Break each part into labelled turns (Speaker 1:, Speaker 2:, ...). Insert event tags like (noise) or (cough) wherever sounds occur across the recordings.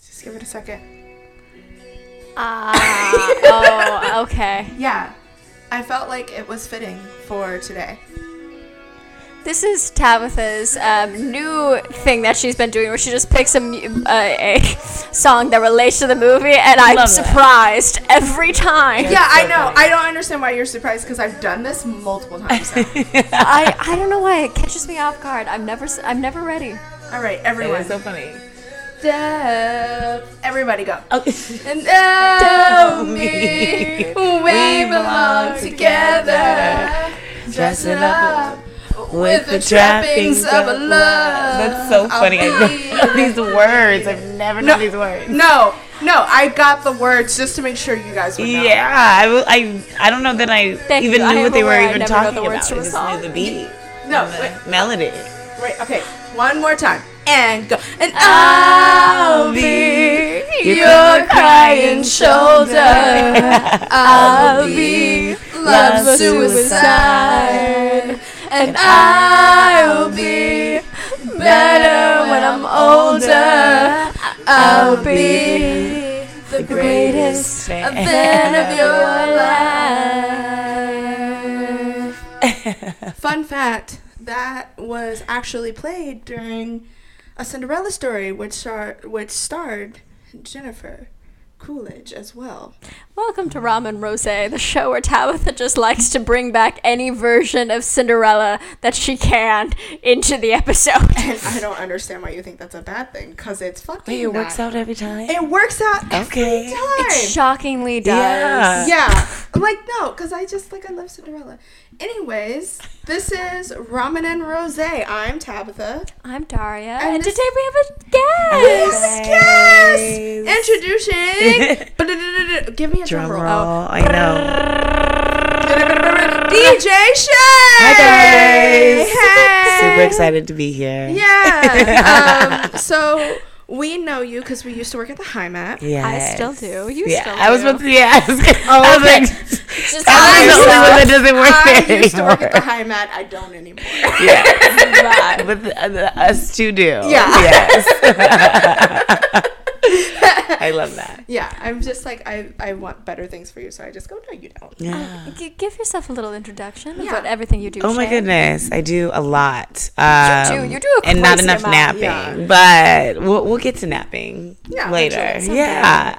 Speaker 1: second.
Speaker 2: Ah. oh, okay.
Speaker 1: Yeah, I felt like it was fitting for today.
Speaker 2: This is Tabitha's um, new thing that she's been doing, where she just picks a, mu- uh, a song that relates to the movie, and I'm
Speaker 3: Love that.
Speaker 2: surprised every time.
Speaker 1: yeah, I know. I don't understand why you're surprised because I've done this multiple times. now. (laughs)
Speaker 2: I, I don't know why it catches me off guard. I'm never s- I'm never ready.
Speaker 1: All right,
Speaker 3: It
Speaker 1: everyone.
Speaker 3: was so funny.
Speaker 1: Dove. Everybody go. (laughs)
Speaker 3: Okay.
Speaker 1: And know me, we belong together. Dress it up with the trappings of a love.
Speaker 3: That's so funny. I
Speaker 1: I'll
Speaker 3: don't know
Speaker 1: be-
Speaker 3: these words. I've never known these words.
Speaker 1: No, no, I got the words just to make sure you guys would know.
Speaker 3: Yeah, I, will- I, I don't know that I
Speaker 2: Thank
Speaker 3: even
Speaker 2: you. I
Speaker 3: knew
Speaker 2: am
Speaker 3: what they were
Speaker 2: aware I
Speaker 3: even
Speaker 2: never know
Speaker 3: talking
Speaker 2: the
Speaker 3: about. I
Speaker 2: words
Speaker 3: just
Speaker 2: to a song.
Speaker 3: knew the beat,
Speaker 1: No,
Speaker 3: the
Speaker 1: wait,
Speaker 3: melody.
Speaker 1: wait, okay. One more time. And go. And uh,
Speaker 3: Ah.
Speaker 2: Oh,
Speaker 1: I'll be your crying
Speaker 2: (laughs)
Speaker 1: shoulder. I'll be love suicide, and I'll be better when I'm older. I'll be the greatest fan of your life. Fun fact: that was actually played during a Cinderella story, which star- which starred Jennifer Coolidge as well.
Speaker 2: Welcome to Ramen Rose, the show where Tabitha just likes to bring back any version of Cinderella that she can into the episode.
Speaker 1: And I don't understand why you think that's a bad thing, because it's fucking.
Speaker 3: Wait, it works
Speaker 1: not.
Speaker 3: out every time.
Speaker 1: It works out
Speaker 3: Okay.
Speaker 1: every time.
Speaker 2: It shockingly does.
Speaker 3: Yeah.
Speaker 1: yeah, like no, because I just like I love Cinderella. Anyways, this is Ramen and Rose. I'm Tabitha.
Speaker 2: I'm Daria,
Speaker 1: And
Speaker 2: and,
Speaker 1: this-
Speaker 2: today we have a guest.
Speaker 1: Yes, Introducing. Ba-da-da-da-da. Give me a drum,
Speaker 3: (laughs) Drum
Speaker 1: roll. Oh.
Speaker 3: roll. I know.
Speaker 1: DJ Shay.
Speaker 3: Hi guys.
Speaker 1: Hey.
Speaker 3: Super excited to be here. (laughs)
Speaker 1: Yeah. um, so we know you because we used to work at the HIMAT.
Speaker 3: Yes.
Speaker 2: I still do. You
Speaker 3: Yeah,
Speaker 2: still
Speaker 3: I was
Speaker 2: do.
Speaker 3: about to. Yeah, I was, I was like,
Speaker 2: Just
Speaker 3: (laughs) I'm the
Speaker 2: ask
Speaker 3: only one
Speaker 2: yourself.
Speaker 3: that doesn't
Speaker 1: I
Speaker 3: work there
Speaker 1: used to work at the
Speaker 3: (laughs) anymore.
Speaker 1: HIMAT. I don't anymore.
Speaker 3: Yeah, but the, uh, the- us two do. Yeah. Yes. I love that.
Speaker 1: (laughs) Yeah, I'm just like I, I want better things for you, so I just go, no, you don't.
Speaker 3: Yeah.
Speaker 2: G- give yourself a little introduction
Speaker 1: Yeah.
Speaker 2: about everything you do.
Speaker 3: Oh my
Speaker 2: Shay.
Speaker 3: goodness, I do a lot.
Speaker 2: do-
Speaker 3: um,
Speaker 2: you do a
Speaker 3: and not
Speaker 2: crazy
Speaker 3: enough
Speaker 2: amount,
Speaker 3: napping, but we'll, we'll get to napping
Speaker 1: Yeah,
Speaker 3: later.
Speaker 1: eventually.
Speaker 3: Yeah,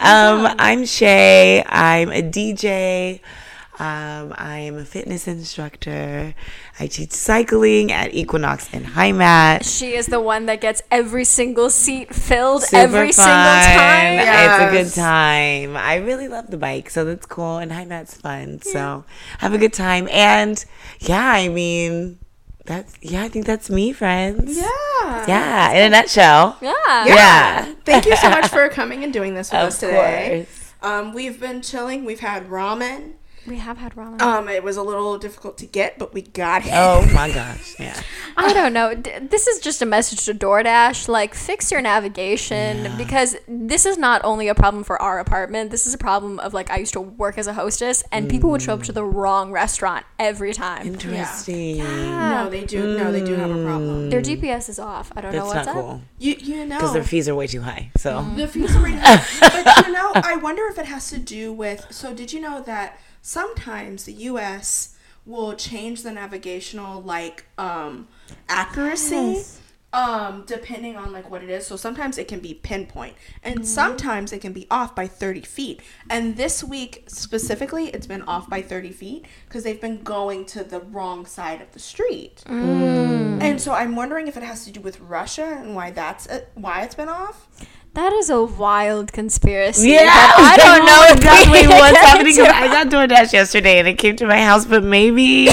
Speaker 3: um, I'm Shay. I'm a DJ. Um, I'm a fitness instructor. I teach cycling at Equinox and Highmat.
Speaker 2: She is the one that gets every single seat filled
Speaker 3: Super
Speaker 2: every single
Speaker 3: fun.
Speaker 2: time.
Speaker 3: It's
Speaker 1: Yes.
Speaker 3: a good time. I really love the bike, so that's cool. And Highmat's fun, so have a good time. And yeah, I mean, that's yeah. I think that's me, friends.
Speaker 1: Yeah.
Speaker 3: Yeah, in a nutshell.
Speaker 2: Yeah.
Speaker 3: Yeah.
Speaker 1: Ah, Thank you so much for coming and doing this with
Speaker 3: Of
Speaker 1: us today.
Speaker 3: course.
Speaker 1: Um, we've been chilling. We've had ramen.
Speaker 2: We have had ramen.
Speaker 1: Um, it was a little difficult to get, but we got it.
Speaker 3: Oh my gosh. Yeah.
Speaker 2: I don't know. D- This is just a message to DoorDash. Like, fix your navigation because this is not only a problem for our apartment. This is a problem of like I used to work as a hostess and people would show up to
Speaker 3: Mm.
Speaker 2: the wrong restaurant every time.
Speaker 3: Interesting.
Speaker 1: No, they do. No, they do have a problem.
Speaker 2: Their GPS is off. I don't know what's
Speaker 3: That's not
Speaker 2: up.
Speaker 3: cool
Speaker 1: You you know
Speaker 3: because their fees are way too high. So
Speaker 1: the fees are really high. but you know I wonder if it has to do with. So did you know that sometimes the U.S. will change the navigational like um accuracy. Um, depending on like what it is, so sometimes it can be pinpoint, and sometimes it can be off by thirty feet. And this week specifically, it's been off by thirty feet because they've been going to the wrong side of the street. And so I'm wondering if it has to do with Russia and why that's uh why it's been off.
Speaker 2: That is a wild conspiracy.
Speaker 3: Yeah,
Speaker 2: that (laughs) I
Speaker 3: (laughs)
Speaker 2: don't know
Speaker 3: oh
Speaker 2: if we (laughs)
Speaker 3: exactly
Speaker 2: can
Speaker 3: what's
Speaker 2: get
Speaker 3: happening. 'cause
Speaker 2: to.
Speaker 3: (laughs) I got DoorDash yesterday and it came to my house,
Speaker 2: (laughs)
Speaker 3: but maybe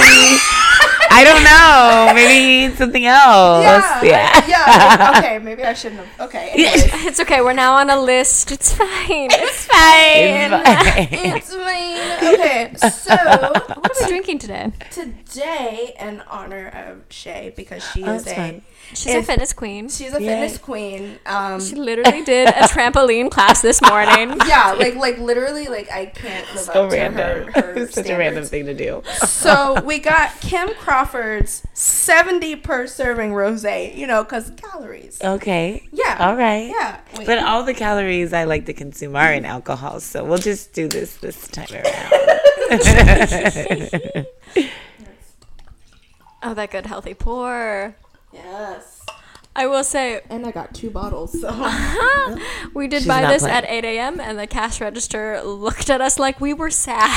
Speaker 3: I don't know. Maybe something else. Yeah.
Speaker 1: yeah.
Speaker 3: (laughs)
Speaker 1: like, okay, maybe I shouldn't have. Okay. anyways.
Speaker 2: It's okay. We're now on a list. It's fine. It's
Speaker 3: It's (laughs) fine.
Speaker 1: It's mean. Okay, so
Speaker 2: (laughs) what are we drinking today?
Speaker 1: today, in honor of Shay, because she is
Speaker 3: that's
Speaker 1: a
Speaker 3: Oh, fine.
Speaker 2: She's a
Speaker 1: If-
Speaker 2: fitness
Speaker 3: (laughs)
Speaker 2: queen.
Speaker 1: she's a fitness queen. Um,
Speaker 2: She literally did a trampoline class this
Speaker 3: (laughs)
Speaker 2: morning.
Speaker 1: yeah, like like literally, like I can't live
Speaker 3: so
Speaker 1: up
Speaker 3: random.
Speaker 1: to her. her
Speaker 3: It's (laughs) such a
Speaker 1: standards.
Speaker 3: random thing to do.
Speaker 1: So we got Kim Crawford's 70 per serving rosé, you know, cuz calories.
Speaker 3: Okay.
Speaker 1: Yeah.
Speaker 3: All right.
Speaker 1: Yeah. Wait.
Speaker 3: But all the calories I like to consume are in alcohol, so we'll just do this this time around.
Speaker 2: Oh, that good healthy pour.
Speaker 1: Yes.
Speaker 2: I will say (laughs)
Speaker 1: And I got two bottles, so (laughs)
Speaker 2: we did
Speaker 3: She's
Speaker 2: buy
Speaker 3: not
Speaker 2: this
Speaker 3: playing.
Speaker 2: at 8 a.m. and the cash register looked at us like we were
Speaker 3: (laughs)
Speaker 2: sad.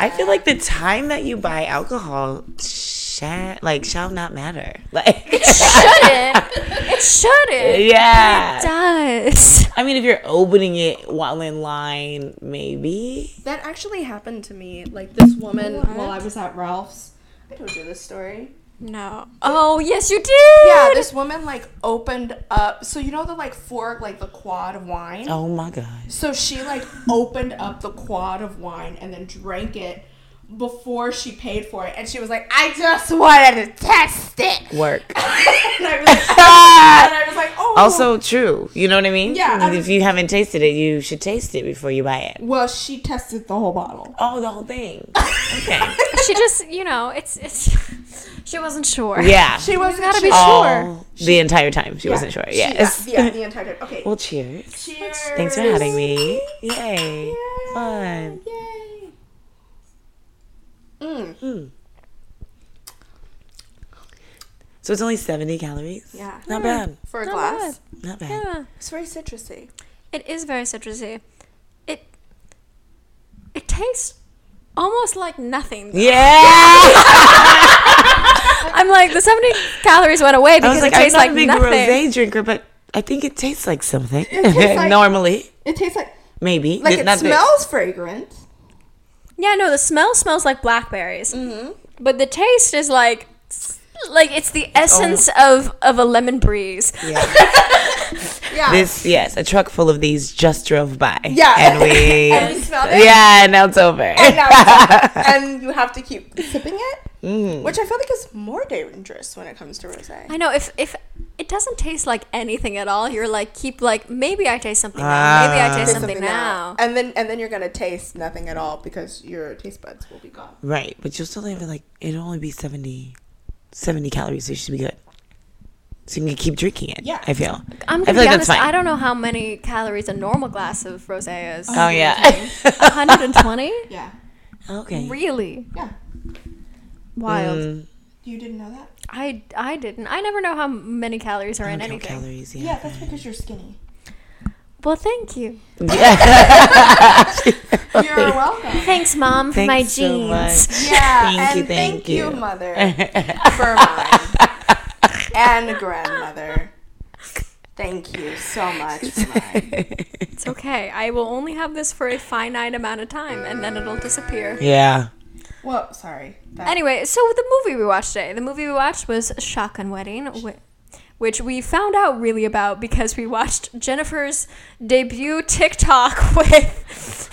Speaker 3: I feel like the time that you buy alcohol, sha- like, shall not matter. (laughs) Like,
Speaker 2: shouldn't. It shouldn't. It
Speaker 3: yeah.
Speaker 2: does.
Speaker 3: I mean, if you're opening it while in line, maybe.
Speaker 1: That actually happened to me. Like this woman while I was at Ralph's. I told you this story.
Speaker 2: No. Oh yes, you did.
Speaker 1: Yeah, this woman like opened up. So you know the like fork, like the quad of wine.
Speaker 3: Oh my gosh.
Speaker 1: So she like opened up the quad of wine and then drank it before she paid for it, and she was like, "I just wanted to test it."
Speaker 3: Work.
Speaker 1: (laughs) and, I was, and I was like, "Oh."
Speaker 3: (laughs) Also true. You know what I mean?
Speaker 1: Yeah, I
Speaker 3: If you haven't tasted it, you should taste it before you buy it.
Speaker 1: well, she tested the whole bottle.
Speaker 3: Oh, the whole thing. Okay.
Speaker 2: (laughs) She just, you know, it's it's. (laughs) She wasn't sure.
Speaker 3: (laughs) Yeah.
Speaker 1: She wasn't
Speaker 2: gotta
Speaker 1: she-
Speaker 2: be
Speaker 1: Yeah,
Speaker 2: sure.
Speaker 3: All the entire time. She wasn't sure.
Speaker 1: she-
Speaker 3: Yes.
Speaker 1: yeah, yeah, the entire time. Okay.
Speaker 3: (laughs) Well, cheers.
Speaker 1: cheers.
Speaker 3: Thanks for having me. Yay.
Speaker 1: Yay.
Speaker 3: Fun.
Speaker 1: Yay. Mm.
Speaker 3: So it's only 70 calories.
Speaker 1: Yeah.
Speaker 3: Not bad.
Speaker 1: For a
Speaker 2: Not
Speaker 1: glass.
Speaker 3: Not bad.
Speaker 2: Yeah.
Speaker 1: It's very citrusy.
Speaker 2: It is very citrusy. It. It tastes almost like nothing.
Speaker 3: Yeah.
Speaker 2: I'm like the 70 calories went away
Speaker 3: I
Speaker 2: because
Speaker 3: was like,
Speaker 2: it
Speaker 3: I'm
Speaker 2: tastes
Speaker 3: not
Speaker 2: like
Speaker 3: a big
Speaker 2: nothing.
Speaker 3: rosé drinker, but I think it tastes like something. (laughs)
Speaker 1: tastes like-
Speaker 3: Normally,
Speaker 1: It tastes like
Speaker 3: maybe.
Speaker 1: like
Speaker 3: Th-
Speaker 1: it
Speaker 3: not that-
Speaker 1: smells fragrant.
Speaker 2: Yeah, no, the smell smells like blackberries.
Speaker 3: Mm-hmm.
Speaker 2: But the taste is like like it's the essence of of a lemon breeze.
Speaker 1: Yeah.
Speaker 3: This yes, a truck full of these just drove by.
Speaker 1: Yeah.
Speaker 3: and
Speaker 1: (laughs)
Speaker 3: we,
Speaker 1: And we smelled it.
Speaker 3: Yeah, and now it's over.
Speaker 1: and, now it's like- and you have to keep sipping it,
Speaker 3: Mm.
Speaker 1: which I feel like is more dangerous when it comes to rosé.
Speaker 2: I know if if it doesn't taste like anything at all, you're like keep like maybe I taste something now, maybe I
Speaker 3: Ah.
Speaker 2: taste
Speaker 3: Taste
Speaker 2: something, now.
Speaker 1: and then and then you're gonna taste nothing at all because your taste buds will be gone.
Speaker 3: (laughs) right, but you'll still have like it'll only be 70, 70 calories. So you should be good. So you can keep drinking it.
Speaker 1: Yeah.
Speaker 3: I feel.
Speaker 2: I'm gonna
Speaker 3: I feel
Speaker 2: be
Speaker 3: like
Speaker 2: honest,
Speaker 3: that's fine.
Speaker 2: I don't know how many calories a normal glass of rosé is. (laughs)
Speaker 3: Oh yeah.
Speaker 2: 120?
Speaker 1: Yeah.
Speaker 3: (laughs) okay.
Speaker 2: really?
Speaker 1: Yeah.
Speaker 2: Wild.
Speaker 3: Mm,
Speaker 1: You didn't know that?
Speaker 2: I I didn't. I never know how many calories are
Speaker 3: I
Speaker 2: in
Speaker 3: don't
Speaker 2: anything.
Speaker 3: count calories. Yeah.
Speaker 1: Yeah, that's because you're skinny.
Speaker 3: (laughs)
Speaker 2: Well, thank you.
Speaker 1: You're welcome.
Speaker 2: Thanks, mom, for
Speaker 3: Thanks
Speaker 2: my
Speaker 3: so
Speaker 2: jeans.
Speaker 1: (laughs)
Speaker 3: much.
Speaker 1: Yeah,
Speaker 3: (laughs) Thank you,
Speaker 1: and
Speaker 3: thank you. (laughs)
Speaker 1: mother, for mine and grandmother. Thank you so much for
Speaker 3: (laughs)
Speaker 1: mine.
Speaker 2: It's okay. I will only have this for a finite amount of time and then it'll disappear.
Speaker 3: Yeah.
Speaker 1: Well, sorry. That-
Speaker 2: Anyway, so the movie we watched today, the movie we watched was Shotgun Wedding, wh- which we found out really about because we watched Jennifer's debut TikTok (laughs) with.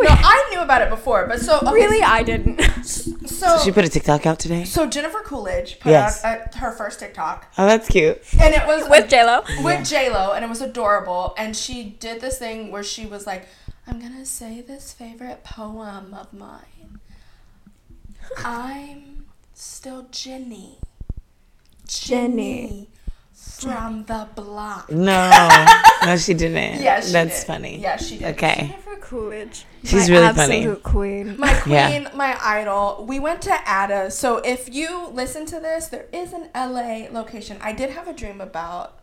Speaker 1: no, I knew about it before, but so okay,
Speaker 2: (laughs) really, I didn't. (laughs)
Speaker 1: So
Speaker 3: She put a TikTok out today.
Speaker 1: So Jennifer Coolidge put
Speaker 3: Yes.
Speaker 1: out uh, her first TikTok,
Speaker 3: Oh, that's cute.
Speaker 1: and it was
Speaker 2: with JLo.
Speaker 1: with J Lo, and it was adorable. And she did this thing where she was like, "I'm gonna say this favorite poem of mine. I'm still Jenny, Jenny from the block." (laughs)
Speaker 3: No, no, she didn't.
Speaker 1: Yeah, she
Speaker 3: Mm. that's
Speaker 1: did.
Speaker 3: funny.
Speaker 1: Yeah, she did.
Speaker 3: Okay.
Speaker 2: Jennifer Coolidge.
Speaker 3: She's
Speaker 2: my
Speaker 3: really funny.
Speaker 2: absolute queen.
Speaker 1: My queen,
Speaker 3: Yeah.
Speaker 1: my idol. We went to Ada. So if you listen to this, there is an LA location. I did have a dream about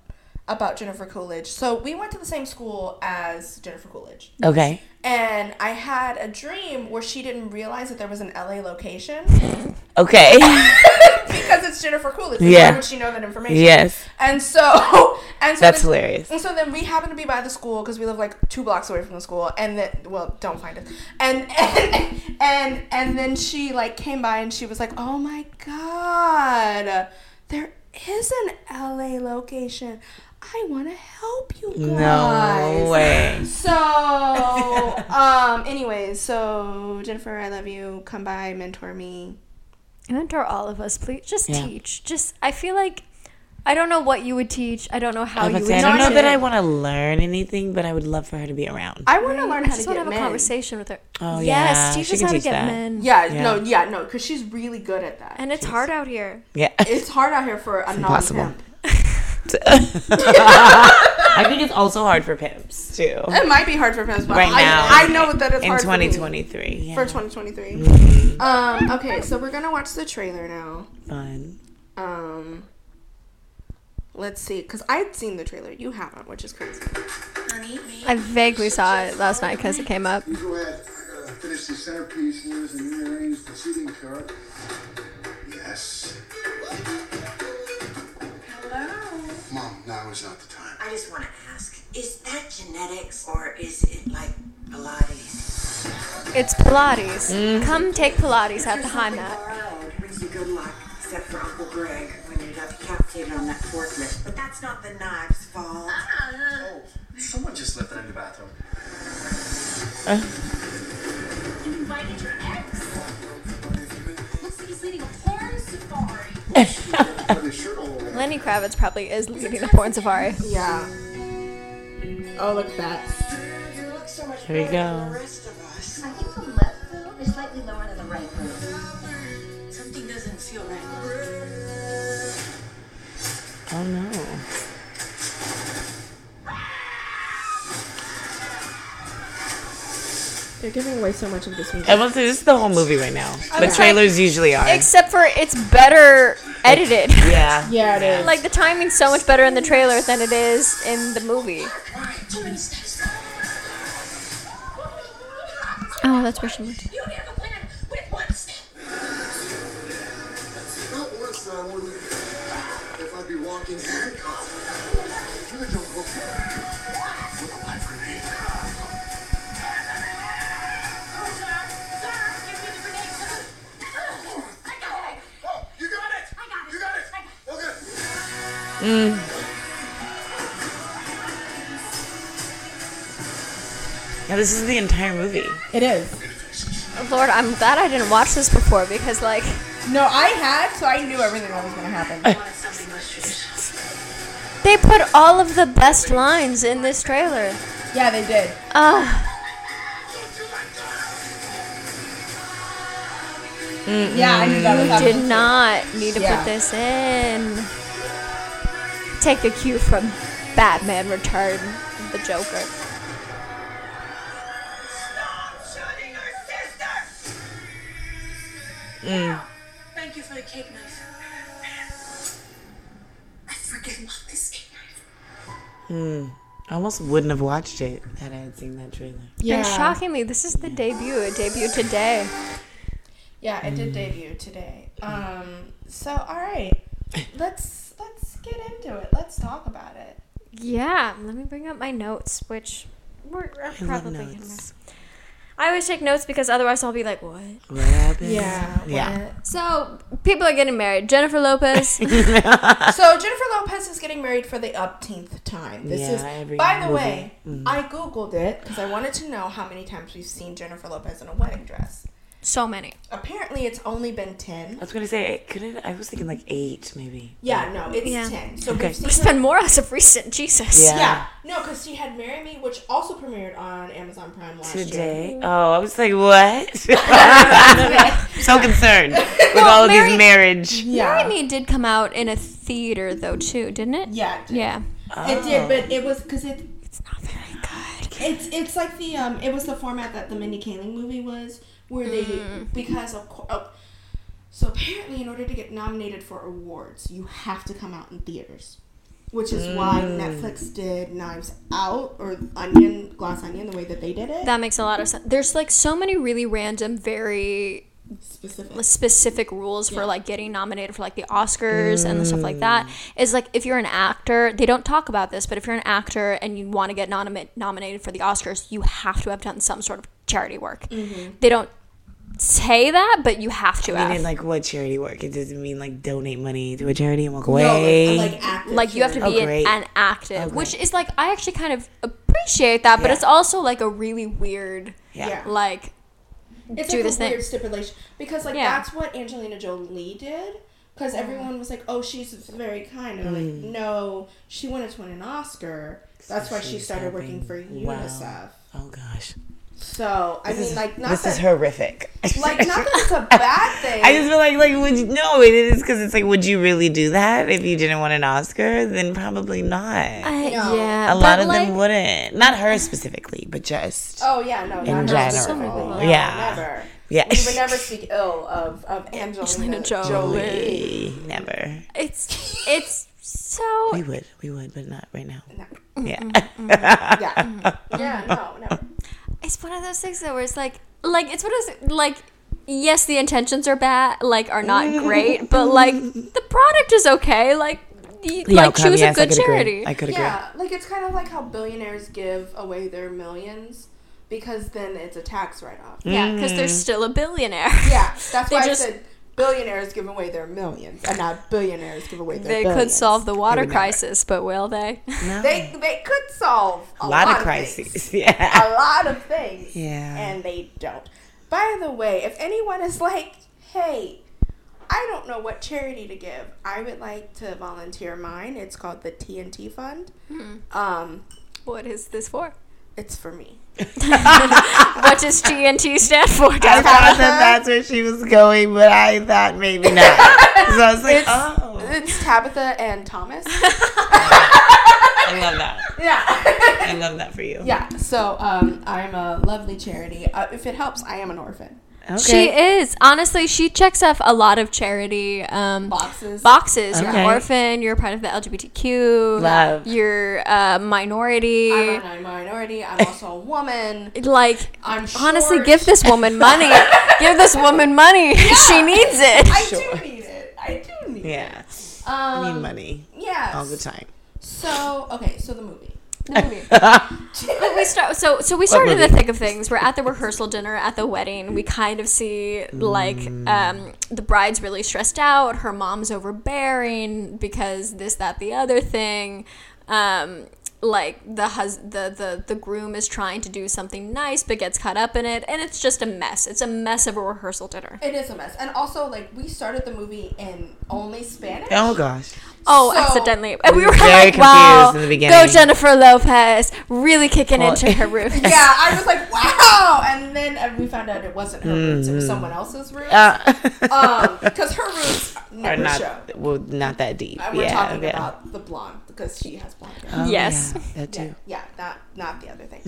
Speaker 1: about Jennifer Coolidge. So we went to the same school as Jennifer Coolidge.
Speaker 3: Okay.
Speaker 1: And I had a dream where she didn't realize that there was an LA
Speaker 3: (laughs)
Speaker 1: location (laughs)
Speaker 3: Okay.
Speaker 1: because it's Jennifer Coolidge. Yeah.
Speaker 3: Yeah.
Speaker 1: Why would she know that information?
Speaker 3: yes.
Speaker 1: And so, (laughs) and so
Speaker 3: That's
Speaker 1: then-
Speaker 3: hilarious.
Speaker 1: And so then we happen to be by the school because we live like two blocks away from the school. And then, well, don't find us. And (laughs) and and and then she like came by and she was like, "Oh my god, there is an LA location. I want to help you guys."
Speaker 3: No way.
Speaker 1: So,
Speaker 2: (laughs)
Speaker 1: um, anyways, so Jennifer, I love you. Come by, mentor me.
Speaker 2: mentor all of us please just
Speaker 3: Yeah.
Speaker 2: teach just i feel like I don't know what you would teach. I don't know how
Speaker 3: I,
Speaker 2: you
Speaker 3: would
Speaker 2: would.
Speaker 3: say, I
Speaker 2: teach
Speaker 3: don't know that
Speaker 2: it.
Speaker 3: I want to learn anything, but I would love for her to be around.
Speaker 1: I want to learn
Speaker 2: I
Speaker 1: how
Speaker 2: just
Speaker 1: to
Speaker 2: want
Speaker 1: get
Speaker 2: to have
Speaker 1: men.
Speaker 2: a conversation with her.
Speaker 3: Oh, yeah,
Speaker 2: yes, teach
Speaker 3: she
Speaker 2: us
Speaker 3: can
Speaker 2: how
Speaker 3: teach
Speaker 2: to get
Speaker 3: that.
Speaker 2: men.
Speaker 1: Yeah,
Speaker 3: Yeah.
Speaker 1: no, yeah, no, because she's really good at that.
Speaker 2: and it's hard out here.
Speaker 1: (laughs)
Speaker 3: yeah.
Speaker 1: it's hard out here for a non
Speaker 3: impossible.
Speaker 1: pimp.
Speaker 3: I think it's also hard for pimps too.
Speaker 1: It might be hard for pimps, but
Speaker 3: Right
Speaker 1: I,
Speaker 3: now,
Speaker 1: I know that it's
Speaker 3: in
Speaker 1: hard for, me,
Speaker 3: 2023. Yeah. Mm-hmm.
Speaker 1: for 2023. Um, okay, so we're gonna watch the trailer now.
Speaker 3: Fun.
Speaker 1: Um, let's see, because I'd seen the trailer, you haven't, which is crazy.
Speaker 2: I vaguely saw it last night because it came up.
Speaker 4: You go ahead, I gotta finish the centerpiece and there's an rearranged proceeding chart. Yes. Mom, now is not the time.
Speaker 5: I just want to ask, is that genetics or is it like Pilates?
Speaker 2: It's Pilates.
Speaker 3: Mm.
Speaker 2: Come take Pilates at the high mat.
Speaker 5: It brings you good luck, except for Uncle Greg when you got decapitated on that forklift. But that's not the knife's fault.
Speaker 4: Oh, someone just left it in the bathroom.
Speaker 6: You invited your ex? Looks like he's leading a porn safari.
Speaker 4: Put his shirt all the way.
Speaker 2: Lenny Kravitz probably is leading the porn safari.
Speaker 1: Yeah. Oh, look at that.
Speaker 5: You look so much
Speaker 3: Here we
Speaker 5: better than
Speaker 3: go.
Speaker 5: the rest of us.
Speaker 6: I think the left boot is slightly lower than the right boot.
Speaker 5: Something doesn't feel right.
Speaker 3: Oh no.
Speaker 1: They're giving away so much of this movie.
Speaker 3: I was say this is the whole movie right now. But
Speaker 2: was
Speaker 3: trailers usually are.
Speaker 2: Except for it's better edited.
Speaker 3: yeah.
Speaker 1: Yeah, it is.
Speaker 2: (laughs) like the timing's so much better in the trailer than it is in the movie.
Speaker 6: Too many steps.
Speaker 2: Oh, that's where she went.
Speaker 6: You don't have a plan with one step.
Speaker 4: Not once that I wouldn't. If I'd be walking handcuffed. You really don't look With a life grenade. Oh, you got it!
Speaker 6: I got it.
Speaker 4: You got it!
Speaker 6: I got
Speaker 4: Okay.
Speaker 3: Yeah, this is the entire movie.
Speaker 1: It is.
Speaker 2: Lord, I'm glad I didn't watch this before because, like,
Speaker 1: No, I had, so I knew everything that was gonna happen.
Speaker 5: Wanted something less traditional.
Speaker 2: they put all of the best lines in this trailer.
Speaker 1: yeah, they did.
Speaker 2: Ugh.
Speaker 1: Yeah, I knew that
Speaker 3: Mm-hmm.
Speaker 1: was
Speaker 2: did not need to
Speaker 1: Yeah.
Speaker 2: put this in. Take a cue from Batman Return, the Joker.
Speaker 5: Stop shooting our sister!
Speaker 2: Mm.
Speaker 5: Thank you for the cake knife. I freaking love this cake knife.
Speaker 3: I almost wouldn't have watched it had I had seen that trailer.
Speaker 2: And shockingly, this is the debut. It debuted today.
Speaker 1: Yeah, it did debut
Speaker 3: (laughs)
Speaker 1: today. Um, so all right, let's let's get into it. Let's talk about it.
Speaker 3: (laughs)
Speaker 2: Yeah, let me bring up my notes, which were are probably in there.
Speaker 3: notes.
Speaker 2: I always take notes because otherwise I'll be like, what?
Speaker 3: What happened?
Speaker 1: Yeah.
Speaker 3: Yeah.
Speaker 2: So people are getting married. Jennifer Lopez.
Speaker 3: (laughs)
Speaker 1: So Jennifer Lopez is getting married for the upteenth time. This
Speaker 3: Yeah,
Speaker 1: is,
Speaker 3: every
Speaker 1: by the
Speaker 3: movie. Mm-hmm.
Speaker 1: way, I googled it because I wanted to know how many times we've seen Jennifer Lopez in a wedding dress.
Speaker 2: so many.
Speaker 1: Apparently, it's only been ten.
Speaker 3: I was gonna say it couldn't I was thinking like eight maybe.
Speaker 1: Yeah, no, it's
Speaker 2: Yeah.
Speaker 1: ten. So
Speaker 3: Okay.
Speaker 1: we've seen
Speaker 2: There's
Speaker 1: her-
Speaker 2: been more as of recent. Jesus.
Speaker 3: Yeah.
Speaker 1: Yeah, no, because she had "Marry Me," which also premiered on Amazon Prime last year.
Speaker 3: Today. Oh, I was like,
Speaker 1: (laughs)
Speaker 3: what? (laughs) so concerned with all of
Speaker 2: Mary-
Speaker 3: these marriage.
Speaker 1: Yeah,
Speaker 2: Marry Me did come out in a theater though too, didn't it?
Speaker 1: yeah, it did.
Speaker 2: Yeah.
Speaker 1: It
Speaker 3: Oh.
Speaker 1: did, but it was because it
Speaker 2: It's not
Speaker 1: Mm-hmm.
Speaker 2: very good.
Speaker 1: It's it's like the um it was the format that the Mindy Kaling movie was where they
Speaker 2: Mm.
Speaker 1: because of co- oh, so apparently in order to get nominated for awards you have to come out in theaters which is why
Speaker 2: Mm.
Speaker 1: Netflix did Knives Out or Onion Glass Onion the way that they did it
Speaker 2: That makes a lot of sense. There's like so many really random, very
Speaker 1: specific
Speaker 2: specific rules for like getting nominated for like the Oscars and stuff like
Speaker 3: Mm.
Speaker 2: that is like if you're an actor, they don't talk about this, but if you're an actor and you want to get nomi- nominated for the Oscars, you have to have done some sort of charity work.
Speaker 3: Mm-hmm.
Speaker 2: They don't say that, but you have to
Speaker 3: I
Speaker 2: have.
Speaker 3: mean,
Speaker 2: like,
Speaker 3: like what charity work? It doesn't mean like donate money to a charity and walk
Speaker 1: No,
Speaker 3: away.
Speaker 1: like, like active
Speaker 2: you have to
Speaker 1: charity.
Speaker 2: be
Speaker 3: Oh, great. Oh,
Speaker 2: an, an active, which is like I actually kind of appreciate that, but
Speaker 3: Yeah.
Speaker 2: it's also like a really weird
Speaker 1: yeah.
Speaker 2: like
Speaker 1: it's
Speaker 2: do
Speaker 1: like
Speaker 2: this
Speaker 1: a
Speaker 2: thing.
Speaker 1: weird stipulation because like
Speaker 2: Yeah.
Speaker 1: that's what Angelina Jolie did because everyone was like, "Oh, she's very kind," and I'm
Speaker 2: Mm.
Speaker 1: like, "No, she wanted to win an Oscar. That's why she
Speaker 3: she's
Speaker 1: started working
Speaker 3: helping.
Speaker 1: for
Speaker 3: Wow.
Speaker 1: UNICEF."
Speaker 3: Oh gosh.
Speaker 1: So I mean, like, not
Speaker 3: this
Speaker 1: that,
Speaker 3: is horrific.
Speaker 1: like not that it's
Speaker 3: (laughs)
Speaker 1: a bad thing.
Speaker 3: I just feel like like would you, no it is because it's like would you really do that if you didn't want an Oscar then probably not.
Speaker 2: I,
Speaker 1: No.
Speaker 2: uh, Yeah,
Speaker 3: a lot of
Speaker 2: like,
Speaker 3: them wouldn't. Not her specifically, but just
Speaker 1: oh yeah, no,
Speaker 3: in
Speaker 1: not
Speaker 3: general.
Speaker 1: her specifically. No,
Speaker 3: Yeah.
Speaker 1: never.
Speaker 3: yeah.
Speaker 1: We would
Speaker 3: (laughs)
Speaker 1: never speak ill oh, of of Angelina
Speaker 2: Angelina
Speaker 1: Jolie.
Speaker 2: Jolie.
Speaker 3: Never.
Speaker 2: It's it's so
Speaker 3: We would, we would, but not right now.
Speaker 1: Oh. No.
Speaker 3: Yeah. (laughs)
Speaker 1: Yeah, yeah, no,
Speaker 2: (laughs)
Speaker 1: never.
Speaker 2: it's one of those things though where it's like like it's one of those like yes the intentions are bad like are not great but like the product is okay like you,
Speaker 3: The
Speaker 2: like
Speaker 3: outcome,
Speaker 2: choose
Speaker 3: yes,
Speaker 2: a good
Speaker 3: I could
Speaker 2: charity
Speaker 3: Agree. I could agree.
Speaker 1: Yeah, like it's kind of like how billionaires give away their millions because then it's a tax write off.
Speaker 2: yeah because they're still a billionaire
Speaker 1: Yeah, that's
Speaker 2: Mm. They
Speaker 1: why
Speaker 2: just-
Speaker 1: I said billionaires give away their millions, and not billionaires give away their.
Speaker 2: they could
Speaker 1: billions.
Speaker 2: solve the water
Speaker 3: never.
Speaker 2: crisis but will they
Speaker 3: No.
Speaker 1: They they could solve a,
Speaker 3: a lot, of
Speaker 1: crises,
Speaker 3: crises. (laughs) Yeah.
Speaker 1: a lot of things,
Speaker 3: Yeah.
Speaker 1: and they don't. By the way, if anyone is like, hey. I don't know what charity to give. I would like to volunteer mine. It's called the TNT Fund.
Speaker 2: Hmm.
Speaker 1: Um,
Speaker 2: (laughs) what is this for
Speaker 1: it's for me.
Speaker 2: what does tnt stand for
Speaker 3: I
Speaker 2: guys?
Speaker 3: thought that that's where she was going, but I thought maybe
Speaker 1: (laughs)
Speaker 3: not. so I was like, oh,
Speaker 1: It's Tabitha and
Speaker 2: (laughs)
Speaker 1: Thomas.
Speaker 3: I love that.
Speaker 1: yeah.
Speaker 3: I love that for you.
Speaker 1: (laughs) yeah. So um, I'm a lovely charity. Uh, if it helps, I am an orphan.
Speaker 3: Okay.
Speaker 2: She is honestly. She checks off a lot of charity um,
Speaker 1: Boxes.
Speaker 2: Boxes. You're
Speaker 3: Okay.
Speaker 2: an orphan. You're a part of the LGBTQ.
Speaker 3: Love.
Speaker 2: You're a minority.
Speaker 1: I'm a minority. I'm also a woman.
Speaker 2: like
Speaker 1: I'm
Speaker 2: honestly,
Speaker 1: short.
Speaker 2: give this woman
Speaker 1: (laughs)
Speaker 2: money. give this woman money. (laughs) she needs it.
Speaker 1: I
Speaker 3: Sure.
Speaker 1: do need it. I do need it.
Speaker 3: Yeah.
Speaker 1: Um,
Speaker 3: I need money
Speaker 1: Yes.
Speaker 3: all the time. (laughs)
Speaker 1: So okay. So the movie.
Speaker 2: But we start so so we started in the
Speaker 3: movie?
Speaker 2: thick of things. We're at the rehearsal dinner at the wedding. We kind of see like
Speaker 3: Mm.
Speaker 2: um, the bride's really stressed out. Her mom's overbearing because this, that, the other thing. Um, like the hus the, the the groom is trying to do something nice but gets caught up in it, and it's just a mess. It's a mess of a rehearsal dinner.
Speaker 1: It is a mess, and also like we started the movie in only Spanish.
Speaker 3: Oh gosh.
Speaker 2: Oh,
Speaker 1: So-
Speaker 2: accidentally, and we were
Speaker 3: very
Speaker 2: like, "Wow,
Speaker 3: confused in the
Speaker 2: go
Speaker 3: beginning.
Speaker 2: Jennifer Lopez, really kicking into
Speaker 3: (laughs)
Speaker 2: her roof."
Speaker 1: Yeah, I was like, wow, and then uh, we found out it wasn't her roots; it was
Speaker 3: Mm-hmm.
Speaker 1: someone else's roots. (laughs)
Speaker 3: Uh,
Speaker 1: Um, because her
Speaker 3: (laughs)
Speaker 1: roots
Speaker 3: or
Speaker 1: never
Speaker 3: not?
Speaker 1: show.
Speaker 3: Well, not that deep.
Speaker 1: And we're
Speaker 3: yeah.
Speaker 1: talking
Speaker 3: yeah.
Speaker 1: about the blonde because she has blonde hair.
Speaker 3: Oh,
Speaker 2: Yes.
Speaker 3: yeah, Mm-hmm. that too.
Speaker 1: yeah, not not the other thing.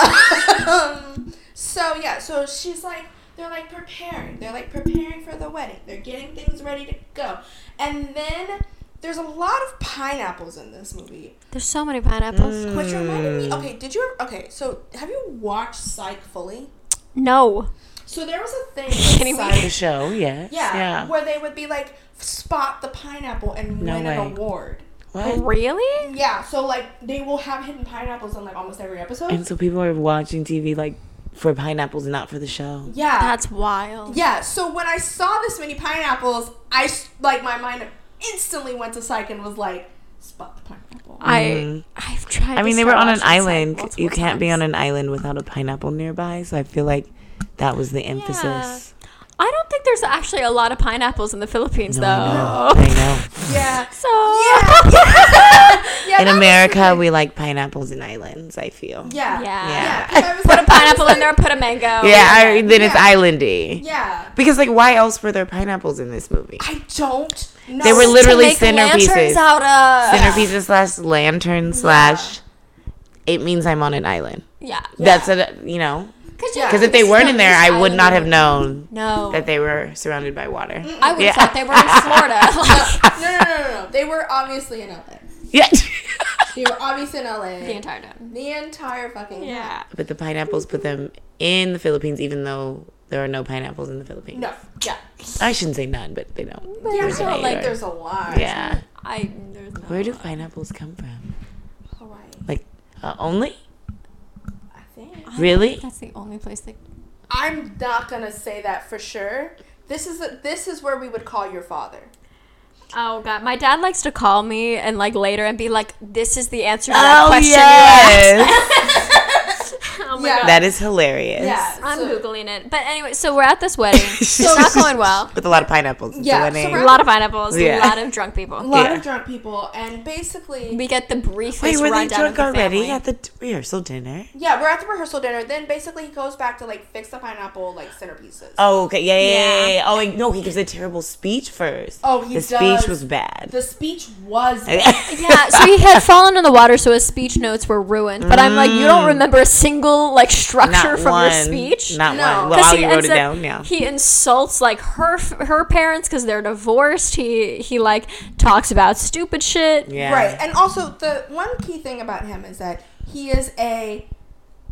Speaker 1: Uh, um, (laughs) so yeah, so she's like, they're like preparing, they're like preparing for the wedding, they're getting things ready to go, and then there's a lot of pineapples in this movie,
Speaker 2: There's so many pineapples.
Speaker 3: Mm.
Speaker 1: which reminded me. Okay,
Speaker 3: Hmm.
Speaker 1: did you? Ever, okay, so have you watched Psych fully?
Speaker 2: No,
Speaker 1: So there was a
Speaker 3: (laughs)
Speaker 1: thing.
Speaker 2: Kidding
Speaker 1: with
Speaker 2: me?
Speaker 1: Psych-
Speaker 3: The show, yes.
Speaker 1: Yeah,
Speaker 3: Yeah.
Speaker 1: where they would be like spot the pineapple and
Speaker 3: No
Speaker 1: win
Speaker 3: way.
Speaker 1: an award.
Speaker 3: What?
Speaker 2: really?
Speaker 1: Yeah, so like they will have hidden pineapples in like almost every episode.
Speaker 3: And so people are watching TV like for pineapples, not for the show.
Speaker 1: yeah,
Speaker 2: That's wild.
Speaker 1: yeah. So when I saw this many pineapples, I s- like my mind instantly went to psych and was like, spot the pineapple.
Speaker 2: I I've tried.
Speaker 3: I mean, they were on an island. You can't be on an island without a pineapple nearby. So I feel like that was the emphasis.
Speaker 2: I don't think there's actually a lot of pineapples in the Philippines,
Speaker 3: No, I
Speaker 2: though.
Speaker 3: know. I know.
Speaker 1: Yeah,
Speaker 2: (laughs) So (laughs)
Speaker 1: yeah, yeah. that
Speaker 3: In
Speaker 1: was-
Speaker 3: America, we like pineapples and islands. I feel.
Speaker 1: yeah,
Speaker 2: Yeah.
Speaker 1: yeah. 'cause
Speaker 3: (laughs)
Speaker 1: I was
Speaker 2: put a
Speaker 1: like- I was
Speaker 2: pineapple in
Speaker 1: like-
Speaker 2: there. Put a mango.
Speaker 3: Yeah, I, then it's
Speaker 1: Yeah.
Speaker 3: islandy.
Speaker 1: Yeah,
Speaker 3: Because like, why else were there pineapples in this movie?
Speaker 1: I don't. Know.
Speaker 3: They were
Speaker 2: To
Speaker 3: literally
Speaker 2: make lanterns
Speaker 3: centerpieces.
Speaker 2: out of.
Speaker 3: Centerpieces slash lantern slash. It means I'm on an island.
Speaker 2: yeah.
Speaker 3: That's a you know
Speaker 2: Because
Speaker 1: Yeah.
Speaker 3: because if they weren't in there, I would not have known
Speaker 2: No,
Speaker 3: that they were surrounded by water.
Speaker 2: I would have thought they were
Speaker 3: (laughs)
Speaker 2: in Florida (laughs) like,
Speaker 1: no, no, no, no, no. They were obviously in LA.
Speaker 3: Yeah.
Speaker 1: They were obviously in LA.
Speaker 2: the entire time.
Speaker 1: The entire fucking
Speaker 2: Yeah.
Speaker 3: but the pineapples put them in the Philippines, even though there are no pineapples in the Philippines.
Speaker 1: No, yeah,
Speaker 3: I shouldn't say none, but they don't.
Speaker 1: yeah.
Speaker 3: originate
Speaker 1: so, like
Speaker 3: or-
Speaker 1: there's a lot.
Speaker 3: yeah.
Speaker 2: I there's no.
Speaker 3: Where do pineapples come from?
Speaker 1: Hawaii,
Speaker 3: Like uh, only?
Speaker 1: I think.
Speaker 3: Really?
Speaker 2: That's the only place they.
Speaker 1: I'm not gonna say that for sure. This is a, this is where we would call your father.
Speaker 2: Oh god, my dad likes to call me and like later and be like, "This is the answer to that
Speaker 3: Oh
Speaker 2: question." you asked."
Speaker 3: yes.
Speaker 2: I'm Oh my Yeah. God.
Speaker 3: That is hilarious.
Speaker 7: Yeah,
Speaker 2: I'm
Speaker 7: so-
Speaker 2: googling it. But anyway, so we're at this (laughs) wedding. it's not going well.
Speaker 3: With a lot of pineapples. It's a
Speaker 7: Yeah, so
Speaker 3: wedding.
Speaker 2: A lot of pineapples. A
Speaker 3: Yeah.
Speaker 2: lot of drunk people.
Speaker 1: A lot
Speaker 3: Yeah.
Speaker 1: of drunk people, and basically,
Speaker 2: We get the briefest
Speaker 3: Wait, were they
Speaker 2: rundown
Speaker 3: drunk
Speaker 2: of the
Speaker 3: already
Speaker 2: family.
Speaker 3: at the d- rehearsal dinner?
Speaker 1: yeah, we're at the rehearsal dinner. Then basically, he goes back to like fix the pineapple like centerpieces.
Speaker 3: Oh, okay. Yeah, yeah, yeah.
Speaker 2: Yeah.
Speaker 3: yeah, yeah. Oh, wait, no, he gives a terrible speech first.
Speaker 1: Oh, he does.
Speaker 3: The speech was bad.
Speaker 1: The speech was
Speaker 3: (laughs)
Speaker 2: yeah, so he had fallen in the water, so his speech notes were ruined. But I'm like, you don't remember a single like structure
Speaker 3: Mm. Not
Speaker 2: from
Speaker 3: one.
Speaker 2: your speech.
Speaker 3: Not
Speaker 1: No.
Speaker 3: one.
Speaker 2: 'Cause
Speaker 3: Well, Ollie
Speaker 2: he
Speaker 3: wrote
Speaker 2: ends
Speaker 3: it
Speaker 2: up-
Speaker 3: down. Yeah.
Speaker 2: He insults like her f- her parents because they're divorced. He he like talks about stupid shit.
Speaker 3: yeah.
Speaker 1: right. And also, the one key thing about him is that he is a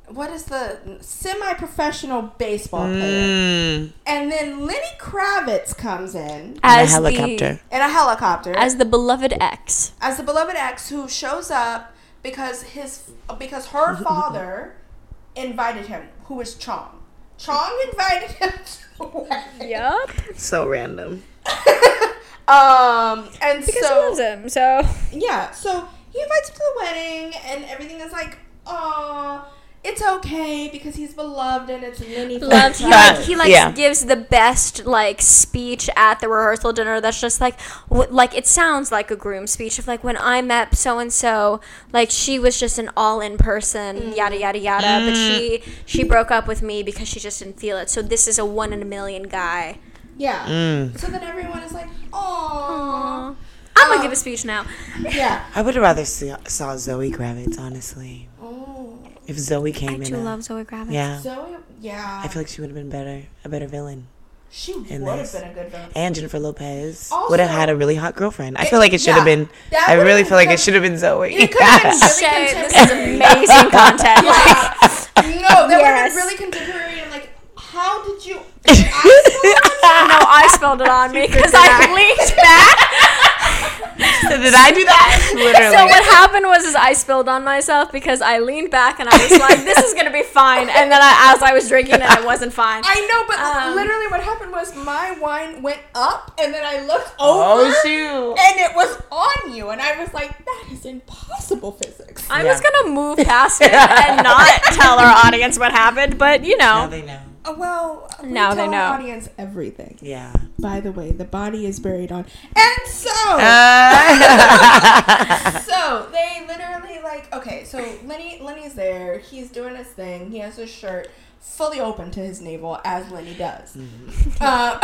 Speaker 1: what is the semi-professional baseball player.
Speaker 3: Mm,
Speaker 1: And then Lenny Kravitz comes in
Speaker 3: and a
Speaker 2: As
Speaker 3: helicopter.
Speaker 1: in a helicopter
Speaker 2: the, as the beloved ex.
Speaker 1: as the beloved ex who shows up because his because
Speaker 2: (laughs)
Speaker 1: her father invited him, who is Chong. Chong invited him (laughs) to the wedding.
Speaker 2: Yup.
Speaker 3: so random.
Speaker 1: Um, and so
Speaker 2: him. So
Speaker 1: yeah, so he invites him to the wedding, and everything is like, oh, it's okay because he's beloved and it's Lenny. for
Speaker 2: loves he
Speaker 1: himself."
Speaker 2: like he like
Speaker 3: Uh, Yeah.
Speaker 2: gives the best like speech at the rehearsal dinner that's just like wh- like it sounds like a groom speech of like when I met so and so like she was just an all in person yada yada yada but she
Speaker 3: Mm.
Speaker 2: she broke up with me because she just didn't feel it so this is a one in a million guy
Speaker 1: Yeah. So then everyone is like, oh,
Speaker 2: I'm gonna give a speech now (laughs)
Speaker 1: yeah.
Speaker 3: I would have rather see, saw Zoe Kravitz, honestly.
Speaker 1: Oh,
Speaker 3: If Zoe came
Speaker 2: I
Speaker 3: in.
Speaker 2: do
Speaker 3: a-
Speaker 2: love Zoe Kravitz
Speaker 3: yeah.
Speaker 1: Zoe. Yeah.
Speaker 3: I feel like she would have been better, a better villain.
Speaker 1: she would
Speaker 3: in
Speaker 1: have
Speaker 3: this.
Speaker 1: been a good villain.
Speaker 3: And Jennifer Lopez
Speaker 1: Also-
Speaker 3: would have had a really hot girlfriend. I feel like it should
Speaker 1: yeah.
Speaker 3: have been.
Speaker 1: That
Speaker 3: I
Speaker 1: would have
Speaker 3: really
Speaker 1: been
Speaker 3: feel like it
Speaker 1: good.
Speaker 3: should have been Zoe. (laughs)
Speaker 1: It could have been really
Speaker 2: Shay, this is
Speaker 1: contemporary.
Speaker 2: amazing content like,
Speaker 1: (laughs) No, that would have
Speaker 2: Yes.
Speaker 1: been really contemporary and like, how did you? I
Speaker 2: no I spilled it on me because I leaned back
Speaker 3: So did I do that?
Speaker 2: (laughs)
Speaker 3: Literally.
Speaker 2: So what happened was is I spilled on myself because I leaned back and I was like, this is gonna be fine. And then I, as I was drinking it, I wasn't fine.
Speaker 1: I know, but
Speaker 2: Um,
Speaker 1: literally what happened was my wine went up, and then I looked over.
Speaker 3: oh shoot!
Speaker 1: and it was on you and i was like that is impossible physics
Speaker 2: I'm just gonna move past it and not tell our audience what happened, but you
Speaker 3: Now
Speaker 2: know.
Speaker 3: they know.
Speaker 1: Uh, well we
Speaker 2: Now
Speaker 1: tell
Speaker 2: they
Speaker 1: our
Speaker 2: know.
Speaker 1: audience everything
Speaker 3: Yeah.
Speaker 1: by the way the body is buried on and so
Speaker 3: Uh,
Speaker 1: so they literally like okay so lenny lenny's there he's doing his thing he has his shirt fully open to his navel as lenny does Uh,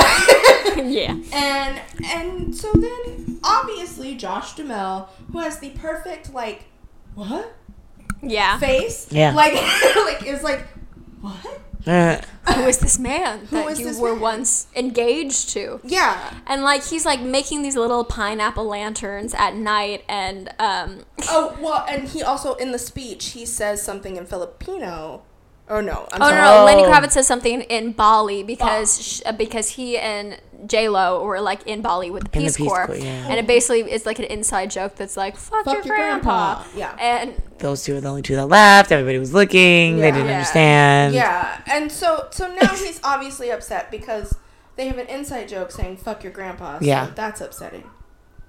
Speaker 2: Yeah.
Speaker 1: and and so then obviously josh dumel who has the perfect like what
Speaker 2: Yeah.
Speaker 1: face.
Speaker 3: Yeah.
Speaker 1: Like, (laughs) like is like, what?
Speaker 2: Who is this man that
Speaker 1: is
Speaker 2: you
Speaker 1: this
Speaker 2: were
Speaker 1: man?
Speaker 2: once engaged to?
Speaker 1: Yeah.
Speaker 2: And like he's like making these little pineapple lanterns at night and um
Speaker 1: Oh well, and he also in the speech he says something in Filipino. Oh no, I'm
Speaker 2: Oh
Speaker 1: sorry.
Speaker 2: no, no, Lenny
Speaker 3: Oh.
Speaker 2: Kravitz says something in Bali because sh uh, because he and J Lo were like in Bali with the
Speaker 3: In the
Speaker 2: Peace,
Speaker 3: Peace
Speaker 2: Corps,
Speaker 3: Corps, yeah.
Speaker 2: and it basically is like an inside joke that's like "fuck, your, grandpa.
Speaker 1: Yeah.
Speaker 2: and
Speaker 3: (laughs) Those two were the only two that left. Everybody was looking. They
Speaker 1: Yeah.
Speaker 3: didn't
Speaker 1: Yeah.
Speaker 3: understand.
Speaker 1: Yeah, and so so now
Speaker 3: (laughs)
Speaker 1: he's obviously upset because they have an inside joke saying "fuck your grandpa." so
Speaker 3: Yeah.
Speaker 1: that's upsetting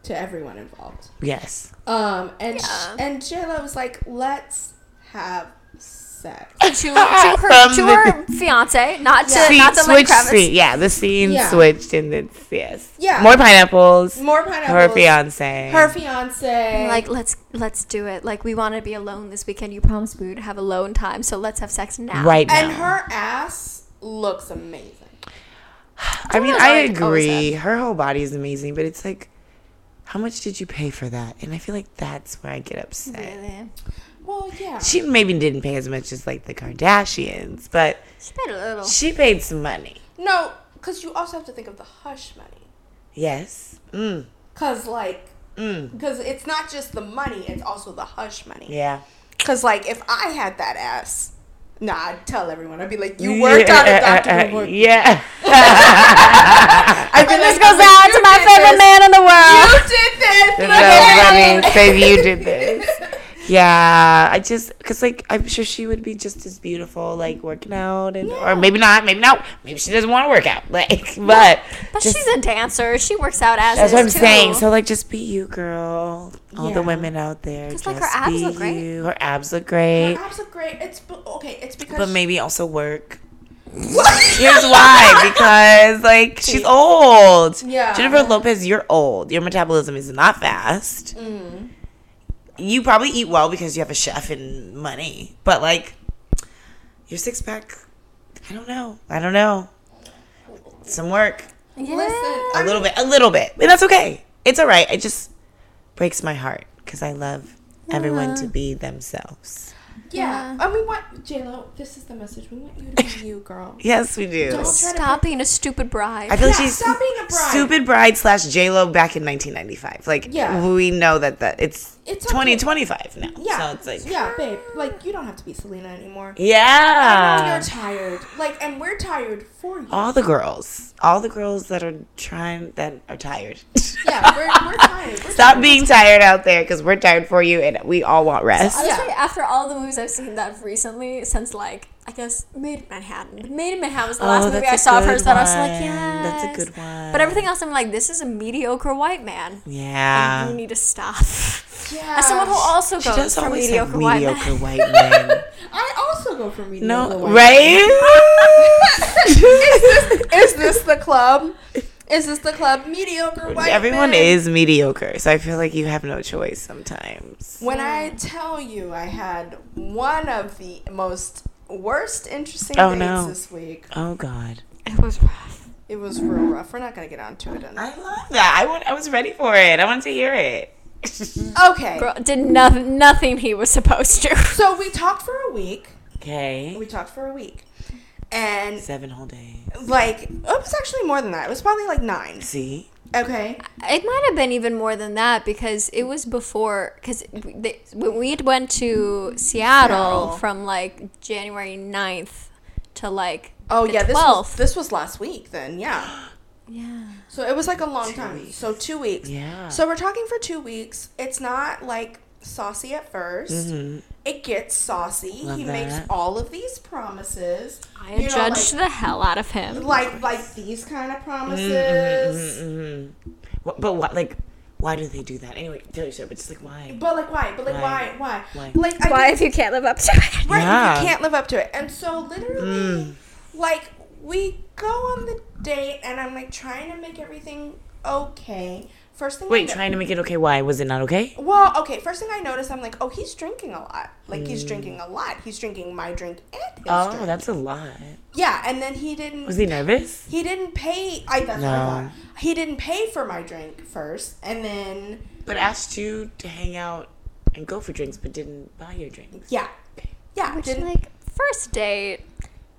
Speaker 1: to everyone involved.
Speaker 3: Yes.
Speaker 1: Um, and sh-
Speaker 2: Yeah.
Speaker 1: and J Lo was like, "Let's have sex."
Speaker 2: to
Speaker 3: (laughs)
Speaker 2: to her, to her fiance, not to
Speaker 3: Scene-
Speaker 2: not to Lenny
Speaker 3: switch
Speaker 2: Kravitz.
Speaker 3: scene. Yeah, the scene
Speaker 1: Yeah.
Speaker 3: switched and it's yes.
Speaker 1: Yeah.
Speaker 3: More pineapples.
Speaker 1: More pineapples.
Speaker 3: Her fiance.
Speaker 1: Her fiance.
Speaker 2: Like let's let's do it. Like we want to be alone this weekend. You promised we would have alone time, so let's have sex now.
Speaker 3: right now.
Speaker 1: And her ass looks amazing.
Speaker 3: I
Speaker 2: Someone's
Speaker 3: mean, I
Speaker 2: always- always
Speaker 3: agree. Her whole body is amazing, but it's like, how much did you pay for that? And I feel like that's where I get upset.
Speaker 2: Really?
Speaker 1: Well, yeah.
Speaker 3: She maybe didn't pay as much as like the Kardashians, but
Speaker 2: She paid a
Speaker 1: Oh.
Speaker 2: little.
Speaker 3: she paid some money.
Speaker 1: No, because you also have to think of the hush money.
Speaker 3: Yes. Mm.
Speaker 1: Because, like, because it's not just the money, it's also the hush money.
Speaker 3: Yeah.
Speaker 1: Because, like, if I had that ass, nah, I'd tell everyone. I'd be like, you worked out
Speaker 3: eh,
Speaker 1: a doctor work.
Speaker 3: Yeah.
Speaker 1: I'd be
Speaker 2: This
Speaker 1: like,
Speaker 2: goes out to my favorite man in the
Speaker 1: (laughs)
Speaker 2: world.
Speaker 1: You did this! look at you." (laughs)
Speaker 3: This is funny. Say you did this. (laughs) Yeah, I just because like I'm sure she would be just as beautiful like working out and or maybe not, maybe not, maybe she doesn't want to work out (laughs) like but
Speaker 2: But
Speaker 3: just,
Speaker 2: she's a dancer. She works out as
Speaker 3: that's
Speaker 2: is
Speaker 3: what I'm
Speaker 2: too.
Speaker 3: saying. So like just be you, girl. All
Speaker 1: Yeah.
Speaker 3: the women out there, just
Speaker 2: like, her abs
Speaker 3: be
Speaker 2: look great.
Speaker 3: you. Her abs look great,
Speaker 1: Abs look great. It's bu- okay. It's because
Speaker 3: but maybe also work. Here's
Speaker 1: (laughs)
Speaker 3: why because like she's old.
Speaker 1: Yeah.
Speaker 3: Jennifer Lopez, you're old. Your metabolism is not fast.
Speaker 1: Mm-hmm.
Speaker 3: You probably eat well because you have a chef and money, but like your six pack, I don't know. I don't know. Some work,
Speaker 2: Yeah.
Speaker 1: Listen,
Speaker 3: a little bit, a little bit, and that's okay. It's all right. It just breaks my heart because I love everyone to be themselves.
Speaker 1: yeah. And we want J Lo. This is the message. We want you to be you, (laughs) girl.
Speaker 3: Yes, we do.
Speaker 1: Don't try to
Speaker 2: Stop being a stupid bride.
Speaker 3: I feel like
Speaker 1: Yeah,
Speaker 3: she's
Speaker 1: stop being a bride.
Speaker 3: stupid bride slash J Lo back in 1995. Like
Speaker 1: Yeah.
Speaker 3: we know that that it's,
Speaker 1: It's okay.
Speaker 3: 2025 now.
Speaker 1: Yeah.
Speaker 3: so it's like yeah,
Speaker 1: yeah, babe. Like you don't have to be Selena anymore. I know you're
Speaker 3: yeah.
Speaker 1: tired. Like, and we're tired for you.
Speaker 3: All the girls, all the girls that are trying that are
Speaker 2: (laughs)
Speaker 3: tired. (laughs)
Speaker 1: yeah, we're, we're tired. We're
Speaker 3: Stop being tired out there because we're tired for you, and we all want rest.
Speaker 2: I would
Speaker 1: Yeah.
Speaker 2: say after all the movies I've seen that recently, since like I guess Made in Manhattan. But Made in Manhattan was the
Speaker 3: Oh,
Speaker 2: last movie I saw of hers that I was like, yeah,
Speaker 3: That's a good one.
Speaker 2: But everything else, I'm like, this is a mediocre white man.
Speaker 3: yeah.
Speaker 2: you need to stop.
Speaker 1: Yeah.
Speaker 2: As someone who also
Speaker 3: She
Speaker 2: goes
Speaker 3: does
Speaker 2: for
Speaker 3: always mediocre,
Speaker 2: mediocre,
Speaker 3: have
Speaker 2: white
Speaker 3: mediocre
Speaker 2: men. (laughs)
Speaker 3: white men.
Speaker 1: I also go for mediocre.
Speaker 3: no,
Speaker 1: white.
Speaker 2: (laughs)
Speaker 3: right?
Speaker 1: Is this the club? Is this the club? Mediocre white.
Speaker 3: Everyone
Speaker 1: men.
Speaker 3: is mediocre, so I feel like you have no choice sometimes.
Speaker 1: When I tell you, I had one of the most worst interesting
Speaker 3: Oh,
Speaker 1: dates
Speaker 3: no.
Speaker 1: this week.
Speaker 3: Oh God,
Speaker 2: It was rough.
Speaker 1: It was real rough. We're not gonna get onto it.
Speaker 3: I love that. I want. I was ready for it. I wanted to hear it.
Speaker 1: Okay.
Speaker 2: Bro, did nothing, nothing he was supposed to. (laughs)
Speaker 1: So we talked for a week.
Speaker 3: Okay,
Speaker 1: We talked for a week, and
Speaker 3: seven whole days.
Speaker 1: like it was actually more than that. It was probably like nine.
Speaker 3: See,
Speaker 1: Okay.
Speaker 2: It might have been even more than that because it was before. Because when we went to Seattle,
Speaker 1: Seattle.
Speaker 2: from like January 9th to like
Speaker 1: Oh
Speaker 2: the
Speaker 1: yeah, this
Speaker 2: 12th.
Speaker 1: was, this was last week then. Yeah.
Speaker 2: yeah.
Speaker 1: So it was like a long time. So two weeks.
Speaker 3: Yeah.
Speaker 1: So we're talking for two weeks. It's not like saucy at 1st It gets saucy.
Speaker 3: Mm-hmm. Love
Speaker 1: he
Speaker 3: that.
Speaker 1: makes all of these promises.
Speaker 2: I
Speaker 1: You know,
Speaker 2: judged
Speaker 1: like,
Speaker 2: the hell out of him.
Speaker 1: like like these kind of
Speaker 3: Mm,
Speaker 1: promises.
Speaker 3: Mm-hmm. Wh- but what? Like, why do they do that? Anyway, tell you sir, but just like why?
Speaker 1: But like why? But like
Speaker 3: Why?
Speaker 1: why? Why?
Speaker 3: Why?
Speaker 1: Like I
Speaker 2: if you can't live up to it?
Speaker 1: Right,
Speaker 3: Yeah. Mm.
Speaker 1: you can't live up to it. And so literally, like we go on the date, and I'm like trying to make everything okay. First thing,
Speaker 3: Wait,
Speaker 1: I
Speaker 3: trying to make it okay. Why was it not okay?
Speaker 1: no- well, okay. First thing I notice, I'm like, oh, he's drinking a lot. Like he's drinking a lot. He's drinking my drink and his
Speaker 3: Mm. Oh,
Speaker 1: drink.
Speaker 3: that's a lot.
Speaker 1: yeah. And then he didn't.
Speaker 3: Was he nervous?
Speaker 1: he didn't pay. I that's what I
Speaker 3: No.
Speaker 1: thought. He didn't pay for my drink first, and then
Speaker 3: But asked you to hang out and go for drinks, but didn't buy your drinks.
Speaker 1: yeah, yeah,
Speaker 2: Which,
Speaker 1: didn't.
Speaker 2: like, first date,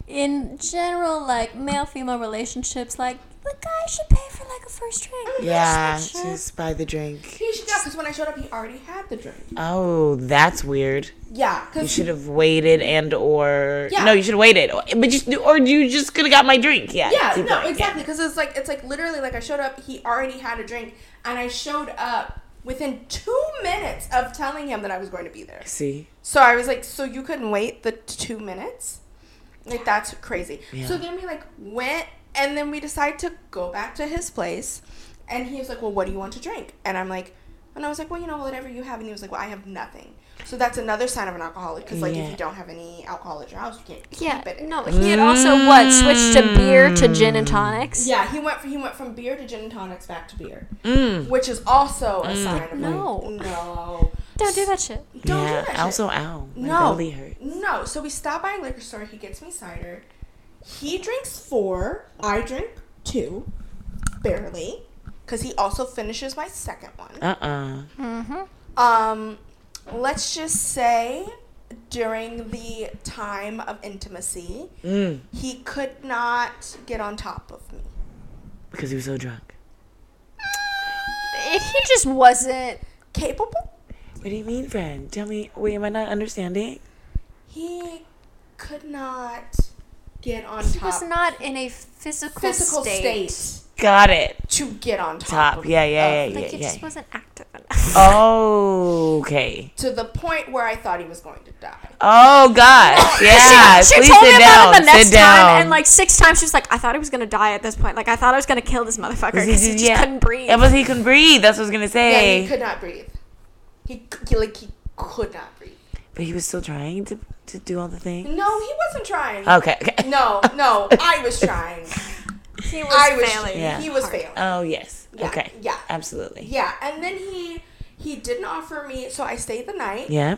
Speaker 2: in general, like, male female relationships, like, the guy should pay for, like, a first drink.
Speaker 3: Yeah,
Speaker 2: Sure, sure.
Speaker 3: just buy the drink.
Speaker 1: he should, yeah, because when I showed up, he already had the drink.
Speaker 3: Oh, that's weird.
Speaker 1: Yeah,
Speaker 3: You
Speaker 1: because
Speaker 3: should have waited and or
Speaker 1: Yeah.
Speaker 3: no, you should have waited. Or- But you or you just could have got my drink. Yeah.
Speaker 1: Yeah,
Speaker 3: keep
Speaker 1: no,
Speaker 3: going.
Speaker 1: exactly. Because it's like it's like literally like I showed up. He already had a drink, and I showed up within two minutes of telling him that I was going to be there.
Speaker 3: See,
Speaker 1: So I was like, so you couldn't wait the two minutes? Like that's crazy. So then we like went, and then we decided to go back to his place, and he was like, well, what do you want to drink? And I'm like, and I was like, well, you know, whatever you have. And he was like, well, I have nothing. So that's another sign of an alcoholic, because like
Speaker 3: Yeah. Mm.
Speaker 1: if you don't have any alcohol at your house, you can't keep
Speaker 2: Yeah,
Speaker 1: it.
Speaker 2: no, he had also, what, switched to beer to gin and tonics?
Speaker 1: Yeah, he went. He went from beer to gin and tonics back to beer,
Speaker 3: Mm.
Speaker 1: which is also a sign of
Speaker 2: No.
Speaker 1: like, no,
Speaker 2: Don't do that shit.
Speaker 1: don't
Speaker 3: yeah.
Speaker 1: do that.
Speaker 3: also,
Speaker 1: shit.
Speaker 3: ow, my
Speaker 1: no,
Speaker 3: belly hurt.
Speaker 1: no. So we stop by a liquor store. He gets me cider. He drinks four. I drink two, barely, because he also finishes my second one.
Speaker 3: Uh uh
Speaker 1: Um, let's just say during the time of intimacy,
Speaker 3: Mm,
Speaker 1: he could not get on top of me.
Speaker 3: Because he was so drunk.
Speaker 2: He just wasn't.
Speaker 1: Capable.
Speaker 3: What do you mean, friend? Tell me. Wait, am I not understanding?
Speaker 1: he could not get on
Speaker 2: He
Speaker 1: top.
Speaker 2: was not in a physical,
Speaker 1: physical state.
Speaker 2: state.
Speaker 3: Got it.
Speaker 1: to get on top.
Speaker 3: Top.
Speaker 1: of-
Speaker 3: Yeah, yeah, yeah,
Speaker 2: Like,
Speaker 3: yeah,
Speaker 2: he
Speaker 3: yeah.
Speaker 2: just wasn't active enough.
Speaker 3: Okay.
Speaker 1: to the point where I thought he was going to die.
Speaker 3: Oh gosh. Yeah.
Speaker 2: she
Speaker 3: Please
Speaker 2: told
Speaker 3: sit
Speaker 2: me
Speaker 3: down.
Speaker 2: about it the next
Speaker 3: sit down.
Speaker 2: time, and like six times, she was like, "I thought he was gonna die at this point. Like, I thought I was gonna kill this motherfucker because he just
Speaker 3: Yeah.
Speaker 2: couldn't breathe."
Speaker 3: Yeah, but he couldn't breathe. That's what I was gonna
Speaker 1: Yeah,
Speaker 3: say.
Speaker 1: he could not breathe. He, he like he could not breathe.
Speaker 3: but he was still trying to to do all the things.
Speaker 1: No, he wasn't trying.
Speaker 3: Okay.
Speaker 1: (laughs)
Speaker 3: okay. (laughs)
Speaker 1: No, no, I was trying.
Speaker 2: he was
Speaker 1: I was
Speaker 2: failing.
Speaker 3: Yeah.
Speaker 1: he was failing.
Speaker 3: Oh yes.
Speaker 1: Yeah,
Speaker 3: Okay.
Speaker 1: yeah.
Speaker 3: Absolutely.
Speaker 1: Yeah, and then he he didn't offer me so I stayed the night.
Speaker 3: Yeah.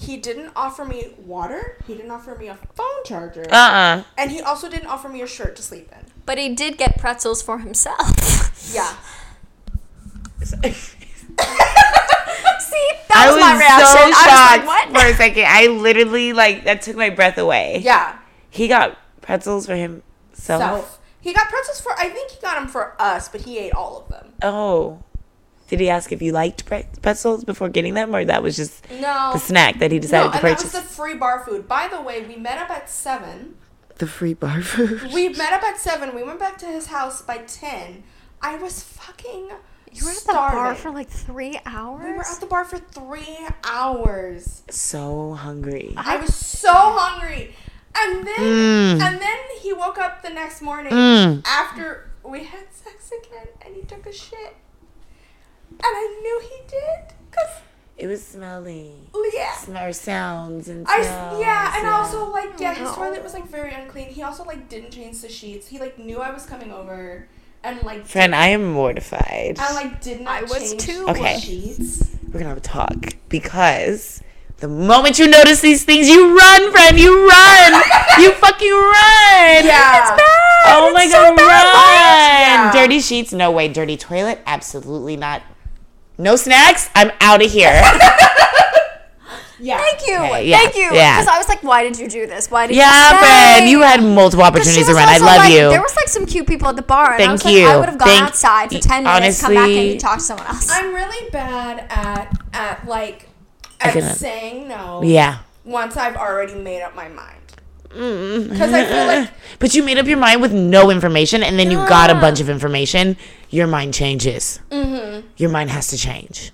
Speaker 1: He didn't offer me water. He didn't offer me a phone charger.
Speaker 3: Uh uh
Speaker 1: and he also didn't offer me a shirt to sleep in.
Speaker 2: But he did get pretzels for himself. (laughs)
Speaker 1: Yeah.
Speaker 2: See, that
Speaker 3: I
Speaker 2: was,
Speaker 3: was
Speaker 2: my reaction.
Speaker 3: so
Speaker 2: I was like,
Speaker 3: shocked
Speaker 2: "What?"
Speaker 3: for a second. I literally like that took my breath away.
Speaker 1: Yeah.
Speaker 3: He got pretzels for himself.
Speaker 1: So he got pretzels for I think he got them for us, but he ate all of them.
Speaker 3: Oh. Did he ask if you liked pre- pretzels before getting them, or that was just
Speaker 1: No.
Speaker 3: the snack that he
Speaker 1: No,
Speaker 3: decided
Speaker 1: and
Speaker 3: to
Speaker 1: that was
Speaker 3: purchase?
Speaker 1: the free bar food. By the way, we met up at seven.
Speaker 3: the free bar food.
Speaker 1: We met up at seven. We went back to his house by ten. I was fucking.
Speaker 2: You were at the
Speaker 1: starving.
Speaker 2: bar for like three hours.
Speaker 1: We were at the bar for three hours.
Speaker 3: so hungry.
Speaker 1: I was so hungry. And then and then he woke up the next morning after we had sex again and he took a shit. And I knew he did. Cause
Speaker 3: It was smelly.
Speaker 1: yeah.
Speaker 3: Smell sounds and
Speaker 1: I s-
Speaker 3: smells.
Speaker 1: yeah, and also like yeah, his toilet was like very unclean. He also like didn't change the sheets. He like knew I was coming over and like
Speaker 3: friend, I am mortified.
Speaker 1: I like did not
Speaker 2: I was
Speaker 1: change
Speaker 2: too.
Speaker 1: the
Speaker 3: Okay.
Speaker 1: sheets.
Speaker 3: We're gonna have a talk because the moment you notice these things, you run, friend. You run. you fucking run.
Speaker 1: Yeah.
Speaker 3: Oh my god, run!
Speaker 1: Lawrence. Yeah.
Speaker 3: Dirty sheets, no way. Dirty toilet, absolutely not. No snacks, I'm out of here.
Speaker 1: Yeah.
Speaker 2: Thank you.
Speaker 3: Okay, yeah,
Speaker 2: Thank you.
Speaker 3: yeah.
Speaker 2: Because I was like, why did you do this? Why did you
Speaker 3: (laughs) yeah,
Speaker 2: stay?
Speaker 3: friend, you had multiple
Speaker 2: 'Cause she
Speaker 3: opportunities to
Speaker 2: was
Speaker 3: run. I
Speaker 2: also,
Speaker 3: love
Speaker 2: like-
Speaker 3: you.
Speaker 2: There was like some cute people at the bar, and I
Speaker 3: Thank
Speaker 2: was like, I
Speaker 3: you.
Speaker 2: would have gone
Speaker 3: Thank-
Speaker 2: outside for ten minutes, come back
Speaker 3: honestly-
Speaker 2: and talk to someone else.
Speaker 1: I'm really bad at at like at
Speaker 3: cannot-
Speaker 1: saying no.
Speaker 3: yeah.
Speaker 1: Once I've already made up my mind. Because I feel like
Speaker 3: But you made up your mind with no information, and then you got a bunch of information. Your mind changes. Your mind has to change.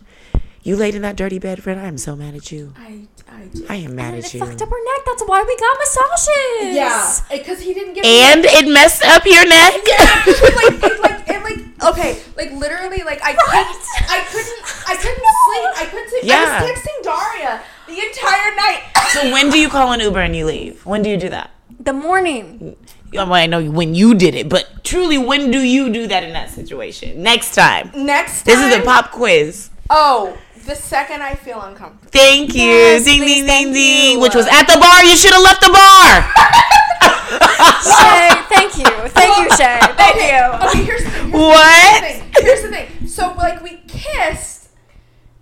Speaker 3: You laid in that dirty bed, friend. I am so mad at you.
Speaker 1: I I do.
Speaker 3: I am mad
Speaker 2: and it
Speaker 3: at you.
Speaker 2: fucked up her neck. That's why we got massages.
Speaker 1: Yeah, because he didn't give me
Speaker 3: And it messed up your neck.
Speaker 1: like it like it like okay like literally like I couldn't I couldn't I couldn't sleep I couldn't sleep
Speaker 3: Yeah.
Speaker 1: I was texting Daria the entire night.
Speaker 3: (laughs) so when do you call an Uber and you leave? When do you do that?
Speaker 2: The morning.
Speaker 3: I mean, I know when you did it, but truly, when do you do that in that situation? Next time.
Speaker 1: Next time,
Speaker 3: This is a pop quiz.
Speaker 1: Oh, the second I feel uncomfortable.
Speaker 3: Thank you.
Speaker 2: Yes,
Speaker 3: ding,
Speaker 2: please,
Speaker 3: ding, ding,
Speaker 2: thank
Speaker 3: ding.
Speaker 2: you.
Speaker 3: Which was at the bar. You should have left the bar.
Speaker 2: Shay, thank you. Thank
Speaker 1: (laughs)
Speaker 2: you, Shay. Thank you.
Speaker 1: Okay, here's the thing. Here's the
Speaker 3: What?
Speaker 1: thing. Here's the thing. So like we kissed,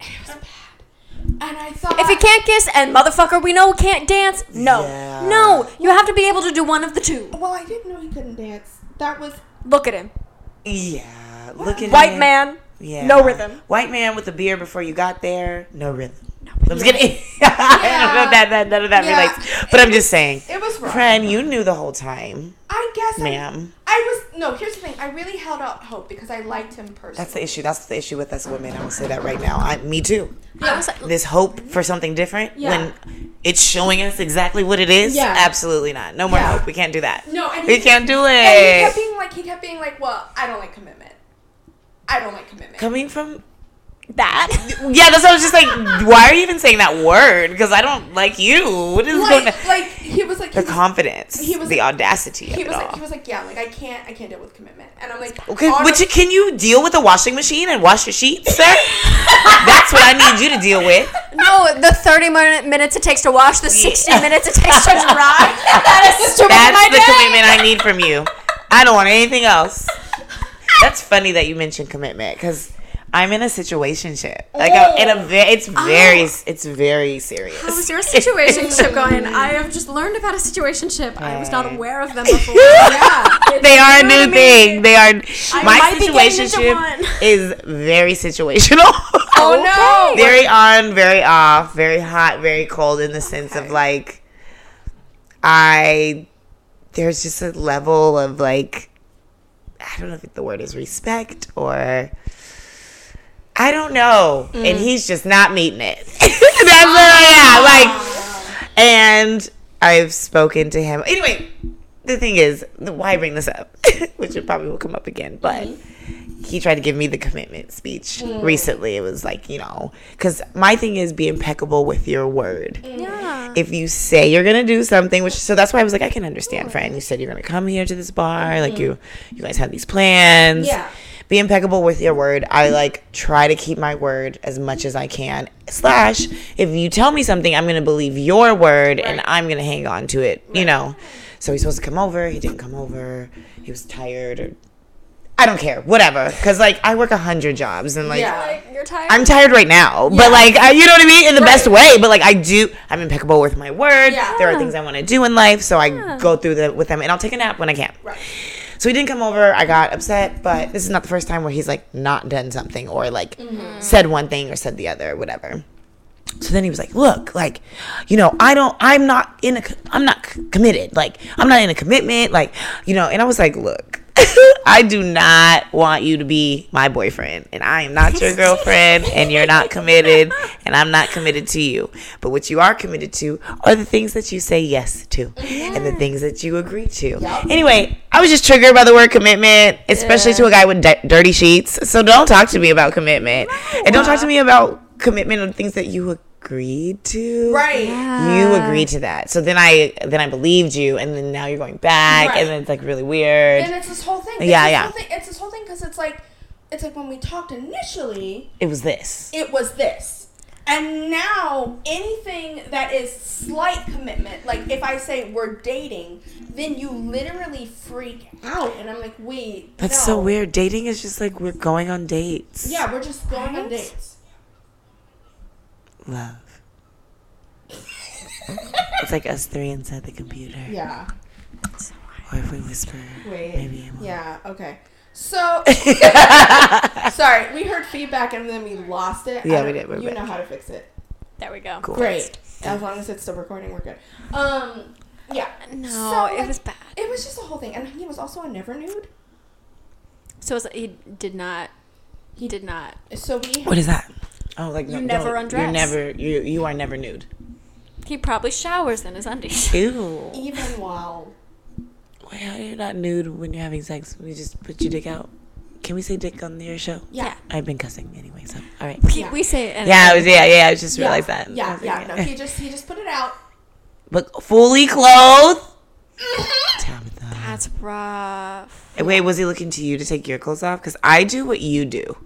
Speaker 1: and it was bad. And I thought
Speaker 2: If you can't kiss and motherfucker we know can't dance, no.
Speaker 3: Yeah.
Speaker 2: No. You have to be able to do one of the two.
Speaker 1: Well, I didn't know he couldn't dance. That was
Speaker 2: Look at him.
Speaker 3: Yeah. Look at
Speaker 2: White
Speaker 3: him.
Speaker 2: man.
Speaker 3: Yeah.
Speaker 2: no rhythm.
Speaker 3: White man with a beer before you got there. No rhythm. I'm just kidding. (laughs) I don't know if that, that none of that
Speaker 1: Yeah.
Speaker 3: relates, but I'm just saying.
Speaker 1: it was wrong.
Speaker 3: Friend, you knew the whole time,
Speaker 1: I guess I-
Speaker 3: ma'am.
Speaker 1: I was no. Here's the thing. I really held out hope because I liked him personally.
Speaker 3: That's the issue. That's the issue with us women. I'm gonna say that right now. I, me too.
Speaker 2: I was like,
Speaker 3: this hope for something different
Speaker 1: Yeah.
Speaker 3: when it's showing us exactly what it is?
Speaker 1: Yeah.
Speaker 3: Absolutely not. No more
Speaker 1: Yeah.
Speaker 3: hope. We can't do that.
Speaker 1: No, and
Speaker 3: we
Speaker 1: he-
Speaker 3: can't do
Speaker 1: And he kept
Speaker 3: it.
Speaker 1: being like, he kept being like, well, I don't like commitment. I don't like commitment.
Speaker 3: Coming from
Speaker 2: that.
Speaker 3: (laughs) yeah, that's what I was just like. why are you even saying that word? Because I don't like you. What is going on?
Speaker 1: like, like he was like,
Speaker 3: The
Speaker 1: he was-
Speaker 3: confidence,
Speaker 1: he was
Speaker 3: the
Speaker 1: like-
Speaker 3: audacity
Speaker 1: he
Speaker 3: of
Speaker 1: was
Speaker 3: it
Speaker 1: like,
Speaker 3: all.
Speaker 1: he was like, yeah, like I can't, I can't deal with commitment. And I'm like,
Speaker 3: Okay,
Speaker 1: honor-
Speaker 3: but you, can you deal with a washing machine and wash your sheets,
Speaker 1: (laughs)
Speaker 3: sir? That's what I need you to deal with.
Speaker 2: No, the 30 min- minutes it takes to wash, the 60 minutes it takes to
Speaker 3: (laughs)
Speaker 2: dry. That is stupid.
Speaker 3: That's
Speaker 2: my
Speaker 3: the
Speaker 2: day.
Speaker 3: commitment I need from you. I don't want anything else. That's funny that you mentioned commitment because I'm in a situationship. Like I'm in a very, it's
Speaker 1: Oh.
Speaker 3: very, it's very serious.
Speaker 2: How is your situationship going?
Speaker 3: (laughs)
Speaker 2: I have just learned about a situationship. I was not aware of them before.
Speaker 3: (laughs) they are a
Speaker 2: You know what I
Speaker 3: new
Speaker 2: mean?
Speaker 3: thing. They are. my
Speaker 2: might be getting into
Speaker 3: situationship
Speaker 2: one.
Speaker 3: is very situational.
Speaker 2: (laughs)
Speaker 1: oh no,
Speaker 3: (laughs) very on, very off, very hot, very cold in the sense of like I there's just a level of like I don't know if the word is respect or I I don't know.
Speaker 2: Mm.
Speaker 3: And he's just not meeting it. (laughs) That's what
Speaker 2: Oh.
Speaker 3: I am. Like, and I've spoken to him. Anyway, the thing is, the- why I bring this up, (laughs) which it probably will come up again, but he tried to give me the commitment speech recently. It was like, you know, because my thing is be impeccable with your word
Speaker 2: Yeah.
Speaker 3: if you say you're gonna do something, which so that's why I was like, I can understand, friend. You said you're gonna come here to this bar, like you, you guys had these plans.
Speaker 1: Mm-hmm. Yeah.
Speaker 3: Be impeccable with your word. I like try to keep my word as much as I can. Slash, if you tell me something, I'm gonna believe your word and I'm gonna hang on to it. You know. So he's supposed to come over. He didn't come over. He was tired or. I don't care, whatever. Cause like I work a hundred jobs and like
Speaker 1: Yeah.
Speaker 2: Like, you're tired.
Speaker 3: I'm tired right now, but like I, you know what I mean in the best way. But like I do, I'm impeccable with my word.
Speaker 1: Yeah.
Speaker 3: There are things I want to do in life, so I go through the, with them, and I'll take a nap when I can.
Speaker 1: Right.
Speaker 3: So he didn't come over. I got upset, but this is not the first time where he's like not done something or like
Speaker 1: Mm-hmm.
Speaker 3: said one thing or said the other, whatever. So then he was like, "Look, like, you know, I don't, I'm not in a, I'm not c- committed. Like, I'm not in a commitment. Like, you know." And I was like, "Look, (laughs) I do not want you to be my boyfriend, and I am not your girlfriend, and you're not committed, and I'm not committed to you. But what you are committed to are the things that you say yes to, and the things that you agree to. Anyway, I was just triggered by the word commitment, especially to a guy with di- dirty sheets. So don't talk to me about commitment, and don't talk to me about commitment on things that you agreed to.
Speaker 1: Right.
Speaker 3: You agreed to that. So then I then I believed you and then now you're going back
Speaker 1: Right.
Speaker 3: and then it's like really weird.
Speaker 1: And it's this whole thing. It's
Speaker 3: Yeah,
Speaker 1: this
Speaker 3: yeah.
Speaker 1: whole thing- it's this whole thing because it's like, it's like when we talked initially,
Speaker 3: it was this.
Speaker 1: it was this. And now anything that is slight commitment, like if I say we're dating, then you literally freak out, and I'm like, wait,
Speaker 3: That's
Speaker 1: no.
Speaker 3: so weird. Dating is just like we're going on dates.
Speaker 1: Yeah, we're just going on dates.
Speaker 3: Love. it's like us three inside the computer.
Speaker 1: Yeah.
Speaker 3: Or if we whisper,
Speaker 1: Wait.
Speaker 3: maybe Emma.
Speaker 1: Yeah. Okay.
Speaker 3: (laughs)
Speaker 1: So sorry, we heard feedback and then we lost it. I
Speaker 3: Yeah, we
Speaker 1: don't-
Speaker 3: did. We're
Speaker 1: you
Speaker 3: back.
Speaker 1: know how to fix it.
Speaker 2: there we go.
Speaker 3: Cool.
Speaker 1: Great. As long as it's still recording, we're good. Um. Yeah.
Speaker 2: No,
Speaker 1: So,
Speaker 2: it
Speaker 1: like,
Speaker 2: was bad.
Speaker 1: It was just a whole thing, and he was also a never nude.
Speaker 2: So it's like he did not. He did not.
Speaker 1: So we.
Speaker 3: What is that? Oh, like
Speaker 2: You never
Speaker 3: You're
Speaker 2: undress.
Speaker 3: never. You you are never nude.
Speaker 2: He probably showers in his undies. (laughs)
Speaker 3: Ew.
Speaker 1: even while
Speaker 3: Why are you not nude when you're having sex? We just put your dick out. Can we say dick on your show?
Speaker 1: yeah
Speaker 3: I've been cussing anyway, so all right.
Speaker 2: He-
Speaker 1: Yeah.
Speaker 2: We say it. and-
Speaker 3: Yeah, I was. Yeah, yeah. I just
Speaker 1: yeah,
Speaker 3: realized that. I
Speaker 1: yeah
Speaker 3: was like,
Speaker 1: yeah no he just he just put it out
Speaker 3: But fully
Speaker 1: (laughs)
Speaker 3: clothed. Tabitha.
Speaker 2: That's rough.
Speaker 3: Wait, was he looking to you to take your clothes off? Because I do what you do.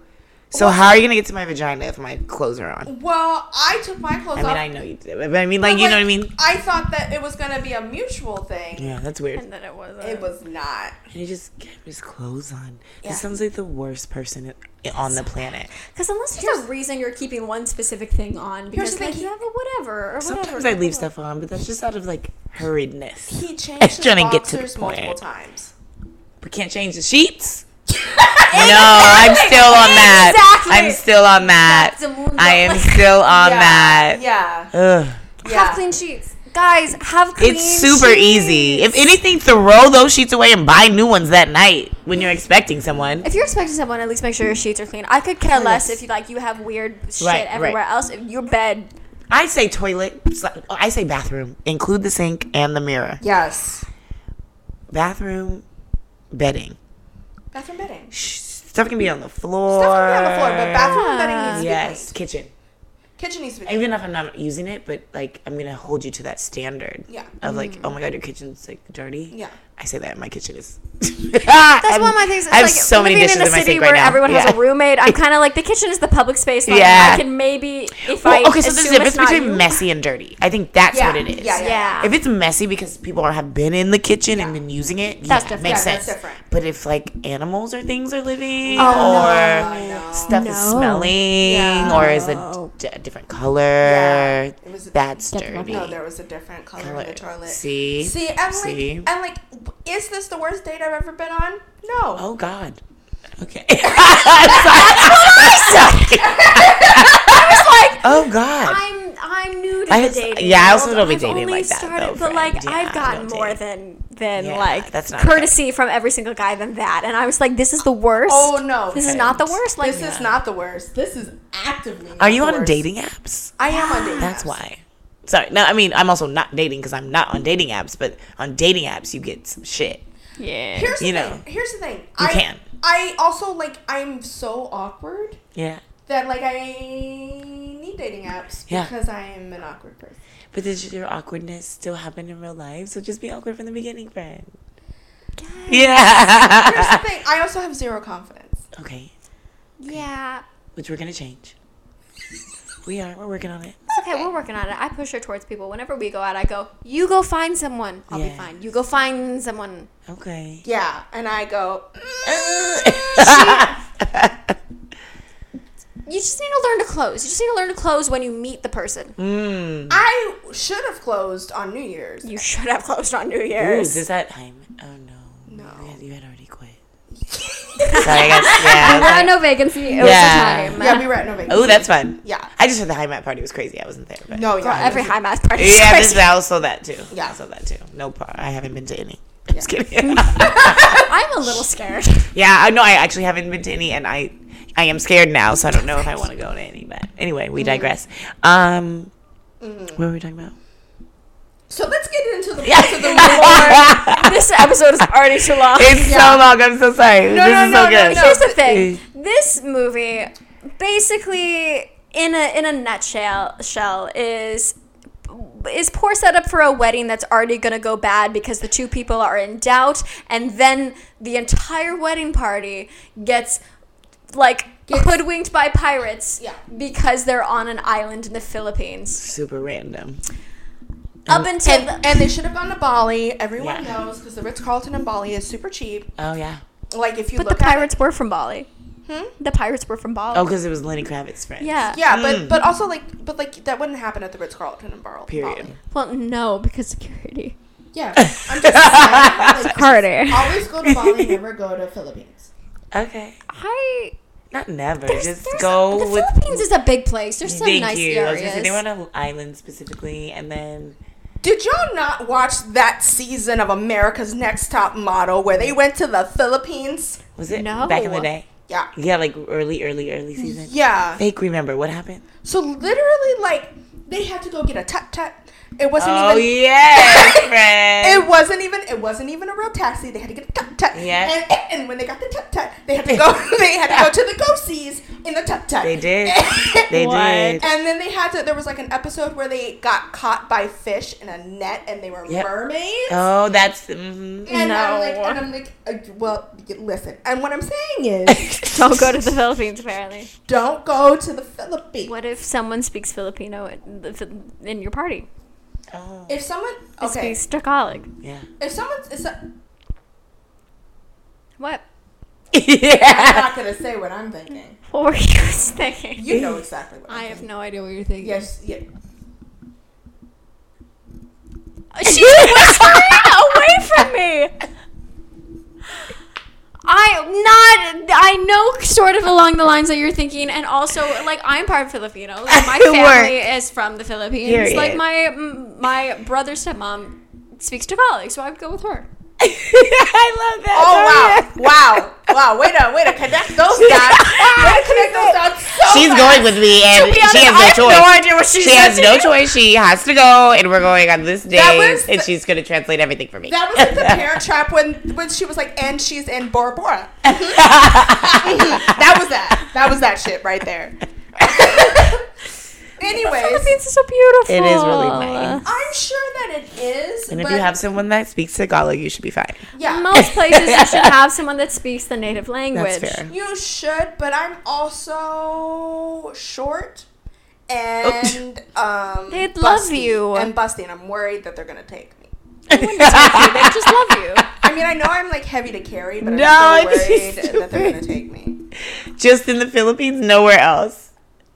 Speaker 3: So how are you gonna get to my vagina if my clothes are on?
Speaker 1: well I took my clothes
Speaker 3: I mean,
Speaker 1: off
Speaker 3: I know you do, but I mean, like, you know what I mean?
Speaker 1: I thought that it was gonna be a mutual thing
Speaker 3: Yeah, that's weird.
Speaker 2: And then it wasn't.
Speaker 1: it was not
Speaker 3: And he just kept his clothes on.
Speaker 1: Yeah.
Speaker 3: He sounds like the worst person i- on the planet.
Speaker 2: Because unless there's a reason you're keeping one specific thing
Speaker 1: Here's
Speaker 2: on, because
Speaker 1: the thing,
Speaker 2: like
Speaker 1: he-
Speaker 2: you have a whatever or
Speaker 3: Sometimes
Speaker 2: whatever.
Speaker 3: I leave stuff on, but that's just out of like hurriedness.
Speaker 1: he changed his
Speaker 3: trying to get to the
Speaker 1: boxers multiple
Speaker 3: point.
Speaker 1: times
Speaker 3: We can't change the sheets. no, I'm still on that.
Speaker 2: Exactly.
Speaker 3: I'm still on that.
Speaker 2: Exactamundo.
Speaker 3: I am still on
Speaker 1: yeah,
Speaker 3: that.
Speaker 1: yeah
Speaker 3: Ugh.
Speaker 1: yeah
Speaker 2: Have clean sheets, guys. Have clean.
Speaker 3: It's super
Speaker 2: sheets.
Speaker 3: easy. If anything, throw those sheets away and buy new ones that night when you're expecting someone.
Speaker 2: If you're expecting someone, at least make sure your sheets are clean. I could care less if you like you have weird shit
Speaker 3: Right, right.
Speaker 2: everywhere else. If your bed,
Speaker 3: I say toilet. sli- I say bathroom. Include the sink and the mirror.
Speaker 1: yes
Speaker 3: Bathroom, bedding.
Speaker 1: bathroom bedding
Speaker 3: Sh- Stuff can be on the floor.
Speaker 1: stuff can be on the floor but bathroom bedding needs
Speaker 3: Yes,
Speaker 1: yes. to be
Speaker 3: kitchen.
Speaker 1: cleaned kitchen needs to be cleaned
Speaker 3: Even if I'm not using it, but like I'm gonna hold you to that standard.
Speaker 1: Yeah.
Speaker 3: Of like,
Speaker 2: Mm-hmm.
Speaker 3: oh my god, your kitchen's like dirty.
Speaker 1: Yeah.
Speaker 3: I say that my kitchen is.
Speaker 2: (laughs)
Speaker 3: That's (laughs)
Speaker 2: that's one of my things. It's
Speaker 3: Ah, I have
Speaker 2: like
Speaker 3: so many
Speaker 2: living
Speaker 3: dishes
Speaker 2: in a
Speaker 3: in my
Speaker 2: city
Speaker 3: sink
Speaker 2: where
Speaker 3: right now.
Speaker 2: everyone has
Speaker 3: Yeah.
Speaker 2: a roommate.
Speaker 3: (laughs)
Speaker 2: I'm kind of like the kitchen is the public space. Like,
Speaker 3: Yeah.
Speaker 2: I can maybe if
Speaker 3: Well,
Speaker 2: I
Speaker 3: okay, so there's a
Speaker 2: assume it's
Speaker 3: difference
Speaker 2: not
Speaker 3: between
Speaker 2: you-
Speaker 3: messy and dirty. I think that's
Speaker 1: Yeah,
Speaker 3: what it is.
Speaker 1: yeah,
Speaker 2: Yeah.
Speaker 3: If it's messy because people are, have been in the kitchen and been using it,
Speaker 2: That's
Speaker 3: yeah,
Speaker 2: different.
Speaker 3: makes
Speaker 1: Yeah,
Speaker 3: sense.
Speaker 1: that's different.
Speaker 3: But if like animals or things are living,
Speaker 2: Oh,
Speaker 3: or
Speaker 1: no.
Speaker 3: stuff is
Speaker 2: No.
Speaker 3: smelling,
Speaker 1: Yeah.
Speaker 3: or is a d- a different color,
Speaker 1: It was a-
Speaker 3: that's
Speaker 2: Different
Speaker 3: dirty.
Speaker 1: No, there was a different color, in the
Speaker 3: Color.
Speaker 1: toilet.
Speaker 3: See?
Speaker 1: see, and like,
Speaker 3: See?
Speaker 1: and like, is this the worst date I've ever been on? No.
Speaker 3: Oh God. Okay. (laughs) Sorry. (laughs)
Speaker 2: I was like,
Speaker 3: Oh God.
Speaker 2: I'm I'm new been
Speaker 3: I
Speaker 2: in the
Speaker 3: had-
Speaker 2: dating.
Speaker 3: yeah, I
Speaker 2: world.
Speaker 3: also don't be
Speaker 2: I've
Speaker 3: dating
Speaker 2: only
Speaker 3: like that, though,
Speaker 2: started- but
Speaker 3: friend.
Speaker 2: like
Speaker 3: Yeah,
Speaker 2: I've gotten
Speaker 3: don't
Speaker 2: more
Speaker 3: date.
Speaker 2: than than
Speaker 3: Yeah,
Speaker 2: like
Speaker 3: that's not
Speaker 2: courtesy from every single guy than that, and I was like, this is the worst.
Speaker 1: Oh, no,
Speaker 2: this is not the worst. Like
Speaker 1: This is not the worst. This is actively. not
Speaker 3: Are you
Speaker 1: the
Speaker 3: on
Speaker 1: worst.
Speaker 3: dating apps?
Speaker 1: I am on dating.
Speaker 3: That's
Speaker 1: apps.
Speaker 3: why. Sorry. No, I mean I'm also not dating because I'm not on dating apps, but on dating apps you get some shit.
Speaker 2: yeah.
Speaker 1: Here's
Speaker 3: You
Speaker 1: the
Speaker 3: know.
Speaker 1: thing. Here's the thing.
Speaker 3: You
Speaker 1: I,
Speaker 3: can.
Speaker 1: I also like. I'm so awkward
Speaker 3: Yeah.
Speaker 1: that like I need dating apps
Speaker 3: Yeah.
Speaker 1: because I am an awkward person.
Speaker 3: But does your awkwardness still happen in real life? So just be awkward from the beginning, friend.
Speaker 1: Here's the
Speaker 3: Yeah.
Speaker 1: thing. I also have zero confidence.
Speaker 3: okay.
Speaker 2: yeah.
Speaker 3: Which we're gonna change. We are. We're working on it.
Speaker 2: It's okay, we're working on it. I push her towards people. Whenever we go out, I go, "You go find someone. I'll
Speaker 3: Yeah.
Speaker 2: be fine. You go find
Speaker 3: (laughs)
Speaker 2: someone."
Speaker 3: Okay.
Speaker 1: Yeah, and I go. "Mm,
Speaker 2: You just need to learn to close. You just need to learn to close when you meet the person.
Speaker 1: I should have closed on New Year's.
Speaker 2: You should have closed on New
Speaker 3: Ooh,
Speaker 2: Year's.
Speaker 3: is that time? Oh no.
Speaker 1: No.
Speaker 3: You had, you had already quit.
Speaker 2: (laughs)
Speaker 3: Sorry, I guess. Yeah. I was
Speaker 2: We're at
Speaker 3: like-
Speaker 2: no vacancy. It
Speaker 3: Yeah.
Speaker 2: was a time.
Speaker 1: Yeah, we were at November.
Speaker 3: oh, that's fun.
Speaker 1: Yeah.
Speaker 3: I just heard the high mat party was crazy. I wasn't there, but
Speaker 1: No, yeah.
Speaker 2: Girl, every high mass party. is
Speaker 3: yeah,
Speaker 2: crazy.
Speaker 3: this, I also saw that too.
Speaker 1: Yeah.
Speaker 3: I saw that too. No, par- I haven't been to any. I'm
Speaker 2: (laughs)
Speaker 3: just kidding.
Speaker 2: (laughs) I'm a little scared.
Speaker 3: yeah, I know. I actually haven't been to any, and I, I am scared now, so I don't know if I want to go to any. But anyway,
Speaker 2: Mm-hmm.
Speaker 3: we digress. Um, what were we talking about?
Speaker 1: So let's get into the
Speaker 3: Yeah.
Speaker 1: parts of the reward.
Speaker 2: (laughs) this episode is already too
Speaker 3: (laughs)
Speaker 2: long. (laughs)
Speaker 3: It's so long. I'm so sorry.
Speaker 2: Oh, no,
Speaker 3: this
Speaker 2: no,
Speaker 3: is
Speaker 2: no,
Speaker 3: so
Speaker 2: no,
Speaker 3: good.
Speaker 2: no. Here's the thing. This movie, basically, in a in a nutshell, shell is is poor setup for a wedding that's already going to go bad because the two people are in doubt, and then the entire wedding party gets like hoodwinked by pirates
Speaker 1: Yeah.
Speaker 2: because they're on an island in the Philippines.
Speaker 3: Super random.
Speaker 2: Up until the-
Speaker 1: and they should have gone to Bali. Everyone
Speaker 3: Yeah.
Speaker 1: knows because the Ritz Carlton in Bali is super cheap.
Speaker 3: Oh yeah.
Speaker 1: Like if you
Speaker 2: But the
Speaker 1: look at it, Hmm?
Speaker 2: pirates were from Bali. The pirates were from Bali.
Speaker 3: Oh, because it was Lenny Kravitz's friend.
Speaker 2: Yeah.
Speaker 1: yeah,
Speaker 3: Mm.
Speaker 1: but but also like but like that wouldn't happen at the Ritz Carlton in Bar- Bali.
Speaker 3: Period.
Speaker 2: (laughs) Well, no, because security.
Speaker 1: Yeah, (laughs) I'm just
Speaker 3: (laughs)
Speaker 1: saying. Like,
Speaker 2: (laughs) Carter.
Speaker 1: always go to (laughs) Bali, never go to Philippines.
Speaker 3: Okay.
Speaker 2: I.
Speaker 3: Not never. Just
Speaker 2: there's-
Speaker 3: go
Speaker 2: The
Speaker 3: with.
Speaker 2: Philippines is a big place. There's some
Speaker 3: Thank
Speaker 2: nice
Speaker 3: you. I was gonna
Speaker 2: areas.
Speaker 3: say, they were on an island specifically, and then
Speaker 1: Did y'all not watch that season of America's Next Top Model where they went to the Philippines?
Speaker 3: was it
Speaker 2: No.
Speaker 3: back in the day?
Speaker 1: Yeah.
Speaker 3: Yeah, like early, early, early season.
Speaker 1: Yeah.
Speaker 3: Fake remember what happened?
Speaker 1: So literally, like they had to go get a tut tut. It wasn't
Speaker 3: Oh
Speaker 1: even.
Speaker 2: (laughs)
Speaker 3: yeah, friend.
Speaker 1: It wasn't even. It wasn't even a real taxi. They had to get a tut tut.
Speaker 3: Yeah.
Speaker 1: And, and when they got the tut tut, they
Speaker 3: (laughs)
Speaker 1: had to go. (laughs) they had to go to the ghosties in the tut tut.
Speaker 3: they
Speaker 1: (laughs)
Speaker 3: did. They
Speaker 2: What?
Speaker 3: did.
Speaker 1: And then they had to. There was like an episode where they got caught by fish in a net, and they were
Speaker 3: Yep.
Speaker 1: mermaids.
Speaker 3: Oh,
Speaker 2: (laughs)
Speaker 3: that's. mhm.
Speaker 1: And I'm
Speaker 2: No.
Speaker 1: like, and I'm like, uh, well, y- listen. And what I'm saying
Speaker 3: (laughs)
Speaker 1: is,
Speaker 2: (laughs) Don't go to the Philippines, apparently.
Speaker 1: don't go to the Philippines.
Speaker 2: What if someone speaks Filipino in, the, Phil- in your party?
Speaker 3: Oh,
Speaker 1: If someone,
Speaker 2: It
Speaker 1: okay,
Speaker 2: Speaks Tagalog.
Speaker 3: yeah.
Speaker 1: if someone's, if so,
Speaker 2: What?
Speaker 3: (laughs)
Speaker 1: I'm
Speaker 3: yeah.
Speaker 1: not gonna say what I'm thinking.
Speaker 2: What were you (laughs) thinking?
Speaker 1: You
Speaker 3: (laughs)
Speaker 1: know exactly what I'm
Speaker 2: I
Speaker 1: thinking.
Speaker 2: have no idea what you're thinking.
Speaker 1: Yes, yeah.
Speaker 2: She's
Speaker 3: (laughs)
Speaker 2: whispering away from me. I not I know sort of along the lines that you're thinking, and also like I'm part Filipino.
Speaker 3: (laughs)
Speaker 2: Like, my
Speaker 3: Work.
Speaker 2: family is from the Philippines.
Speaker 3: Period.
Speaker 2: Like my m- my brother's stepmom speaks Tagalog, so I would go with her.
Speaker 3: (laughs) I love that.
Speaker 1: Oh wow, wow, wow! Way to way to connect
Speaker 3: (laughs)
Speaker 1: those dots. Way to connect those dots. So
Speaker 3: She's
Speaker 1: fast.
Speaker 3: going with me, and
Speaker 2: be
Speaker 3: she
Speaker 2: honest, I
Speaker 3: has no
Speaker 2: have
Speaker 3: choice.
Speaker 2: no idea what she's
Speaker 3: she has
Speaker 2: listening
Speaker 3: no choice. She has to go, and we're going on this
Speaker 1: That
Speaker 3: day,
Speaker 1: was
Speaker 3: and
Speaker 1: the-
Speaker 3: she's going to translate everything for me.
Speaker 1: That was like the parent trap when when she was like, and she's in Bora Bora. Mhm. Mhm. that was that. That was that shit right (laughs) there. Anyways,
Speaker 2: Philippines is so beautiful.
Speaker 3: It is really nice.
Speaker 1: I'm sure that it is.
Speaker 3: And if
Speaker 1: but
Speaker 3: you have someone that speaks Tagalog, you should be fine.
Speaker 1: yeah,
Speaker 2: (laughs) Most places you should have someone that speaks the native language.
Speaker 3: That's fair.
Speaker 1: you should. But I'm also short. And um,
Speaker 2: They'd love
Speaker 1: busty.
Speaker 2: you.
Speaker 1: and busty, and I'm worried that they're gonna take me.
Speaker 3: (laughs)
Speaker 2: They just love you.
Speaker 1: I mean, I know I'm like heavy to carry, but I'm
Speaker 3: (laughs) No,
Speaker 1: no,
Speaker 3: this
Speaker 1: worried
Speaker 3: is
Speaker 1: that they're
Speaker 3: stupid.
Speaker 1: gonna take me.
Speaker 3: Just in the Philippines, nowhere else.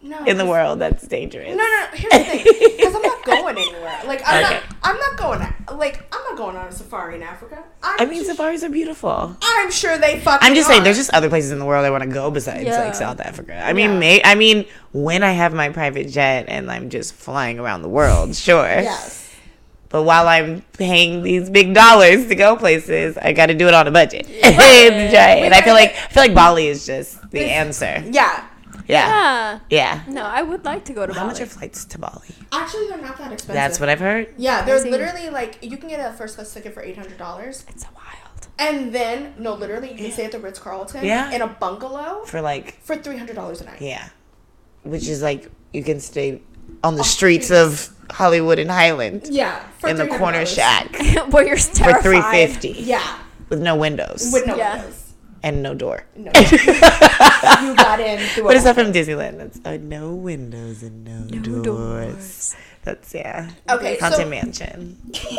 Speaker 1: No.
Speaker 3: in the world that's dangerous.
Speaker 1: No, no, no. Here's the thing. Because I'm
Speaker 3: (laughs)
Speaker 1: not going anywhere. Like I'm not. I'm not going. Like I'm not going on a safari in Africa. I'm
Speaker 3: I mean,
Speaker 1: just-
Speaker 3: safaris are beautiful.
Speaker 1: I'm sure they fucking.
Speaker 3: I'm just
Speaker 1: are.
Speaker 3: saying, there's just other places in the world I want to go besides
Speaker 2: Yeah.
Speaker 3: like South Africa. I mean, may, I mean, when I have my private jet and I'm just flying around the world, sure.
Speaker 1: Yes.
Speaker 3: But while I'm paying these big dollars to go places, I got to do it on a budget. (laughs) it's giant. And I feel like I feel like Bali is just the answer.
Speaker 1: Yeah.
Speaker 3: Yeah,
Speaker 2: Yeah.
Speaker 3: yeah.
Speaker 2: No, I would like to go to
Speaker 3: How much
Speaker 2: Bali.
Speaker 3: are flights to Bali?
Speaker 1: Actually, they're not that expensive.
Speaker 3: That's what I've heard.
Speaker 1: Yeah, they're
Speaker 2: see.
Speaker 1: literally like you can get a first class ticket for eight hundred dollars,
Speaker 2: It's wild. (laughs)
Speaker 1: and then no, literally you can stay at the Ritz Carlton
Speaker 3: Yeah.
Speaker 1: in a bungalow
Speaker 3: For like,
Speaker 1: for three hundred dollars a night.
Speaker 3: yeah, which is like you can stay on the streets of Hollywood and Highland
Speaker 1: Yeah, for
Speaker 3: in the
Speaker 1: $300.
Speaker 3: corner shack
Speaker 2: Where you're terrified.
Speaker 3: for three fifty.
Speaker 1: Yeah,
Speaker 3: with no windows
Speaker 1: with no
Speaker 2: Yeah.
Speaker 1: windows.
Speaker 3: and no door.
Speaker 1: No, you got in through.
Speaker 3: (laughs) What
Speaker 1: a
Speaker 3: is that from Disneyland? That's uh, no windows and no, doors.
Speaker 2: doors.
Speaker 3: That's yeah.
Speaker 1: Okay,
Speaker 3: Haunted
Speaker 1: so-
Speaker 3: Mansion.
Speaker 1: So we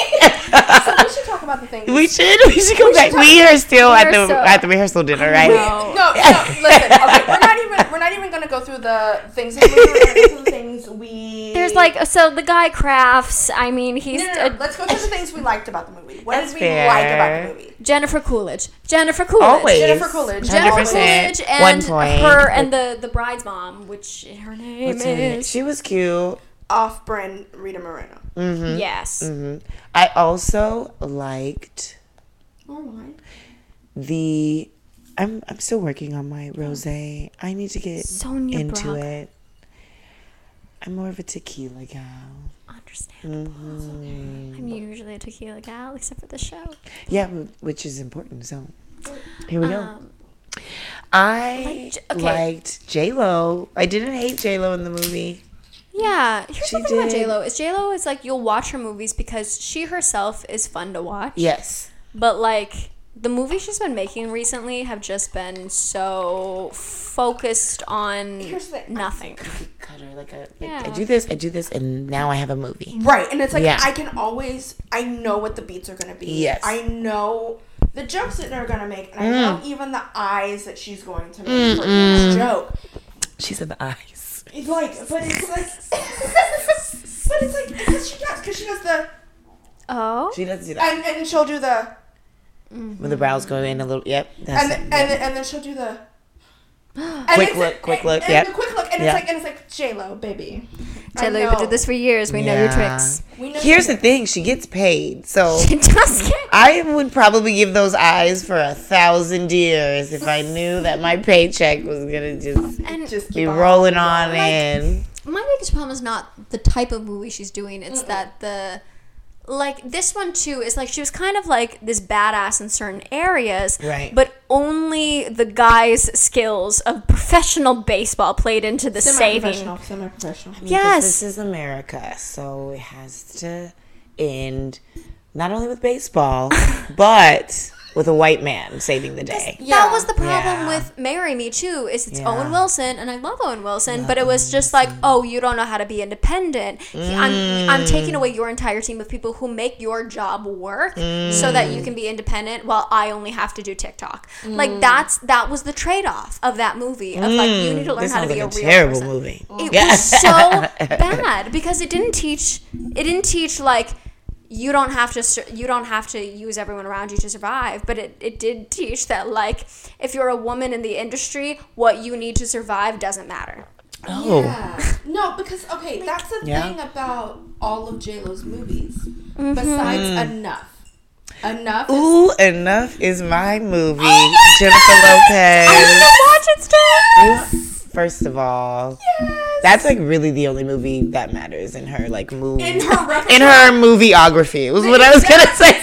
Speaker 1: should talk about the thing.
Speaker 3: We should we should go back.
Speaker 1: talk-
Speaker 3: We are still at the
Speaker 2: Rehearsal.
Speaker 3: at the rehearsal dinner, right?
Speaker 1: No, no, (laughs) listen. Okay, we're not even we're not even gonna go through the things. That we were, we're gonna go through the things we
Speaker 2: There's like so the guy crafts. I mean, he's
Speaker 1: No, no, no,
Speaker 2: a-
Speaker 1: Let's go through (laughs) the things we liked about the movie. What did
Speaker 3: That's
Speaker 1: we like about
Speaker 3: fair.
Speaker 1: the movie?
Speaker 2: Jennifer Coolidge. Jennifer Coolidge.
Speaker 3: Always.
Speaker 1: Jennifer Coolidge.
Speaker 2: Jennifer
Speaker 3: 100%.
Speaker 2: Coolidge and
Speaker 3: One point.
Speaker 2: her and the the bride's mom, which her name
Speaker 3: What's her name?
Speaker 2: is
Speaker 3: She was cute.
Speaker 1: Off-brand Rita Moreno.
Speaker 3: Mm-hmm.
Speaker 2: yes.
Speaker 3: Mm. I also liked
Speaker 1: Or wine.
Speaker 3: the. I'm I'm still working on my rosé. I need to get
Speaker 2: Sonia
Speaker 3: into
Speaker 2: Brock.
Speaker 3: it. I'm more of a tequila gal.
Speaker 2: Understandable.
Speaker 3: Mm.
Speaker 2: I'm usually a tequila gal, except for the show.
Speaker 3: Yeah, wh- which is important. So here we go.
Speaker 2: Um,
Speaker 3: I
Speaker 2: like J- okay.
Speaker 3: liked J Lo. I didn't hate J Lo in the movie.
Speaker 2: yeah, here's
Speaker 3: She
Speaker 2: the thing about
Speaker 3: did.
Speaker 2: J Lo is J Lo is like you'll watch her movies because she herself is fun to watch.
Speaker 3: Yes,
Speaker 2: But like the movies she's been making recently have just been so focused on
Speaker 1: Here's the thing.
Speaker 2: nothing.
Speaker 3: cut her like a. Like, I
Speaker 2: Yeah.
Speaker 3: do this. I do this, and now I have a movie.
Speaker 1: Right, and it's like
Speaker 3: Yeah.
Speaker 1: I can always I know what the beats are gonna be.
Speaker 3: Yes.
Speaker 1: I know the jokes that they're gonna make, and I know even the eyes that she's going to make for each joke.
Speaker 3: She said the eyes.
Speaker 1: It's like, but it's like, (laughs) but it's like it's what she does because she does the
Speaker 2: Oh,
Speaker 3: She doesn't do that.
Speaker 1: and and she'll do the
Speaker 3: When the brows go in a little. Yep. That's
Speaker 1: and
Speaker 3: it.
Speaker 1: and and then she'll do
Speaker 2: (gasps)
Speaker 1: the. and
Speaker 3: Quick
Speaker 1: it's-
Speaker 3: look, quick look,
Speaker 1: and
Speaker 3: yep.
Speaker 1: the quick look, and
Speaker 3: Yeah.
Speaker 1: it's like, and it's like J Lo, baby. I
Speaker 2: J Lo, you've been
Speaker 1: know.
Speaker 2: doing this for years. We know your
Speaker 3: Yeah.
Speaker 2: tricks. (laughs)
Speaker 1: We know
Speaker 3: Here's
Speaker 1: she-
Speaker 3: the thing. She gets paid, so
Speaker 2: She does get
Speaker 3: I would probably give those eyes for a thousand years if I knew that my paycheck was gonna just
Speaker 2: and
Speaker 1: just
Speaker 3: be
Speaker 1: keep on.
Speaker 3: rolling on
Speaker 2: Like-
Speaker 3: in.
Speaker 2: my biggest problem is not the type of movie she's doing it's that the like this one too is like she was kind of like this badass in certain areas
Speaker 3: Right.
Speaker 2: but only the guy's skills of professional baseball played into the saving
Speaker 1: Semi-professional, semi-professional.
Speaker 3: Because
Speaker 2: yes
Speaker 3: This is America, so it has to end not only with
Speaker 2: (laughs)
Speaker 3: baseball, but with a white man saving the day.
Speaker 1: Yeah.
Speaker 2: That was the problem
Speaker 3: Yeah.
Speaker 2: with Marry Me Too is it's
Speaker 3: Yeah.
Speaker 2: Owen Wilson and I love Owen Wilson, but it was just like, oh, you don't know how to be independent. He- I'm I'm taking
Speaker 3: Mm.
Speaker 2: away your entire team of people who make your job work so that
Speaker 3: Mm.
Speaker 2: you can be independent while I only have to do TikTok. Like that's that was the trade-off of that movie of like you need to learn
Speaker 3: Mm. This
Speaker 2: how to
Speaker 3: sounds
Speaker 2: be a,
Speaker 3: like a
Speaker 2: real
Speaker 3: terrible
Speaker 2: person. Oh,
Speaker 3: movie.
Speaker 2: It was
Speaker 3: (laughs)
Speaker 2: so bad because it didn't teach it didn't teach like you don't have to sur- you don't have to use everyone around you to survive, but it, it did teach that like if you're a woman in the industry, what you need to survive doesn't matter.
Speaker 3: Oh.
Speaker 1: Yeah. No, because okay, that's the
Speaker 3: Yeah.
Speaker 1: thing about all of J Lo's movies.
Speaker 2: Mm-hmm.
Speaker 1: Besides enough, enough. is-
Speaker 3: Mm. Ooh, enough is my movie,
Speaker 2: Oh
Speaker 3: Jennifer Lopez.
Speaker 2: Watch it still.
Speaker 3: First of all, that's like really the only movie that matters in her like movie
Speaker 1: in her repertoire.
Speaker 3: (laughs) in her movieography was what I was gonna
Speaker 1: (laughs)
Speaker 3: say.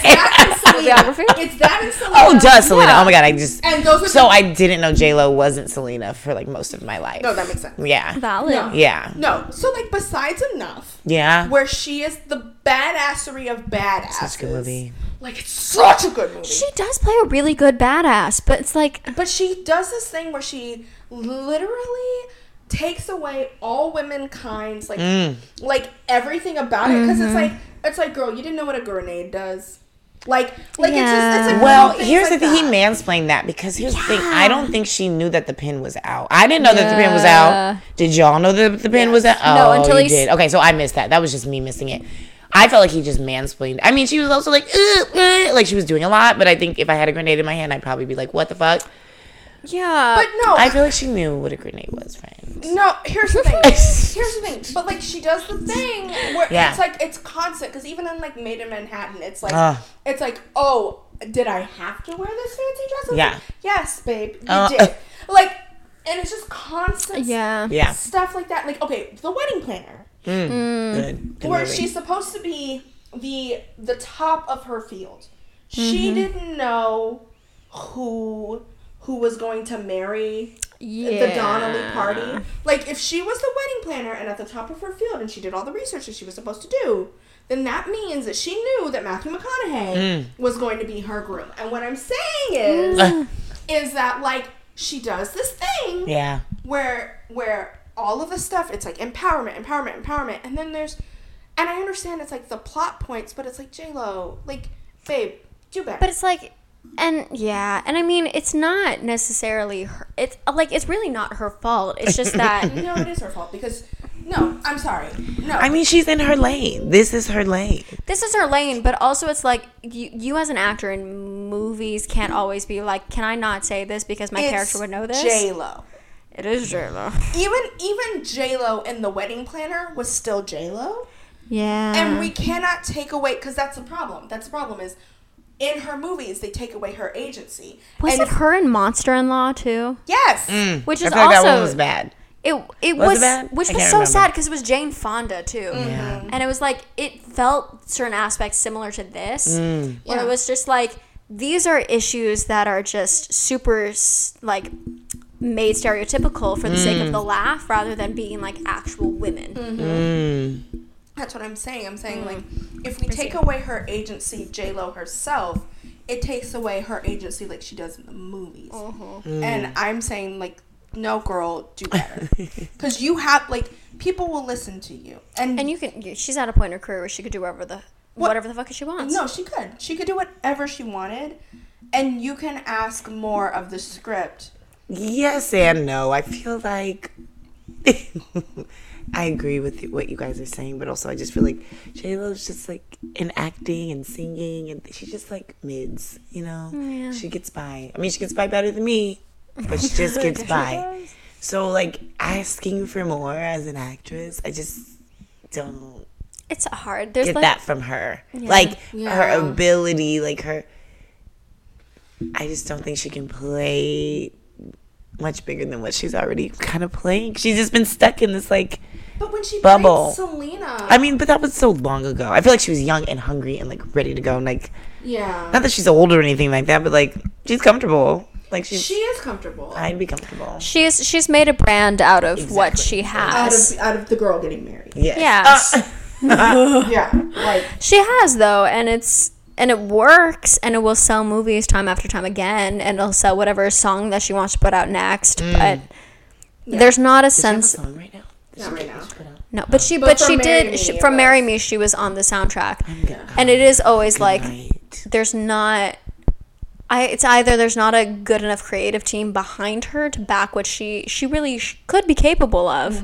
Speaker 1: Biography.
Speaker 2: Biography?
Speaker 1: It's that and Selena.
Speaker 3: Oh, does Selena? Oh my god, I just
Speaker 1: And those are
Speaker 3: so
Speaker 1: the-
Speaker 3: I didn't know J Lo wasn't Selena for like most of my life.
Speaker 1: No, Oh, that makes sense.
Speaker 3: yeah,
Speaker 2: Valid.
Speaker 1: No.
Speaker 3: yeah,
Speaker 1: No, so like besides enough,
Speaker 3: yeah.
Speaker 1: where she is the badassery of badasses.
Speaker 3: That's a good movie.
Speaker 1: Like it's such a good movie.
Speaker 2: She does play a really good badass, but it's like
Speaker 1: But she does this thing where she literally takes away all womankind's like
Speaker 3: Mm.
Speaker 1: like everything about it because it's like it's like girl, you didn't know what a grenade does. Like, like it's just it's
Speaker 2: Yeah.
Speaker 1: like
Speaker 3: Well,
Speaker 1: little things
Speaker 3: here's
Speaker 1: like
Speaker 3: the thing. He
Speaker 1: that.
Speaker 3: mansplained that because here's the thing. I don't think she knew that the pin was out. I didn't know that the pin was
Speaker 2: Yeah.
Speaker 3: out. Did y'all know that the pin was out? Oh,
Speaker 2: No, until he
Speaker 3: you
Speaker 2: s-
Speaker 3: did. Okay, so I missed that. That was just me missing it. I felt like he just mansplained. I mean, she was also like, "Ugh, ugh," like she was doing a lot. But I think if I had a grenade in my hand, I'd probably be like, "What the fuck?"
Speaker 2: Yeah.
Speaker 1: But no,
Speaker 3: I feel like she knew what a grenade was, friend.
Speaker 1: No, here's the
Speaker 3: (laughs)
Speaker 1: thing. here's the thing. But like she does the thing where
Speaker 3: Yeah.
Speaker 1: it's like it's constant because even in like Made in Manhattan, it's like
Speaker 3: Ah.
Speaker 1: it's like oh, did I have to wear this fancy dress? It's
Speaker 3: Yeah.
Speaker 1: Like, yes, babe, you
Speaker 3: Uh,
Speaker 1: did. Like, and it's just constant.
Speaker 2: yeah.
Speaker 3: Yeah. Hmm.
Speaker 1: Stuff like that. Like okay, the wedding planner,
Speaker 2: Mm.
Speaker 3: Good. Good
Speaker 1: where
Speaker 3: movie.
Speaker 1: she's supposed to be the the top of her field.
Speaker 3: Mm-hmm.
Speaker 1: She didn't know who who was going to marry
Speaker 2: Yeah.
Speaker 1: the Donnelly party. Like, if she was the wedding planner and at the top of her field and she did all the research that she was supposed to do, then that means that she knew that Matthew McConaughey
Speaker 3: Mm.
Speaker 1: was going to be her groom. And what I'm saying is, is that like she does this thing
Speaker 3: Mm. yeah.
Speaker 1: where where all of the stuff it's like empowerment, empowerment, empowerment, and then there's, and I understand it's like the plot points, but it's like J Lo, like babe, do better.
Speaker 2: But it's like, and yeah, and I mean, it's not necessarily her. It's like it's really not her fault. It's just
Speaker 1: (laughs)
Speaker 2: that. (laughs)
Speaker 1: no, it is her fault because no, I'm sorry, no.
Speaker 3: I mean, she's in her lane. This is her lane.
Speaker 2: this is her lane, but also it's like you, you as an actor in movies can't always be like, can I not say this because my character would know this?
Speaker 1: J Lo.
Speaker 2: It is J Lo.
Speaker 1: Even even J Lo in the wedding planner was still J Lo,
Speaker 2: Yeah.
Speaker 1: and we cannot take away because that's the problem. That's the problem is in her movies they take away her agency.
Speaker 2: was
Speaker 1: and
Speaker 2: it her and Monster in
Speaker 1: (laughs)
Speaker 2: Law too?
Speaker 1: Yes,
Speaker 2: Which
Speaker 3: I
Speaker 2: is
Speaker 3: feel like
Speaker 2: also
Speaker 3: that one was bad.
Speaker 2: It it
Speaker 3: Was it
Speaker 2: was,
Speaker 3: bad?
Speaker 2: which
Speaker 3: I
Speaker 2: was
Speaker 3: can't
Speaker 2: so
Speaker 3: remember.
Speaker 2: sad because it was Jane Fonda too,
Speaker 1: Mm-hmm.
Speaker 2: and it was like it felt certain aspects similar to this,
Speaker 3: Mm.
Speaker 2: where
Speaker 1: Yeah.
Speaker 2: it was just like these are issues that are just super s- like made stereotypical for the sake
Speaker 3: Mm.
Speaker 2: of the laugh rather than being like actual women.
Speaker 1: Mm. that's what I'm saying. I'm saying like if we take away her agency, J Lo herself, it takes away her agency like she does in the movies.
Speaker 3: Mm.
Speaker 1: And I'm saying like. No, girl, do
Speaker 3: (laughs)
Speaker 1: better. Because you have, like, people will listen to you.
Speaker 2: And you can you, she's at a point in her career where she could do whatever the whatever the fuck she wants.
Speaker 1: No, she could. She could do whatever she wanted, and you can ask more of the script.
Speaker 3: Yes and no. I feel like (laughs) I agree with what you guys are saying, but also I just feel like J Lo's just like in acting and singing, and she just like mids. You know, she gets by. I mean, she gets by better than me, but she just gets by. So like asking for more as an actress, I just don't
Speaker 2: It's hard. There's
Speaker 3: get
Speaker 2: like
Speaker 3: that from her. Like her ability, like her. I just don't think she can play much bigger than what she's already kind of playing. She's just been stuck in this like.
Speaker 1: But when she
Speaker 3: Bubble.
Speaker 1: played Selena,
Speaker 3: I mean, but that was so long ago. I feel like she was young and hungry and like ready to go. And like,
Speaker 1: yeah,
Speaker 3: not that she's old or anything like that, but like she's comfortable. Like she's.
Speaker 1: she is comfortable.
Speaker 3: I'd be comfortable.
Speaker 2: she's she's made a brand out of what she
Speaker 1: out
Speaker 2: has.
Speaker 1: of out of the girl getting married.
Speaker 3: Yes.
Speaker 2: (laughs) Yes.
Speaker 3: Uh,
Speaker 1: Yeah, like
Speaker 2: She has though, and it's and it works, and it will sell movies time after time again, and it'll sell whatever song that she wants to put out next. But there's not a
Speaker 3: I Mm. have a
Speaker 2: sense.
Speaker 3: song right now.
Speaker 1: not right now.
Speaker 2: No, but she but,
Speaker 1: for
Speaker 2: she
Speaker 1: Marry
Speaker 2: did
Speaker 1: Me,
Speaker 2: she,
Speaker 1: it
Speaker 2: from
Speaker 1: was.
Speaker 2: "Marry Me." She was on the soundtrack, and it is always like
Speaker 3: Right.
Speaker 2: there's not. I, it's either there's not a good enough creative team behind her to back what she she really sh- could be capable of,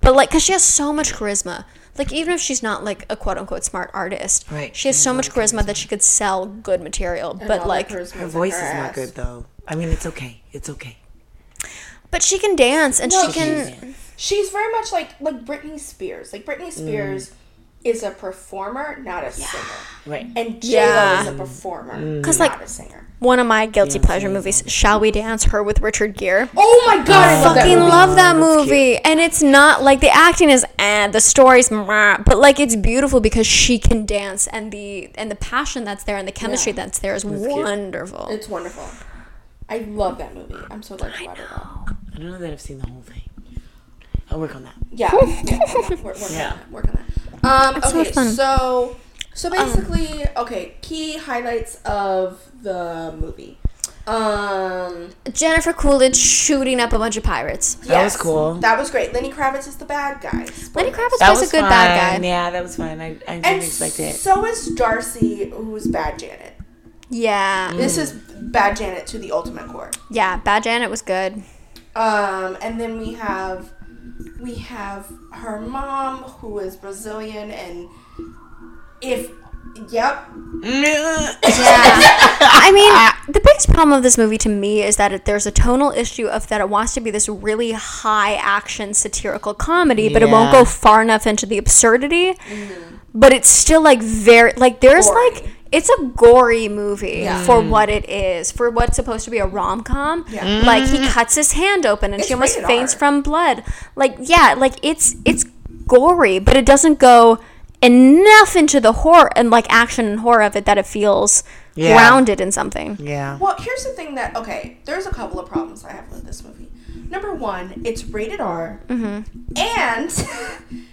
Speaker 2: but like because she has so much charisma. Like even if she's not like a quote unquote smart artist,
Speaker 3: Right.
Speaker 2: she has so much charisma that she could sell good material. but like,
Speaker 1: her
Speaker 3: Her voice is not good though. I mean, it's okay. It's okay.
Speaker 2: but she can dance and she can.
Speaker 1: She's very much like like Britney Spears. Like
Speaker 3: Mm.
Speaker 1: Britney Spears is a performer, not a singer.
Speaker 3: Right.
Speaker 1: And J Lo
Speaker 2: Yeah.
Speaker 1: is a performer,
Speaker 3: Mm.
Speaker 2: 'Cause,
Speaker 1: not
Speaker 2: like-
Speaker 1: a singer.
Speaker 2: One of my guilty pleasure movies, Shall We Dance? Her with Richard Gere.
Speaker 1: Oh my god, I love that
Speaker 2: fucking
Speaker 1: movie.
Speaker 2: love that movie. And it's not like the acting is and the story's meh, but like it's beautiful because she can dance and the and the passion that's there and the chemistry that's there is wonderful.
Speaker 1: It's wonderful. I love that movie. I'm so glad you brought it up.
Speaker 3: I don't know that I've seen the whole thing. I'll work on that.
Speaker 1: Yeah. yeah, yeah, Work, work
Speaker 3: Yeah.
Speaker 1: on that. Work on that. Um,
Speaker 2: so
Speaker 1: okay, so,
Speaker 2: fun. Um,
Speaker 1: so basically, okay, key highlights of the movie. Um,
Speaker 2: Jennifer Coolidge shooting up a bunch of pirates.
Speaker 3: That was cool.
Speaker 1: That was great. Lenny Kravitz is the bad guy.
Speaker 2: Lenny Kravitz
Speaker 3: That
Speaker 2: was, a good bad
Speaker 3: fun.
Speaker 2: guy.
Speaker 3: Yeah, that was fun. I, I didn't
Speaker 1: And
Speaker 3: expect it.
Speaker 1: so is Darcy, who's bad Janet.
Speaker 2: Yeah.
Speaker 1: This is bad Janet to the ultimate core.
Speaker 2: Yeah, Bad Janet was good.
Speaker 1: Um, and then we have we have her mom, who is Brazilian, and if yep,
Speaker 3: (coughs)
Speaker 2: (laughs) I mean, the biggest problem of this movie to me is that it, there's a tonal issue of that it wants to be this really high action satirical comedy, but it won't
Speaker 3: Yeah.
Speaker 2: go far enough into the absurdity. But it's still like very like there's
Speaker 1: Mm-hmm. Gory. Mm.
Speaker 2: like it's a gory movie for what it is, for what's supposed to be a rom com.
Speaker 1: Yeah.
Speaker 2: Like he cuts his hand open and she
Speaker 1: It's
Speaker 2: almost
Speaker 1: rated
Speaker 2: faints
Speaker 1: R.
Speaker 2: from blood. Like yeah, like it's it's gory, but it doesn't go enough into the horror and like action and horror of it that it feels
Speaker 3: Yeah.
Speaker 2: grounded in something.
Speaker 3: Yeah.
Speaker 1: Well, here's the thing that okay, there's a couple of problems I have with this movie. Number one, it's rated R,
Speaker 2: Mm-hmm.
Speaker 1: and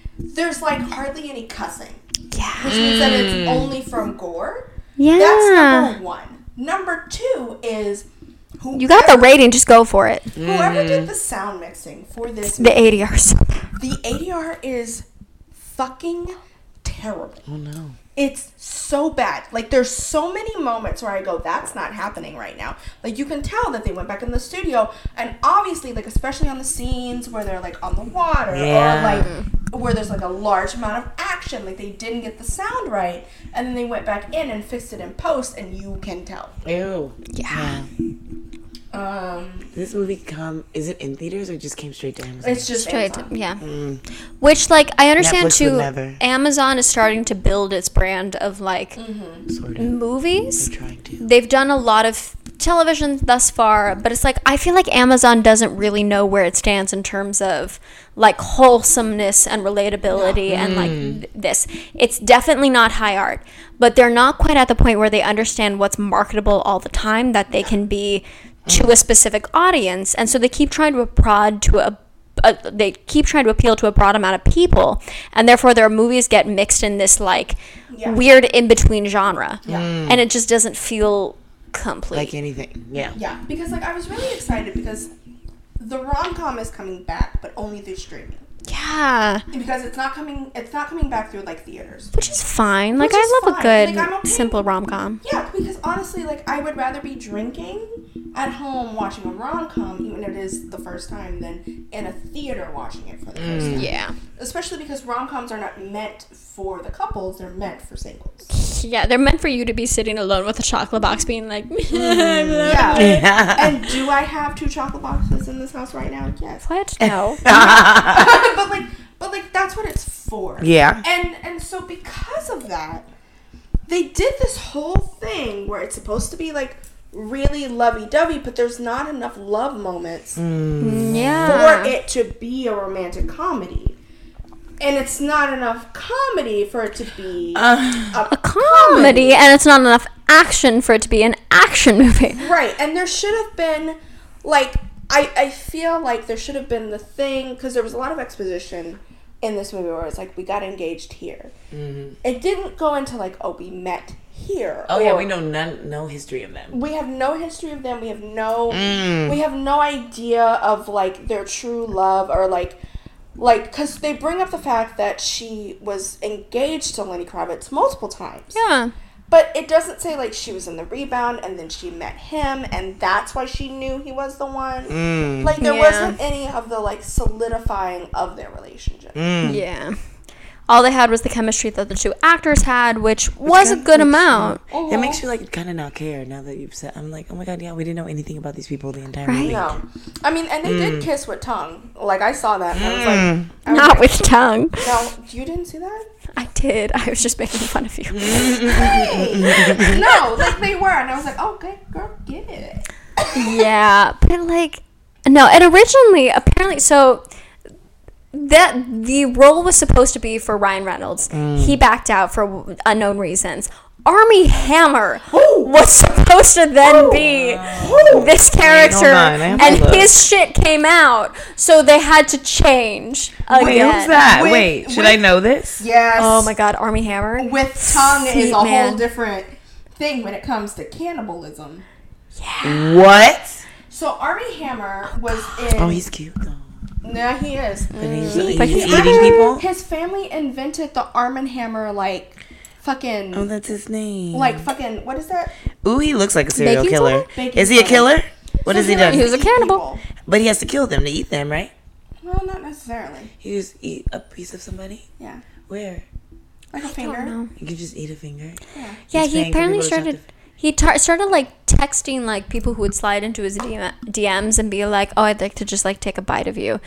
Speaker 1: (laughs) there's like hardly any cussing,
Speaker 2: Yeah. Mm.
Speaker 1: which means that it's only from gore.
Speaker 2: Yeah.
Speaker 1: That's number one. Number two is whoever,
Speaker 2: you got the rating, just go for it.
Speaker 1: whoever did the sound mixing for this.
Speaker 2: The ADRs.
Speaker 1: The ADR is fucking terrible.
Speaker 3: Oh no.
Speaker 1: It's so bad. Like there's so many moments where I go, that's not happening right now. Like you can tell that they went back in the studio and obviously like especially on the scenes where they're like on the water
Speaker 3: Yeah.
Speaker 1: or like where there's like a large amount of action, like they didn't get the sound right and then they went back in and fixed it in post and you can tell.
Speaker 3: Ew.
Speaker 2: Yeah.
Speaker 1: Um
Speaker 3: This movie come is it in theaters or just came straight to Amazon?
Speaker 1: it's just
Speaker 2: Straight,
Speaker 1: Amazon.
Speaker 2: yeah. Which, like, I understand
Speaker 3: Mm. Netflix would never.
Speaker 2: too. Amazon is starting to build its brand of like
Speaker 3: sort of
Speaker 2: movies.
Speaker 3: trying to.
Speaker 2: They've done a lot of television thus far, but it's like I feel like Amazon doesn't really know where it stands in terms of like wholesomeness and relatability and like th- this. It's definitely not high art, but they're not quite at the point where they understand what's marketable all the time that they can be to a specific audience, and so they keep trying to prod to a uh, they keep trying to appeal to a broad amount of people, and therefore their movies get mixed in this like
Speaker 1: Yeah.
Speaker 2: weird in between genre, and it just doesn't feel complete.
Speaker 3: Like anything. Yeah.
Speaker 1: Yeah, because like I was really excited because the rom com is coming back, but only through streaming.
Speaker 2: yeah,
Speaker 1: Because it's not coming it's not coming back through like theaters.
Speaker 2: which is fine. Like
Speaker 1: Which is
Speaker 2: I love
Speaker 1: fine.
Speaker 2: a good
Speaker 1: Like, I'm okay.
Speaker 2: simple rom com.
Speaker 1: Yeah, because honestly, like I would rather be drinking at home watching a rom com, even if it is the first time, than in a theater watching it for the first time.
Speaker 2: Yeah,
Speaker 1: Especially because rom coms are not meant for the couples; they're meant for singles.
Speaker 2: yeah, they're meant for you to be sitting alone with a chocolate box, being like, (laughs)
Speaker 1: Yeah.
Speaker 3: (laughs)
Speaker 1: and do I have two chocolate boxes in this house right now? Yes. (laughs)
Speaker 2: "What? No."
Speaker 1: but like, but like that's what it's for.
Speaker 3: Yeah.
Speaker 1: And and so because of that, they did this whole thing where it's supposed to be like really lovey-dovey, but there's not enough love moments
Speaker 3: Mm.
Speaker 2: yeah,
Speaker 1: for
Speaker 3: Uh-huh.
Speaker 1: it to be a romantic comedy. And it's not enough comedy for it to be
Speaker 3: Uh.
Speaker 1: a
Speaker 2: comedy, and it's not enough action for it to be an action movie.
Speaker 1: right. And there should have been like I I feel like there should have been the thing because there was a lot of exposition in this movie where it's like we got engaged here. It didn't go into like oh we met here.
Speaker 3: Mm-hmm. Oh yeah,
Speaker 1: or
Speaker 3: we know none no history of them.
Speaker 1: we have no history of them. We have no we have no idea of like their true love or like like cuz they bring up the fact that she was engaged to Lenny Kravitz multiple times.
Speaker 2: Yeah.
Speaker 1: But it doesn't say like she was in the rebound and then she met him and that's why she knew he was the one. Like there
Speaker 2: Yeah.
Speaker 1: wasn't any of the like solidifying of their relationship.
Speaker 2: Yeah. All they had was the chemistry that the two actors had, which, was a
Speaker 3: kinda
Speaker 2: good
Speaker 3: makes
Speaker 2: amount.
Speaker 3: It makes you like kind of not care now that you've said. I'm like, oh my god, yeah, we didn't know anything about these people the entire movie.
Speaker 1: No. I mean, and they did kiss with tongue. Like I saw that and I was like, I was
Speaker 2: Not
Speaker 1: like,
Speaker 2: with tongue.
Speaker 1: no, you didn't see that?
Speaker 2: (laughs) I did. I was just making fun of you.
Speaker 3: (laughs)
Speaker 1: Hey! no, like they were, and I was like, okay, girl, get it.
Speaker 2: (laughs) yeah, but like, no. And originally, apparently, so that the role was supposed to be for Ryan Reynolds. He backed out for unknown reasons. Army (gasps) Hammer was supposed to then be this character,
Speaker 3: on, I have to
Speaker 2: and
Speaker 3: look.
Speaker 2: his shit came out, so they had to change again.
Speaker 3: Wait, who's that?
Speaker 1: With-
Speaker 3: Wait, should
Speaker 1: with-
Speaker 3: I know this?
Speaker 1: Yes.
Speaker 2: Oh my God, Army Hammer.
Speaker 1: With tongue is
Speaker 2: Sweet
Speaker 1: a
Speaker 2: man.
Speaker 1: whole different thing when it comes to cannibalism.
Speaker 3: What?
Speaker 1: So Army Hammer
Speaker 3: (gasps)
Speaker 1: was in.
Speaker 3: Oh, he's cute. though.
Speaker 1: Nah, he is.
Speaker 3: But he's,
Speaker 2: He-
Speaker 3: he's
Speaker 2: he's
Speaker 3: eating people.
Speaker 1: His family invented the Arm and Hammer like fucking
Speaker 3: Oh, that's his name.
Speaker 1: like fucking what is that?
Speaker 3: ooh, he looks like a serial
Speaker 2: Baking
Speaker 3: killer.
Speaker 2: soda?
Speaker 1: Baking
Speaker 3: Is he a
Speaker 1: soda.
Speaker 3: killer? What
Speaker 1: So
Speaker 3: has he
Speaker 1: like,
Speaker 3: done?
Speaker 2: He was a
Speaker 1: eat
Speaker 2: cannibal.
Speaker 1: people.
Speaker 3: But he has to kill them to eat them, right?
Speaker 1: Well, not necessarily.
Speaker 3: You just eat a piece of somebody.
Speaker 1: Yeah,
Speaker 3: Where?
Speaker 1: like a
Speaker 2: I
Speaker 1: finger.
Speaker 2: don't know.
Speaker 3: You can just eat a finger.
Speaker 2: Yeah,
Speaker 3: He's
Speaker 2: he
Speaker 3: paying for
Speaker 2: apparently
Speaker 3: people to talk
Speaker 2: started.
Speaker 3: to-
Speaker 2: He tar- started like texting like people who would slide into his DM- DMs and be like, "Oh, I'd like to just like take a bite of you,"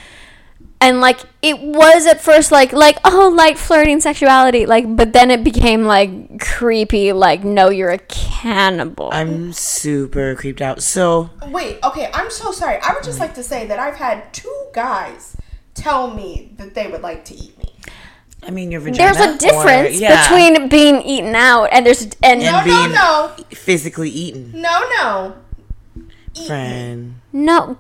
Speaker 2: and like it was at first like like oh light flirting sexuality like, but then it became like creepy like no you're a cannibal.
Speaker 3: I'm super creeped out. So
Speaker 1: Wait, okay, I'm so sorry. I would just like to say that I've had two guys tell me that they would like to eat me.
Speaker 3: I mean, your vagina.
Speaker 2: there's a difference
Speaker 3: or- yeah,
Speaker 2: between being eaten out and there's and
Speaker 1: No, no,
Speaker 3: Being-
Speaker 1: no,
Speaker 3: physically eaten,
Speaker 1: no, no.
Speaker 3: friend.
Speaker 2: no,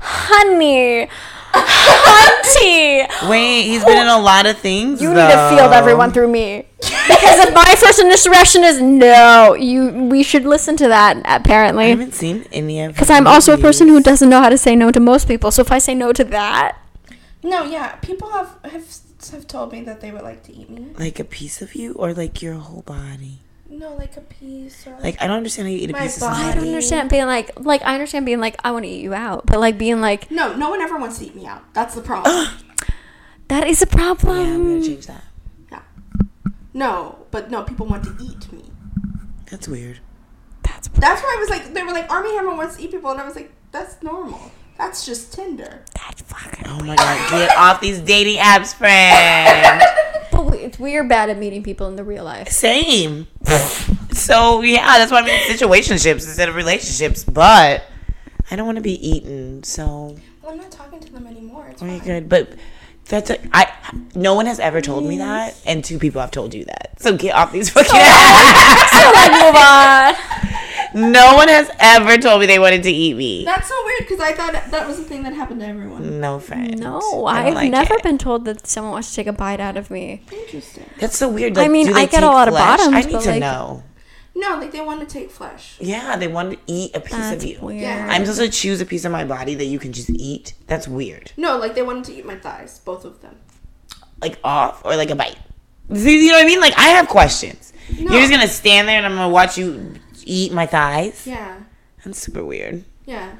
Speaker 2: honey, hunty.
Speaker 3: (laughs) Wait, he's been in a lot of things.
Speaker 2: Oh, You need to field
Speaker 3: though.
Speaker 2: everyone through me. Because if my first initial reaction is no, you we should listen to that
Speaker 3: I
Speaker 2: apparently.
Speaker 3: haven't seen any of.
Speaker 2: Because I'm also a person who doesn't know how to say no to most people. So if I say no to that,
Speaker 1: No, yeah, people have have have told me that they would like to eat me.
Speaker 3: like a piece of you, or like your whole body.
Speaker 1: No, like a piece or
Speaker 3: Like I don't understand how you eat a
Speaker 1: My
Speaker 3: piece of
Speaker 1: body.
Speaker 2: I
Speaker 3: somebody.
Speaker 2: don't understand being like like I understand being like I want to eat you out, but like being like
Speaker 1: No, no one ever wants to eat me out. That's the problem.
Speaker 2: that is a
Speaker 3: Yeah, I'm
Speaker 2: problem.
Speaker 3: gonna change that.
Speaker 1: yeah. No, but no, people want to eat me.
Speaker 3: That's weird.
Speaker 2: That's
Speaker 1: That's why I was like, they were like, Army Hammer wants to eat people, and I was like, that's normal. That's just Tinder.
Speaker 2: that's fucking.
Speaker 3: Oh my god, get off these dating apps, friend.
Speaker 2: But we, we're bad at meeting people in the real life.
Speaker 3: Same. so yeah, that's why I'm in situationships instead of relationships. But I don't want to be eaten, so
Speaker 1: Well, I'm not talking to them anymore. It's
Speaker 3: very
Speaker 1: fine.
Speaker 3: good. But that's a, I. No one has ever told me that, and two people have told you that. So get off these fucking apps.
Speaker 2: (laughs) So like move on.
Speaker 3: No one has ever told me they wanted to eat me.
Speaker 1: That's so weird because I thought that was a thing that happened to everyone.
Speaker 3: No friend.
Speaker 2: No,
Speaker 3: I don't
Speaker 2: I've
Speaker 3: like
Speaker 2: never
Speaker 3: it.
Speaker 2: been told that someone wants to take a bite out of me.
Speaker 1: Interesting.
Speaker 3: That's so weird.
Speaker 2: I
Speaker 3: Like,
Speaker 2: mean,
Speaker 3: do they
Speaker 2: I get a
Speaker 3: take
Speaker 2: lot of
Speaker 3: flesh?
Speaker 2: bottoms,
Speaker 3: I need
Speaker 2: but,
Speaker 3: to
Speaker 2: like-
Speaker 3: know.
Speaker 1: No, like they want to take flesh.
Speaker 3: Yeah, they want to eat a piece
Speaker 2: That's
Speaker 3: of you.
Speaker 2: weird.
Speaker 1: Yeah.
Speaker 3: I'm supposed to choose a piece of my body that you can just eat. That's weird.
Speaker 1: No, like they wanted to eat my thighs, both of them.
Speaker 3: Like off or like a bite. See, you know what I mean? Like I have questions. You're just gonna stand there and I'm gonna watch you eat my thighs.
Speaker 1: Yeah,
Speaker 3: That's super weird.
Speaker 1: yeah.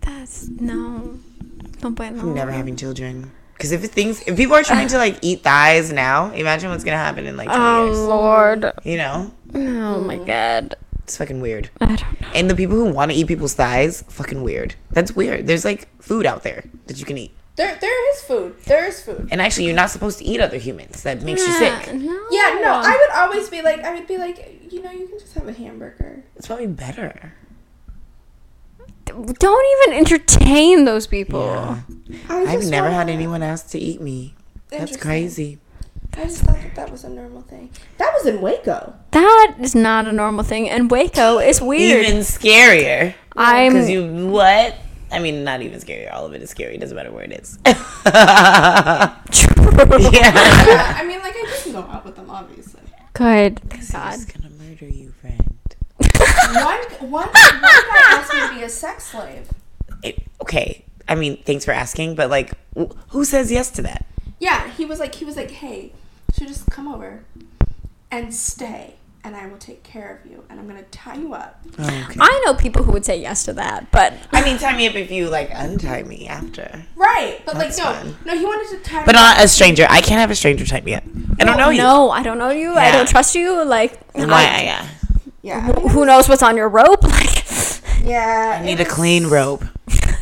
Speaker 2: That's no. Don't bite.
Speaker 3: I'm never
Speaker 2: Um,
Speaker 3: having children. Because if things, if people are trying to like eat thighs now, imagine what's gonna happen in like 10 years.
Speaker 2: Oh, Lord.
Speaker 3: You know,
Speaker 2: Oh my god.
Speaker 3: it's fucking weird.
Speaker 2: I don't know.
Speaker 3: And the people who want to eat people's thighs, fucking weird. That's weird. There's like food out there that you can eat.
Speaker 1: There, there is food. There is food.
Speaker 3: And actually, you're not supposed to eat other humans. That makes you sick.
Speaker 2: Ah, No.
Speaker 1: Yeah, no, I would always be like, I would be like, you know, you can just have a hamburger.
Speaker 3: It's probably better.
Speaker 2: Don't even entertain those people.
Speaker 1: I
Speaker 3: I've
Speaker 1: just
Speaker 3: never
Speaker 1: want-
Speaker 3: had anyone ask to eat me. That's
Speaker 1: Interesting.
Speaker 3: crazy.
Speaker 1: I just thought that that was a normal thing. That was in Waco.
Speaker 2: That is not a normal thing. And Waco is weird.
Speaker 3: Even scarier. Because
Speaker 2: I'm.
Speaker 3: you, what? I mean, not even scarier. All of it is scary. It doesn't matter where it (laughs) is. yeah.
Speaker 1: (laughs)
Speaker 3: Oh (laughs)
Speaker 1: Yeah, I mean, like I didn't go out with them, obviously.
Speaker 2: Good.
Speaker 3: I'm
Speaker 2: God.
Speaker 3: just gonna murder you, friend.
Speaker 1: One, one, one guy asked me to be a sex slave.
Speaker 3: It- okay. I mean, thanks for asking, but like, wh- who says yes to that?
Speaker 1: Yeah, he was like, he was like, hey, so just come over and stay, and I will take care of you, and I'm gonna tie you up.
Speaker 3: Okay.
Speaker 2: I know people who would say yes to that, but
Speaker 3: I mean, tie me up if you like untie me after.
Speaker 1: Right, but
Speaker 3: That's
Speaker 1: like, no,
Speaker 3: fine.
Speaker 1: no, he wanted to tie.
Speaker 3: But not a stranger. I can't have a stranger tie me up. I don't know you.
Speaker 2: No, I don't know you. I
Speaker 3: Yeah.
Speaker 2: don't trust you. Like,
Speaker 3: Why?
Speaker 2: I-
Speaker 3: yeah.
Speaker 1: yeah, I mean,
Speaker 2: who knows what's on your rope? (laughs) Like,
Speaker 1: yeah.
Speaker 3: I need a clean robe.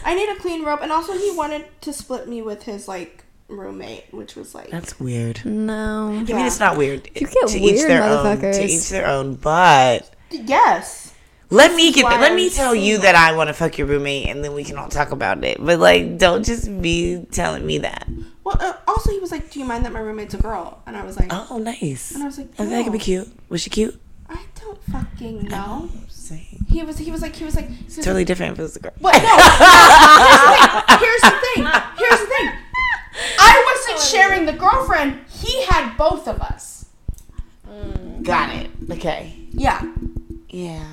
Speaker 1: I need a clean rope, and also he wanted to split me with his like roommate, which was like,
Speaker 3: That's weird.
Speaker 2: no.
Speaker 3: I mean, it's not weird.
Speaker 2: You get
Speaker 3: to each
Speaker 2: weird
Speaker 3: their own. To
Speaker 2: motherfuckers.
Speaker 3: each their own. But
Speaker 1: yes,
Speaker 3: let me get.
Speaker 1: why
Speaker 3: Let
Speaker 1: I'm
Speaker 3: me tell you
Speaker 1: single.
Speaker 3: that I want to fuck your roommate, and then we can all talk about it. But like, don't just be telling me that.
Speaker 1: Well, uh, also he was like, "Do you mind that my roommate's a girl?" And I was like,
Speaker 3: Oh, nice.
Speaker 1: And I was like, "Oh."
Speaker 3: I think I could be
Speaker 1: no.
Speaker 3: cute. Was she cute?
Speaker 1: "I don't fucking know."
Speaker 3: Same.
Speaker 1: He was, he was like, he was like, he was
Speaker 3: Totally different if it was a girl.
Speaker 1: But no, no, here's the thing. Here's the thing. Here's the thing. I wasn't sharing the girlfriend. He had both of us.
Speaker 3: Got it. Okay.
Speaker 1: Yeah.
Speaker 3: Yeah.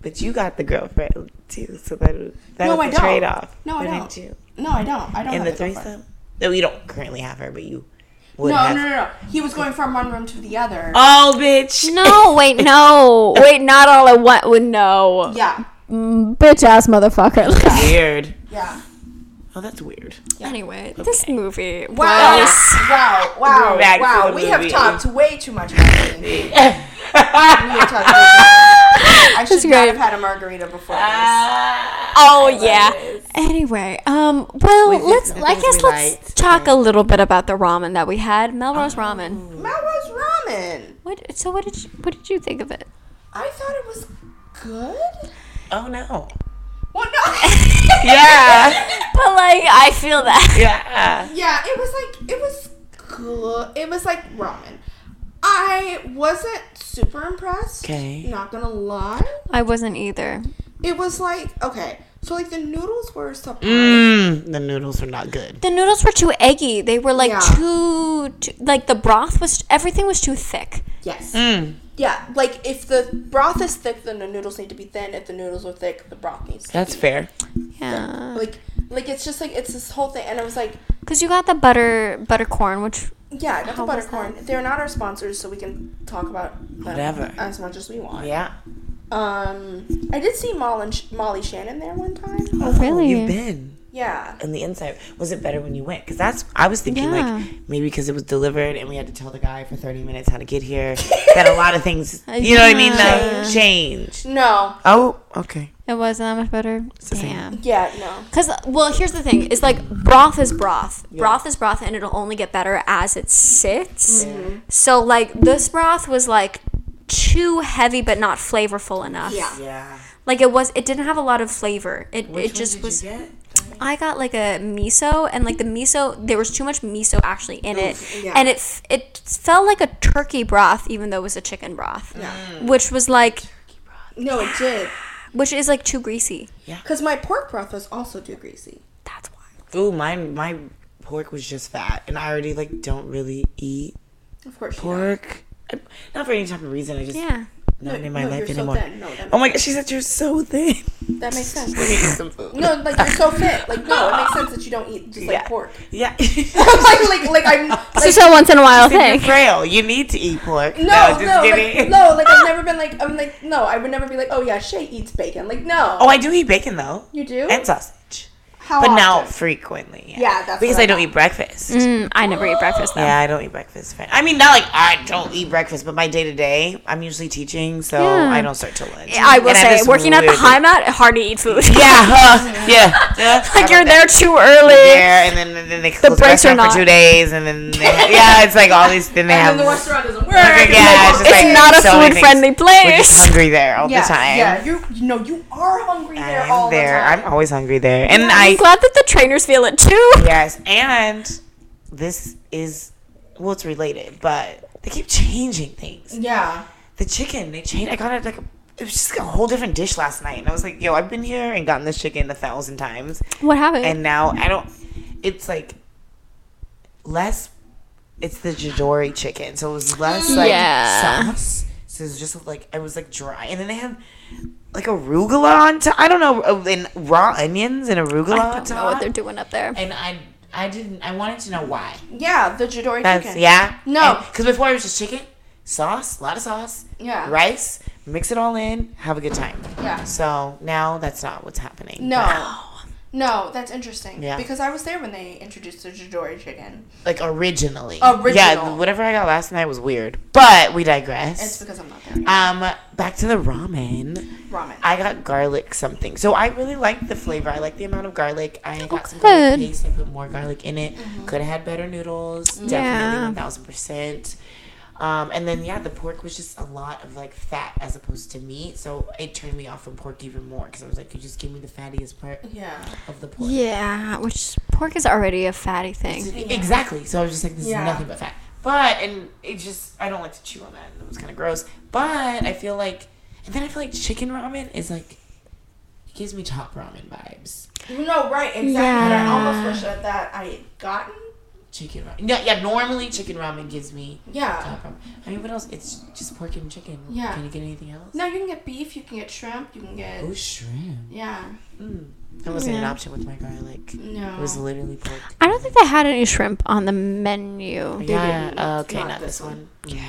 Speaker 3: But you you got the girlfriend too, so that that
Speaker 1: No,
Speaker 3: was
Speaker 1: I
Speaker 3: the
Speaker 1: don't.
Speaker 3: trade off.
Speaker 1: No, I don't.
Speaker 3: You?
Speaker 1: No, I don't. I don't.
Speaker 3: In
Speaker 1: have
Speaker 3: the
Speaker 1: a girlfriend.
Speaker 3: threesome? No, you don't currently have her, but you would
Speaker 1: No, no,
Speaker 3: have.
Speaker 1: no, no. He was going from one room to the other.
Speaker 3: Oh, bitch.
Speaker 2: No, wait,
Speaker 3: (laughs)
Speaker 2: no, wait, not all at once. Well, no,
Speaker 1: Yeah,
Speaker 2: bitch ass
Speaker 3: (laughs)
Speaker 2: motherfucker.
Speaker 3: Weird.
Speaker 1: yeah.
Speaker 3: Oh, that's weird.
Speaker 2: anyway, this movie
Speaker 1: Wow,
Speaker 2: was.
Speaker 1: wow, wow,
Speaker 3: We're back to
Speaker 1: wow.
Speaker 3: the
Speaker 1: We have
Speaker 3: movie.
Speaker 1: talked way too much about this movie. We have talked way too much. I should not
Speaker 2: great.
Speaker 1: have had a margarita before this.
Speaker 2: Oh yeah. Anyway, um, well, let's.
Speaker 3: the
Speaker 2: I
Speaker 3: things
Speaker 2: guess
Speaker 3: we
Speaker 2: let's
Speaker 3: liked.
Speaker 2: talk a little bit about the ramen that we had, Melrose
Speaker 3: Oh.
Speaker 2: Ramen.
Speaker 1: Melrose Ramen.
Speaker 2: What? So what did you, what did you think of it?
Speaker 1: I thought it was good.
Speaker 3: (laughs) Oh no.
Speaker 1: Well, no.
Speaker 3: (laughs)
Speaker 2: (laughs)
Speaker 3: Yeah.
Speaker 2: But like, I feel that.
Speaker 3: (laughs) yeah.
Speaker 1: yeah, it was like it was good. It was like ramen. I wasn't super impressed.
Speaker 3: 'Kay.
Speaker 1: Not gonna lie.
Speaker 2: I wasn't either.
Speaker 1: It was like okay. So like the noodles were supposed.
Speaker 3: Mm, the noodles were not good.
Speaker 2: The noodles were too eggy. They were like
Speaker 1: Yeah.
Speaker 2: too, too, like the broth was. Everything was too thick.
Speaker 1: Yes.
Speaker 3: Mm.
Speaker 1: Yeah, like if the broth is thick, then the noodles need to be thin. If the noodles are thick, the broth needs to
Speaker 3: That's fair.
Speaker 2: Yeah.
Speaker 1: like like it's just like it's this whole thing. And I was like,
Speaker 2: Cause you got the butter butter corn, which
Speaker 1: yeah, I got the
Speaker 2: How was
Speaker 1: buttercorn. They're not our sponsors, so we can talk about them
Speaker 3: Whatever.
Speaker 1: as much as we want.
Speaker 3: Yeah.
Speaker 1: Um, I did see Molly, Molly Shannon there one time.
Speaker 2: oh, really
Speaker 3: You've been
Speaker 1: Yeah.
Speaker 3: on the inside. Was it better when you went? Because that's I was thinking
Speaker 2: Yeah.
Speaker 3: like maybe because it was delivered and we had to tell the guy for thirty minutes how to get here. (laughs) that a lot of things, you know what I mean,
Speaker 2: Yeah.
Speaker 3: though, changed.
Speaker 1: No.
Speaker 3: Oh, okay.
Speaker 2: it wasn't that much better.
Speaker 3: the same.
Speaker 2: Damn.
Speaker 1: Yeah. No.
Speaker 2: Because, well, here's the thing. It's like broth is broth. Broth is broth, and it'll only get better as it sits. So, like, this broth was, like, too heavy but not flavorful enough.
Speaker 1: Yeah.
Speaker 3: Yeah.
Speaker 2: Like, it was, it didn't have a lot of flavor. It, it just was. I got, like, a miso, and, like, the miso, there was too much miso actually in it.
Speaker 1: yeah.
Speaker 2: And it, f- it felt like a turkey broth, even though it was a chicken broth. Which was, like,
Speaker 1: No, it did.
Speaker 2: which is, like, too greasy.
Speaker 1: Because my pork broth was also too greasy.
Speaker 2: That's why.
Speaker 3: Ooh, mine my pork was just fat, and I already like don't really eat
Speaker 1: Of course. you know.
Speaker 3: pork. I- Not for any type of reason. I just
Speaker 2: Yeah.
Speaker 3: not in my
Speaker 1: no,
Speaker 3: life
Speaker 1: you're so
Speaker 3: anymore.
Speaker 1: thin. No, that
Speaker 3: oh my god, she said you're so thin.
Speaker 1: That makes sense.
Speaker 3: We need some food.
Speaker 1: No, like you're so fit. Like no, it makes sense that you don't eat just like
Speaker 3: yeah.
Speaker 1: pork.
Speaker 3: (laughs)
Speaker 2: (laughs)
Speaker 3: Yeah.
Speaker 1: like like like I'm.
Speaker 3: (laughs)
Speaker 1: Like,
Speaker 2: It's just a once in a while
Speaker 3: You're
Speaker 2: thing.
Speaker 3: frail. You need to eat pork.
Speaker 1: No,
Speaker 3: just
Speaker 1: no, like,
Speaker 3: kidding.
Speaker 1: no, like I've never been like I'm like no, I would never be like oh yeah, Shay eats bacon. Like no,
Speaker 3: (gasps) Oh, I do eat bacon though.
Speaker 1: you do.
Speaker 3: And sausage.
Speaker 1: How
Speaker 3: but now
Speaker 1: often?
Speaker 3: frequently. Yeah,
Speaker 1: Yeah, that's
Speaker 3: because
Speaker 1: what
Speaker 3: I
Speaker 1: I
Speaker 3: don't
Speaker 1: thought.
Speaker 3: eat breakfast.
Speaker 2: Mm, I never eat breakfast, though.
Speaker 3: Yeah, I don't eat breakfast. I mean, not like I don't eat breakfast, but my day to day, I'm usually teaching, so
Speaker 2: Yeah.
Speaker 3: I don't start till lunch.
Speaker 2: I will
Speaker 3: And have
Speaker 2: say,
Speaker 3: this
Speaker 2: working at the
Speaker 3: weird-
Speaker 2: Heimat, hard to eat food.
Speaker 3: (laughs) Yeah, huh, yeah. (laughs) yeah.
Speaker 2: (laughs) like you're there too early.
Speaker 3: there, and then, then they close the,
Speaker 2: breaks are
Speaker 3: restaurant
Speaker 2: not-
Speaker 3: for two days, and then they have, yeah, it's like all these. Then they have
Speaker 1: And then the restaurant doesn't work. Yeah,
Speaker 3: yeah, it's, just
Speaker 2: it's
Speaker 3: like
Speaker 2: not a
Speaker 3: so many things.
Speaker 2: food-friendly
Speaker 3: We're just
Speaker 2: place.
Speaker 3: hungry there all
Speaker 1: yeah,
Speaker 3: the time.
Speaker 1: yeah. You you know you are hungry there all
Speaker 3: I'm there.
Speaker 1: the time.
Speaker 3: I'm always hungry there, and
Speaker 2: I'm
Speaker 3: I
Speaker 2: glad that the trainers feel it too.
Speaker 3: Yes, and this is well, it's related, but they keep changing things.
Speaker 1: yeah,
Speaker 3: The chicken they change. I got it like a, it was just a whole different dish last night, and I was like, "Yo, I've been here and gotten this chicken a thousand times,
Speaker 2: What happened?
Speaker 3: and now I don't." It's like less. It's the Jidori chicken, so it was less like
Speaker 2: Yeah.
Speaker 3: sauce. So it was just like it was like dry, and then they had like arugula on top. I don't know, uh, and raw onions and
Speaker 2: I
Speaker 3: arugula on
Speaker 2: don't know
Speaker 3: top.
Speaker 2: what they're doing up there.
Speaker 3: and I, I didn't. I wanted to know why.
Speaker 1: yeah. The Jidori
Speaker 3: That's
Speaker 1: chicken.
Speaker 3: yeah.
Speaker 1: No.
Speaker 3: because before it was just chicken, sauce, a lot of sauce,
Speaker 1: Yeah.
Speaker 3: rice. Mix it all in. Have a good time.
Speaker 1: Yeah.
Speaker 3: So now that's not what's happening.
Speaker 1: No. No, that's interesting.
Speaker 3: Yeah.
Speaker 1: Because I was there when they introduced the Jidori chicken.
Speaker 3: Like originally. Yeah.
Speaker 1: Original.
Speaker 3: Whatever I got last night was weird, but we
Speaker 1: It's
Speaker 3: digress.
Speaker 1: because I'm not there.
Speaker 3: Um, back to the ramen.
Speaker 1: Ramen.
Speaker 3: I got garlic something. So I really liked the flavor. I like the amount of garlic. I got some
Speaker 2: good.
Speaker 3: garlic paste and put more garlic in it. Could have had better noodles.
Speaker 2: Yeah.
Speaker 3: Definitely one thousand percent. Um, and then yeah, the pork was just a lot of like fat as opposed to meat, so it turned me off from pork even more because I was like, you just give me the fattiest part
Speaker 1: yeah.
Speaker 3: of the pork.
Speaker 2: Yeah, which pork is already a fatty thing.
Speaker 3: Exactly. So I was just like, this
Speaker 1: Yeah.
Speaker 3: is nothing but fat. But and it just I don't like to chew on that. It was kind of gross. But I feel like, and then I feel like chicken ramen is like, it gives me top ramen vibes.
Speaker 1: No, right, exactly. I almost wish that, that I had gotten
Speaker 7: Chicken ramen. No, yeah. Normally, chicken ramen gives me.
Speaker 1: Yeah.
Speaker 7: top ramen. I mean, what else? It's just pork and chicken.
Speaker 1: Yeah.
Speaker 7: Can you get anything else?
Speaker 1: No, you can get beef. You can get shrimp. You can get
Speaker 7: Oh, shrimn.
Speaker 1: yeah.
Speaker 7: That wasn't an
Speaker 2: Yeah.
Speaker 7: option with my garlic.
Speaker 1: No.
Speaker 7: It was literally pork.
Speaker 2: I don't think they had any shrimp on the menu.
Speaker 7: Yeah.
Speaker 1: didn't.
Speaker 7: uh, okay,
Speaker 1: Not
Speaker 7: not,
Speaker 1: this
Speaker 7: this one. Yeah.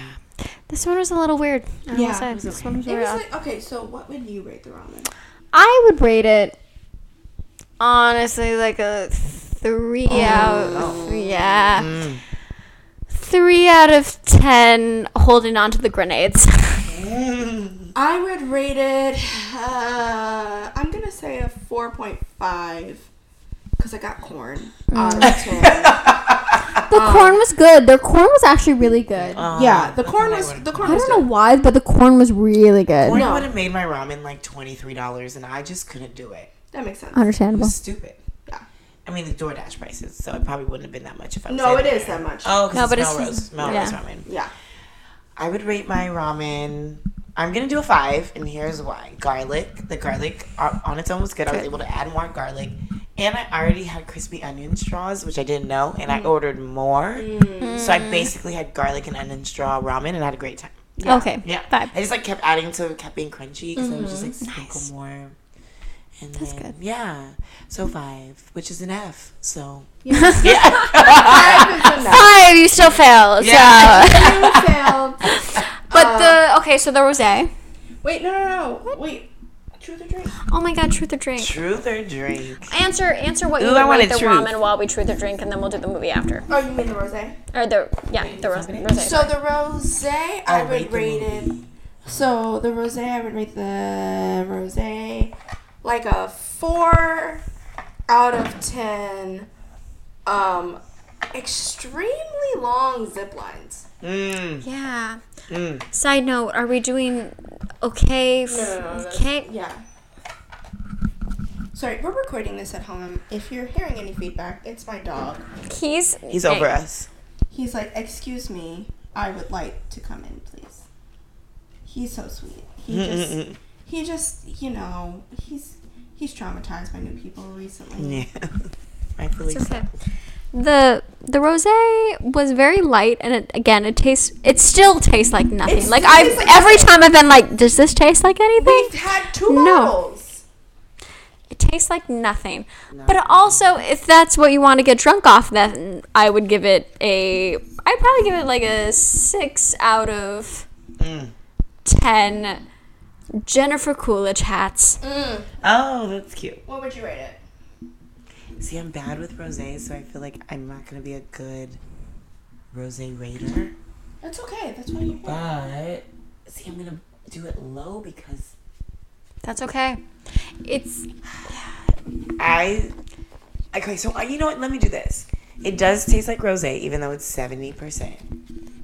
Speaker 2: This one was a little weird. I will
Speaker 1: Yeah,
Speaker 2: say.
Speaker 1: it was
Speaker 2: This one was
Speaker 1: It
Speaker 2: weird.
Speaker 1: was like okay. So what would you rate the ramen?
Speaker 2: I would rate it honestly like a three
Speaker 3: Oh.
Speaker 2: out. Yeah.
Speaker 3: Mm.
Speaker 2: Three out of ten holding on to the grenades. (laughs)
Speaker 1: I would rate it. Uh, I'm gonna say a 4.5 because I got corn
Speaker 2: Mm. (laughs)
Speaker 1: out of 10.
Speaker 2: the
Speaker 3: Oh.
Speaker 2: corn was good. Their corn was actually really good.
Speaker 3: Uh, Um,
Speaker 1: yeah, the corn was the corn
Speaker 2: I
Speaker 1: was
Speaker 2: don't know
Speaker 1: good.
Speaker 2: why, but the corn was really good.
Speaker 3: Corn
Speaker 1: No.
Speaker 3: would have made my ramen like twenty three dollars, and I just couldn't do it.
Speaker 1: That makes sense.
Speaker 3: It
Speaker 2: Understandable.
Speaker 3: was stupid.
Speaker 1: Yeah.
Speaker 3: I mean, the DoorDash prices, so it probably wouldn't have been that much if I. Was
Speaker 1: No,
Speaker 3: in
Speaker 1: it is
Speaker 3: there.
Speaker 1: that much.
Speaker 3: Oh, 'cause
Speaker 2: No,
Speaker 3: it's
Speaker 2: but it's-
Speaker 3: Melrose, Melrose
Speaker 2: yeah.
Speaker 3: ramen.
Speaker 1: (laughs) Yeah.
Speaker 3: I would rate my ramen. I'm gonna do a five, and here's why: garlic. The garlic o- on its own was good. I was able to add more garlic, and I already had crispy onion straws, which I didn't know, and
Speaker 2: Mm.
Speaker 3: I ordered more.
Speaker 1: Mm.
Speaker 3: So I basically had garlic and onion straw ramen, and I had a great time.
Speaker 2: Okay.
Speaker 3: Yeah,
Speaker 2: Five.
Speaker 3: I just like kept adding to it, kept being crunchy because I was just like sprinkle more. And
Speaker 2: Mm-hmm. That's
Speaker 3: then,
Speaker 2: good.
Speaker 3: Yeah, so five, which is an F. So
Speaker 2: (laughs) Five, you still failed. Yeah.
Speaker 1: You failed.
Speaker 2: (laughs) But the okay, so the rosé.
Speaker 1: Wait, no, no, no. Wait. Truth or drink?
Speaker 2: Oh my god, truth or drink.
Speaker 3: truth or drink?
Speaker 2: Answer, answer what
Speaker 3: Ooh,
Speaker 2: you
Speaker 3: I
Speaker 2: would
Speaker 3: wanted
Speaker 2: rate the
Speaker 3: truth.
Speaker 2: ramen while we truth or drink, and then we'll do the movie after.
Speaker 1: Oh, you mean the rosé?
Speaker 2: Or the yeah, the ros- rosé.
Speaker 1: So the rosé, I
Speaker 3: I'll rate
Speaker 1: would
Speaker 3: the
Speaker 1: rate it. So the rosé, I would rate the rosé like a four out of ten. Um, extremely long zip lines.
Speaker 3: Mm.
Speaker 2: Yeah. Side note, are we doing okay? f- okay.
Speaker 1: Yeah. Sorry, we're recording this at home. If you're hearing any feedback, it's my dog.
Speaker 2: He's
Speaker 3: He's over us. (laughs)
Speaker 1: He's like, "Excuse me, I would like to come in, please." He's so sweet. He just, he just, you know, he's he's traumatized by new people recently.
Speaker 3: Yeah, rightfully so.
Speaker 2: Okay. The the rosé was very light, and it, again, it tastes. It still tastes like nothing.
Speaker 1: It
Speaker 2: like
Speaker 1: tastes
Speaker 2: I've
Speaker 1: like
Speaker 2: every time I've been like, does this taste like anything?
Speaker 1: We've had two
Speaker 2: No.
Speaker 1: bottles.
Speaker 2: It tastes like nothing. But also, if that's what you want to get drunk off, then I would give it a. I'd probably give it like a six out of
Speaker 3: Mm.
Speaker 2: ten. Jennifer Coolidge hats.
Speaker 3: Oh, that's cute.
Speaker 1: What would you rate it?
Speaker 3: See, I'm bad with rosé, so I feel like I'm not gonna be a good rosé raider.
Speaker 1: That's okay. That's why you.
Speaker 3: But see, I'm gonna do it low because
Speaker 2: That's okay. It's
Speaker 3: I. Okay, so uh, you know what? Let me do this. It does taste like rosé, even though it's seventy percent,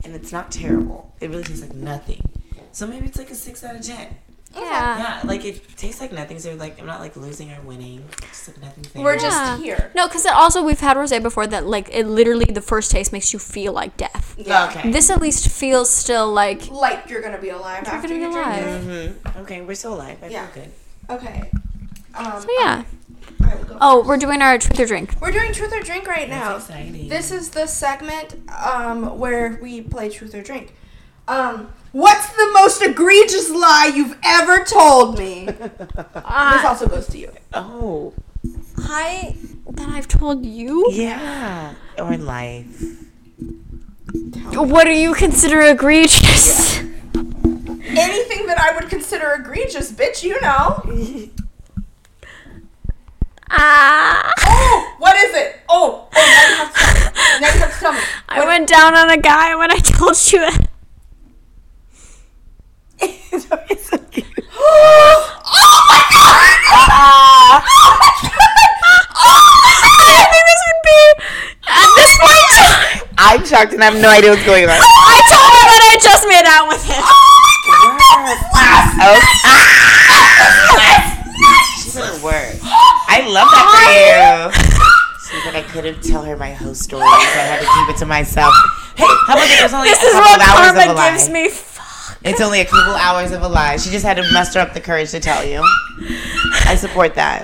Speaker 3: and it's not terrible. It really tastes like nothing. So maybe it's like a six out of ten.
Speaker 2: yeah.
Speaker 1: Uh-huh.
Speaker 3: Yeah, like it tastes like nothing. So like I'm not like losing or winning. Just like nothing. there.
Speaker 1: We're just
Speaker 2: Yeah.
Speaker 1: here.
Speaker 2: No, because also we've had rosé before that like it literally the first taste makes you feel like death.
Speaker 3: okay.
Speaker 2: This at least feels still like
Speaker 1: Like you're gonna be alive after
Speaker 2: gonna be
Speaker 1: you drink
Speaker 2: alive.
Speaker 1: it.
Speaker 3: Okay, we're still alive. I
Speaker 1: Yeah.
Speaker 3: feel good.
Speaker 1: Okay. Um,
Speaker 2: yeah.
Speaker 1: I will go.
Speaker 2: Oh, we're doing our truth or drink.
Speaker 1: We're doing truth or drink right now.
Speaker 3: exciting.
Speaker 1: This is the segment um, where we play truth or drink. Um, what's the most egregious lie you've ever told me?
Speaker 2: Uh,
Speaker 1: this also goes to you.
Speaker 3: Oh
Speaker 2: Hi that I've told you.
Speaker 3: yeah, or in life.
Speaker 2: What do you consider egregious?
Speaker 1: Anything that I would consider egregious, bitch, you know.
Speaker 2: Ah.
Speaker 1: Oh, what is it? Oh, oh, now you have to tell me. Now you have to tell me.
Speaker 2: I went down on a guy when I (laughs) told you it.
Speaker 3: it's so cute.
Speaker 1: oh my god! Oh my god!
Speaker 2: I think this would be at this point.
Speaker 3: I'm shocked and I have no idea what's going on.
Speaker 2: I told her that I just made out with him.
Speaker 3: Oh. She's at her word. I love that for you. She said I couldn't tell her my whole story, so I had to keep it to myself. Hey, how about that? It was only
Speaker 2: This
Speaker 3: a
Speaker 2: is
Speaker 3: couple
Speaker 2: what
Speaker 3: of hours of a
Speaker 2: karma
Speaker 3: lie.
Speaker 2: gives me.
Speaker 3: It's only a couple hours of a lie. She just had to muster up the courage to tell you. I support that.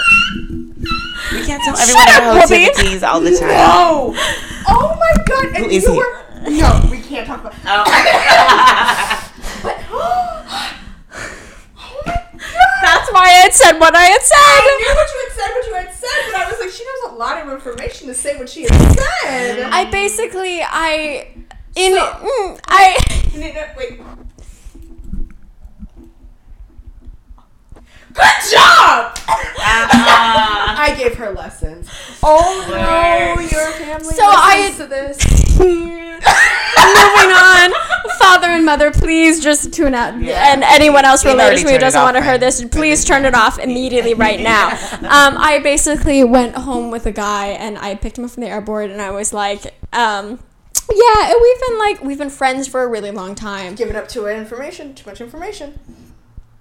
Speaker 3: We can't tell everyone
Speaker 2: Shut up,
Speaker 3: our whole
Speaker 2: Whoopi.
Speaker 3: activities all the time.
Speaker 1: Oh! Oh my god! And
Speaker 3: Who is
Speaker 1: you
Speaker 3: he?
Speaker 1: were no, we can't talk about. (laughs) but (gasps) oh my god!
Speaker 2: That's why I had said what I had
Speaker 1: I
Speaker 2: said.
Speaker 1: knew what you had said, what you had said, but I was like, she knows a lot of information to say what she had said.
Speaker 2: I basically I in
Speaker 1: So-
Speaker 2: mm, I
Speaker 1: No, no, wait. Good job! Uh-huh. (laughs)
Speaker 3: Uh,
Speaker 1: I gave her lessons. Oh no, your family
Speaker 2: So I-
Speaker 1: listens to this.
Speaker 2: (laughs) moving on. Father and mother, please just tune out. And anyone else
Speaker 3: We've
Speaker 2: related
Speaker 3: already
Speaker 2: to me who
Speaker 3: turned it
Speaker 2: doesn't
Speaker 3: off
Speaker 2: want to
Speaker 3: by
Speaker 2: hear
Speaker 3: now.
Speaker 2: this, please turn it off immediately
Speaker 3: (laughs)
Speaker 2: right now. Um, I basically went home with a guy and I picked him up from the airport and I was like, um, yeah, we've been like we've been friends for a really long time.
Speaker 1: Giving up too much information. Too much information.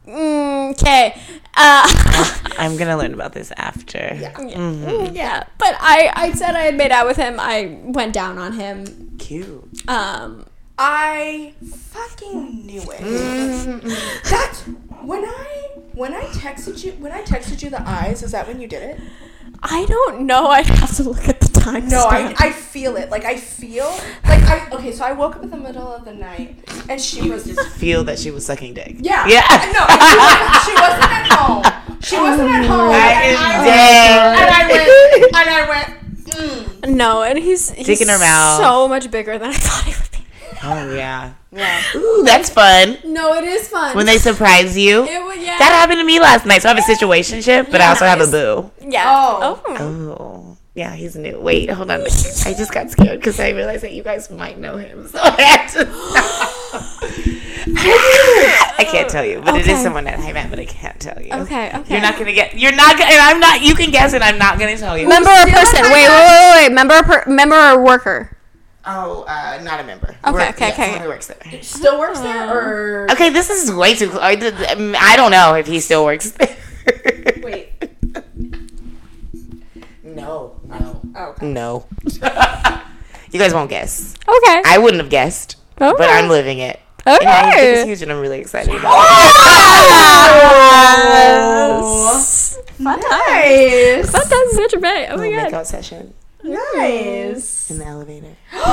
Speaker 2: Mm, Okay. Uh, (laughs)
Speaker 3: (laughs) I'm gonna learn about this after. Yeah.
Speaker 2: Yeah. yeah. But I, I said I had made out with him. I went down on him.
Speaker 3: Cute.
Speaker 2: Um,
Speaker 1: I fucking knew it. That's when I when I texted you when I texted you the eyes. Is that when you did it?
Speaker 2: I don't know. (laughs) I'd have to look at the time.
Speaker 1: No, I, I feel it. Like I feel like I okay. So I woke up in the middle of the night and she (laughs) was just
Speaker 3: Feel that she was sucking dick.
Speaker 1: yeah
Speaker 3: Yeah.
Speaker 1: No, she wasn't, she wasn't at home. She wasn't at home.
Speaker 3: That
Speaker 1: and
Speaker 3: is
Speaker 1: I
Speaker 3: dang.
Speaker 1: And I went and I went. Mm.
Speaker 2: no, and he's, he's
Speaker 3: Dick in her mouth.
Speaker 2: so much bigger than I thought he would be.
Speaker 3: Oh yeah.
Speaker 1: Yeah.
Speaker 3: Ooh, that's fun.
Speaker 2: No, it is fun.
Speaker 3: When they surprise you.
Speaker 2: it, wa- yeah,
Speaker 3: That happened to me last night. So I have a situationship, but I also have a boo.
Speaker 2: yeah.
Speaker 1: Oh.
Speaker 3: Oh. Yeah, he's new. Wait, hold on. I just got scared because I realized that you guys might know him. So I had to. (laughs) I can't tell you, but it is
Speaker 2: Okay.
Speaker 3: someone that I met, but I can't tell you.
Speaker 2: Okay, okay.
Speaker 3: You're not gonna get. You're not gonna. And I'm not. You can guess, and I'm not gonna tell you.
Speaker 2: member or person? Wait, wait, wait, wait. Member or per- member or worker?
Speaker 3: Oh, uh, not a member.
Speaker 2: Okay, okay, okay. Oh.
Speaker 3: someone who works there.
Speaker 1: Still works there or
Speaker 3: Okay, this is way too. cl- I, did- I don't know if he still works there.
Speaker 1: wait.
Speaker 3: No. No.
Speaker 1: Oh, okay.
Speaker 3: No. (laughs) you guys won't guess.
Speaker 2: Okay.
Speaker 3: I wouldn't have guessed,
Speaker 2: okay.
Speaker 3: but I'm living it. And I think it's huge, and I'm really excited about
Speaker 2: (laughs)
Speaker 3: it.
Speaker 1: Yes. Nice.
Speaker 2: That sounds such a bit. Oh my
Speaker 3: Little
Speaker 2: god.
Speaker 3: makeout session
Speaker 1: Nice.
Speaker 3: in the elevator. (gasps)
Speaker 2: That's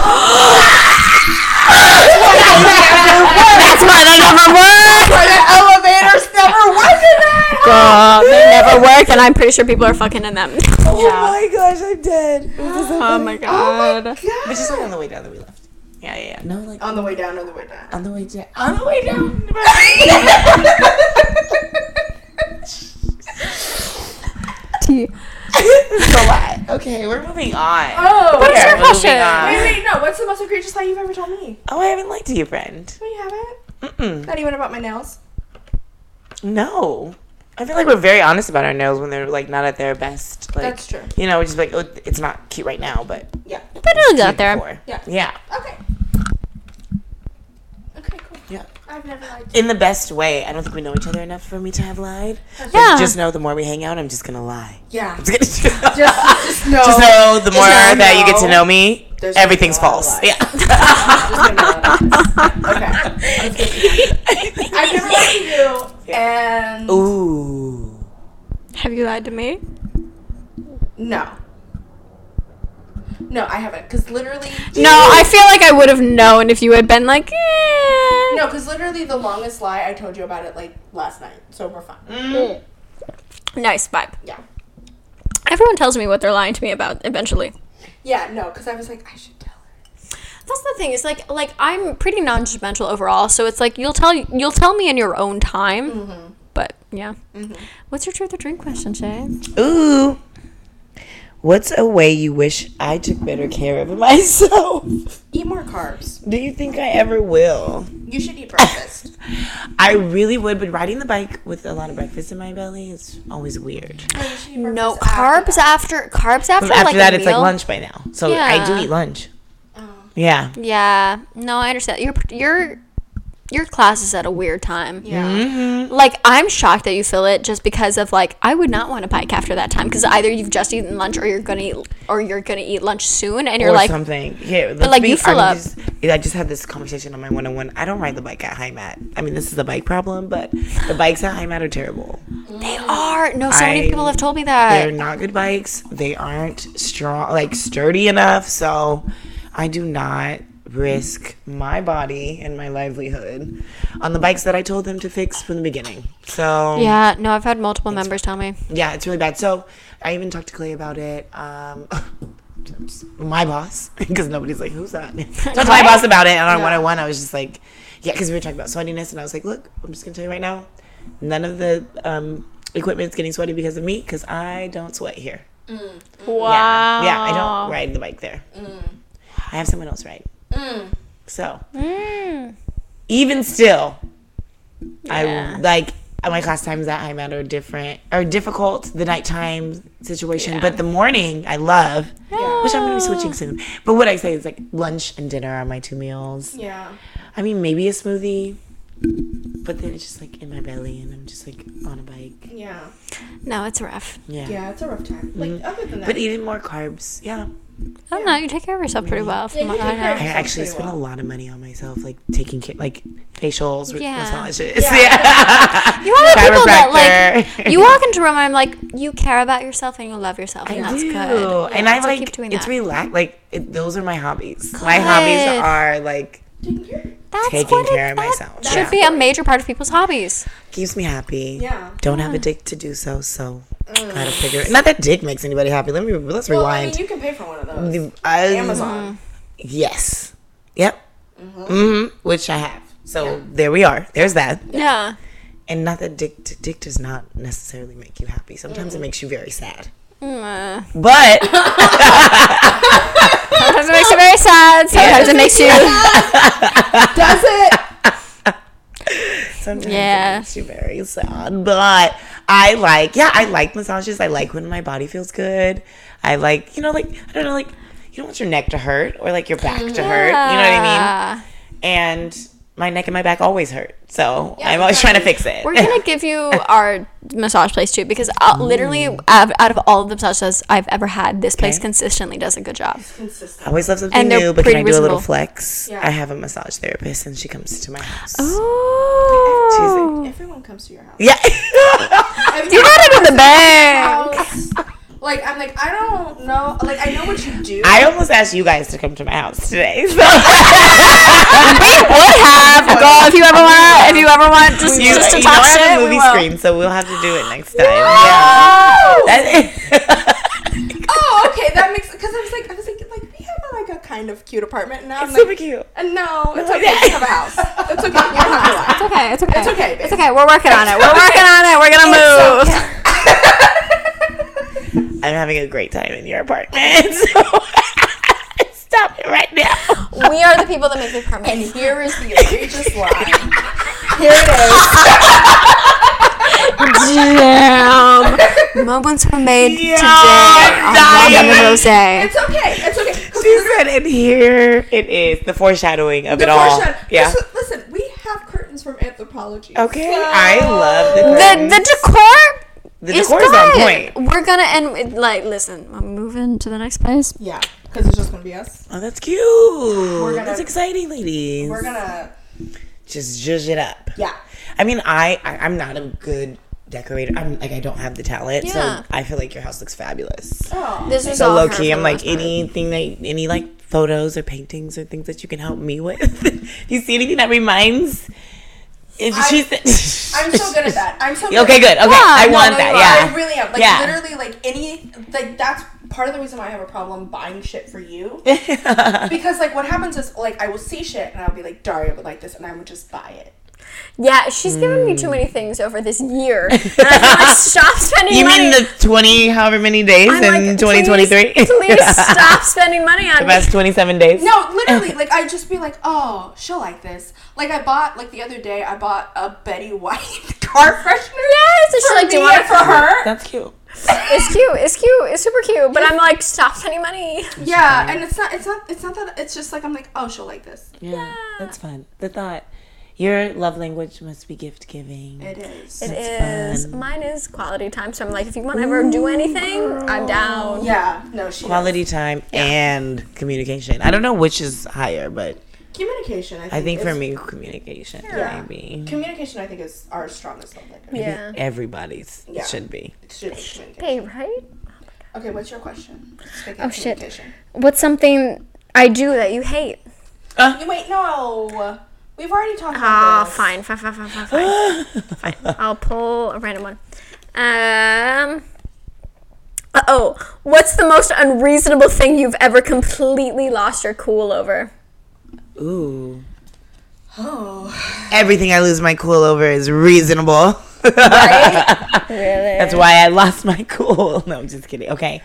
Speaker 2: why they never work.
Speaker 1: Elevators never work in that.
Speaker 3: (laughs)
Speaker 2: Girl, they never work, and I'm pretty sure people are fucking in them. (laughs)
Speaker 3: Oh my gosh, I'm dead.
Speaker 2: oh my god.
Speaker 3: But just like on the way down that we left. Yeah, yeah, yeah.
Speaker 7: No, like
Speaker 1: On the way down, on the way down.
Speaker 7: on the way
Speaker 1: (laughs)
Speaker 3: (laughs)
Speaker 7: down.
Speaker 3: On the way down. so what? Okay, we're moving on.
Speaker 1: Oh,
Speaker 2: What is
Speaker 3: Yeah,
Speaker 2: your
Speaker 3: moving
Speaker 2: question?
Speaker 3: on.
Speaker 1: Wait, wait, no. What's the most egregious lie you've ever told me?
Speaker 3: Oh, I haven't lied to you, friend.
Speaker 1: No, you haven't.
Speaker 3: Mm-mm.
Speaker 1: Not even about my nails.
Speaker 3: No. I feel like we're very honest about our nails when they're like not at their best. Like,
Speaker 1: That's true.
Speaker 3: You know, we're just like, oh, it's not cute right now, but
Speaker 1: Yeah.
Speaker 2: But it'll get there.
Speaker 3: before.
Speaker 1: Yeah.
Speaker 3: Yeah.
Speaker 1: Okay. Okay, cool.
Speaker 3: Yeah.
Speaker 1: I've never lied to
Speaker 3: In the best way. I don't think we know each other enough for me to have lied. But
Speaker 2: Yeah.
Speaker 3: Just know the more we hang out, I'm just gonna lie. (laughs)
Speaker 1: Yeah.
Speaker 3: I'm just gonna
Speaker 1: Just, just no.
Speaker 3: Just know the more
Speaker 1: know,
Speaker 3: that you get to
Speaker 1: no.
Speaker 3: know me,
Speaker 1: There's gonna be
Speaker 3: everything's
Speaker 1: a lot of
Speaker 3: false.
Speaker 1: lies.
Speaker 3: Yeah.
Speaker 1: Just gonna- (laughs) okay. (laughs) I've never lied to you. And
Speaker 3: (laughs) Ooh.
Speaker 2: Have you lied to me?
Speaker 1: no. No, I haven't. Cause literally.
Speaker 2: No, I feel like I would have known if you had been like, eh.
Speaker 1: No, because literally the longest lie I told you about it like last night, so we're fine.
Speaker 2: Nice vibe.
Speaker 1: Yeah,
Speaker 2: Everyone tells me what they're lying to me about eventually.
Speaker 1: yeah, no, because I was like, I should tell her.
Speaker 2: That's the thing. It's like like I'm pretty non-judgmental overall, so it's like you'll tell you'll tell me in your own time.
Speaker 1: Mm-hmm.
Speaker 2: But yeah, what's your truth or drink question, Shay?
Speaker 3: Ooh. What's a way you wish I took better care of myself?
Speaker 1: Eat more carbs.
Speaker 3: Do you think I ever will?
Speaker 1: You should eat breakfast.
Speaker 3: I really would, but riding the bike with a lot of breakfast in my belly is always weird.
Speaker 1: no, you should eat
Speaker 2: No
Speaker 1: breakfast after
Speaker 2: carbs after carbs after
Speaker 3: But after
Speaker 2: like
Speaker 3: that,
Speaker 2: a
Speaker 3: it's like
Speaker 2: meal?
Speaker 3: lunch by now. So I do
Speaker 2: Yeah.
Speaker 3: eat lunch.
Speaker 1: Oh.
Speaker 3: Yeah.
Speaker 2: Yeah, no, I understand. You're you're your class is at a weird time.
Speaker 1: Yeah.
Speaker 3: Mm-hmm.
Speaker 2: Like I'm shocked that you feel it just because of like I would not want a bike after that time because either you've just eaten lunch or you're gonna eat or you're gonna eat lunch soon and you're
Speaker 3: or
Speaker 2: like
Speaker 3: something. Here, let's
Speaker 2: like, you fill up.
Speaker 3: I'm Just, I just had this conversation on my one-on-one. I don't ride the bike at high mat. I mean, this is a bike problem, but the bikes at high mat are terrible.
Speaker 2: they are no so many people
Speaker 3: I-
Speaker 2: have told me
Speaker 3: They're
Speaker 2: that
Speaker 3: not good bikes. They aren't strong, like sturdy enough. So, I do not risk my body and my livelihood on the bikes that I told them to fix from the beginning. So,
Speaker 2: yeah no I've had multiple members tell me
Speaker 3: yeah, it's really bad. So I even talked to Clay about it. Um, (laughs) my boss, (laughs) because nobody's like, who's that? So I told my boss about it, and on one on one, I was just like, yeah, because we were talking about sweatiness, and I was like, look, I'm just gonna tell you right now, none of the um, equipment's getting sweaty because of me, because I don't sweat here. Yeah, yeah, I don't ride the bike there. I have someone else ride. So, even still, I like my class times at high mat are different are difficult. The nighttime situation, but the morning I love, which I'm gonna be switching soon. But what I say is like lunch and dinner are my two meals.
Speaker 1: Yeah.
Speaker 3: I mean, maybe a smoothie. But then it's just like in my belly, and I'm just like on a bike.
Speaker 1: Yeah.
Speaker 2: no it's rough
Speaker 3: Yeah.
Speaker 1: Yeah, it's a rough time. Like other than that,
Speaker 3: But eating more carbs, yeah.
Speaker 2: I don't know you take care of yourself pretty well from
Speaker 1: you
Speaker 2: what
Speaker 3: (laughs)
Speaker 1: take
Speaker 2: I
Speaker 1: care of
Speaker 2: know
Speaker 3: I
Speaker 1: Sounds
Speaker 3: actually
Speaker 1: pretty
Speaker 3: spent
Speaker 1: well.
Speaker 3: a lot of money on myself, like taking care, like facials, r-
Speaker 2: Yeah.
Speaker 3: massages. Yeah. (laughs)
Speaker 2: you are the people that
Speaker 3: Chiropractor.
Speaker 2: like you walk into a room I'm like you care about yourself and you love yourself and that's
Speaker 3: do.
Speaker 2: good
Speaker 3: And
Speaker 2: Yeah,
Speaker 3: I
Speaker 2: so
Speaker 3: like
Speaker 2: keep doing
Speaker 3: it's
Speaker 2: that.
Speaker 3: relax. Like it, those are my hobbies. My hobbies
Speaker 2: Good.
Speaker 3: are like
Speaker 1: taking care.
Speaker 2: that's
Speaker 3: taking
Speaker 2: what it-
Speaker 3: care of
Speaker 2: that
Speaker 3: myself.
Speaker 2: should
Speaker 3: Yeah.
Speaker 2: be a major part of people's hobbies
Speaker 3: keeps me happy.
Speaker 1: Yeah.
Speaker 3: Don't have a dick to do so. So gotta figure. it Not that dick makes anybody happy. Let me let's
Speaker 1: Well, I
Speaker 3: rewind.
Speaker 1: mean, you can pay for one of Mm-hmm. those.
Speaker 3: I-
Speaker 1: Amazon.
Speaker 3: Yes. Yep. Mm-hmm. Which I have. So there we are. There's that.
Speaker 2: yeah
Speaker 3: And not that dick dick does not necessarily make you happy. Sometimes it makes you very sad.
Speaker 2: Mm.
Speaker 1: (laughs)
Speaker 3: But
Speaker 2: Sometimes it makes you very sad. Sometimes it
Speaker 3: (laughs)
Speaker 2: makes you.
Speaker 1: Does it?
Speaker 3: Sometimes
Speaker 2: Yeah.
Speaker 3: it makes you very sad. But I like, yeah, I like massages. I like when my body feels good. I like, you know, like, I don't know, like, you don't want your neck to hurt or like your back to hurt. You know what I
Speaker 2: Uh,
Speaker 3: mean? And my neck and my back always hurt. So I'm always trying to fix it.
Speaker 2: we're gonna give you our massage place too, because i literally out out of all of the massages I've ever had, this place
Speaker 3: Okay.
Speaker 2: consistently does a good job.
Speaker 3: (laughs) I always love something
Speaker 2: And they're
Speaker 3: new, but can I
Speaker 2: pretty
Speaker 3: do a little
Speaker 2: reasonable.
Speaker 3: flex?
Speaker 1: Yeah.
Speaker 3: I have a massage therapist and she comes to my house.
Speaker 2: Oh,
Speaker 1: Everyone comes to your house.
Speaker 3: Yeah. (laughs)
Speaker 1: Everyone
Speaker 2: you got it in the bag.
Speaker 3: (laughs)
Speaker 1: comes to your house. Like I'm like I don't know. Like I know what you do.
Speaker 3: I almost asked you guys to come to my house today. (laughs)
Speaker 2: (laughs)
Speaker 3: So
Speaker 2: We would have go if you ever want. If you ever want, just
Speaker 3: you,
Speaker 2: just to
Speaker 3: you know
Speaker 2: talk
Speaker 3: I
Speaker 2: shit.
Speaker 3: have a
Speaker 2: we
Speaker 3: movie
Speaker 2: will.
Speaker 3: screen, so we'll have to do it next time. Yeah. That-
Speaker 1: oh, okay, that makes because I was like I was thinking like we have like a kind of cute apartment now. (laughs) I'm
Speaker 3: It's
Speaker 1: like,
Speaker 3: super cute.
Speaker 1: uh, no, it's okay. We have a house. It's okay. You don't have to lie.
Speaker 2: (laughs) It's okay. It's okay.
Speaker 1: It's okay, babe.
Speaker 2: It's okay. We're working on it. We're working on it. We're gonna move.
Speaker 3: (laughs) I'm having a great time in your apartment. (laughs) So stop it right now.
Speaker 2: We are the people that make the permanent.
Speaker 1: And here is the egregious lie.
Speaker 2: Damn. Moments were made today on
Speaker 3: dying.
Speaker 2: Robin and Rose.
Speaker 1: It's okay. It's
Speaker 2: (laughs)
Speaker 1: okay. 'Cause
Speaker 3: (laughs) She said, and here it is the foreshadowing of it
Speaker 1: the
Speaker 3: all.
Speaker 1: foreshadow-
Speaker 3: Yeah.
Speaker 1: Listen, listen, we have curtains from anthropology.
Speaker 3: Okay. I love the
Speaker 2: The,
Speaker 3: curtains.
Speaker 2: the decor
Speaker 3: The
Speaker 2: is
Speaker 3: decor is on
Speaker 2: good.
Speaker 3: point.
Speaker 2: We're gonna end with, like, listen, I'm moving to the next place.
Speaker 1: Yeah, because it's just gonna be us.
Speaker 3: Oh, that's cute.
Speaker 1: gonna-
Speaker 3: that's exciting, ladies.
Speaker 1: We're gonna.
Speaker 3: Just zhuzh it up.
Speaker 1: Yeah.
Speaker 3: I mean, I, I I'm not a good decorator. I'm like I don't have the talent,
Speaker 2: Yeah.
Speaker 3: so I feel like your house looks fabulous.
Speaker 1: Oh,
Speaker 2: This was
Speaker 3: so
Speaker 2: all
Speaker 3: low
Speaker 2: her
Speaker 3: key.
Speaker 2: for
Speaker 3: I'm
Speaker 2: the
Speaker 3: like
Speaker 2: most part.
Speaker 3: anything that any like photos or paintings or things that you can help me with. (laughs) Do you see anything that reminds? If
Speaker 1: I-
Speaker 3: she said,
Speaker 1: I'm so good at that. I'm so good
Speaker 3: (laughs) Okay,
Speaker 1: at
Speaker 3: good. Okay, I
Speaker 2: no,
Speaker 3: want
Speaker 2: no,
Speaker 3: that.
Speaker 2: you
Speaker 3: Yeah,
Speaker 1: I really am. Like
Speaker 3: Yeah.
Speaker 1: literally, like any like that's part of the reason why I have a problem buying shit for
Speaker 3: (laughs)
Speaker 1: you. because like what happens is like I will see shit and I'll be like Daria would like this and I would just buy it.
Speaker 2: Yeah, she's given me too
Speaker 3: Hmm.
Speaker 2: many things over this
Speaker 3: (laughs)
Speaker 2: year. And I want to stop spending
Speaker 3: You
Speaker 2: money.
Speaker 3: mean the twenty however many days
Speaker 2: I'm like,
Speaker 3: in 2023?
Speaker 2: Please, please stop spending money on
Speaker 3: (laughs) the
Speaker 2: me.
Speaker 3: best 27 days.
Speaker 1: No,
Speaker 2: (laughs)
Speaker 1: literally, like I'd just be like, oh, she'll like this. Like I bought like the other day, I bought a Betty White (laughs) car freshener.
Speaker 2: Yes, and she's
Speaker 1: for
Speaker 2: like, do you
Speaker 1: me
Speaker 2: want
Speaker 1: and
Speaker 2: it
Speaker 1: for her?
Speaker 3: That's cute.
Speaker 2: It's cute. It's cute. It's super cute. But I'm like, stop spending money.
Speaker 1: Yeah, and it's not, it's not, it's not that. It's just like I'm like, oh, she'll like this.
Speaker 3: Yeah, that's fun. The thought.
Speaker 7: Your love language must be gift giving.
Speaker 1: It is. Mm.
Speaker 2: It is. Mine is quality time. So I'm like, if you want to ever do anything, I'm down.
Speaker 1: yeah. No, she.
Speaker 3: Quality time and communication. I don't know which is higher, but
Speaker 1: Communication. I think,
Speaker 3: I think for
Speaker 1: is-
Speaker 3: me, communication
Speaker 1: Yeah.
Speaker 3: maybe.
Speaker 1: communication. I think is our strongest love language.
Speaker 2: Yeah.
Speaker 3: Everybody's
Speaker 1: Yeah.
Speaker 3: should be.
Speaker 1: It should be communication.
Speaker 2: Hey, right?
Speaker 1: Okay, what's your question? Speaking of
Speaker 2: Oh, shit.
Speaker 1: communication.
Speaker 2: What's something I do that you hate?
Speaker 1: You wait. No, we've already talked
Speaker 2: Ah,
Speaker 1: about this.
Speaker 2: fine, fine, fine, fine, fine, fine. fine. I'll pull a random one. Um. Uh oh. What's the most unreasonable thing you've ever completely lost your cool over?
Speaker 3: Ooh.
Speaker 1: Oh,
Speaker 3: Everything I lose my cool over is reasonable. (laughs)
Speaker 2: Really?
Speaker 3: That's why I lost my cool. (laughs) No, I'm just kidding. Okay.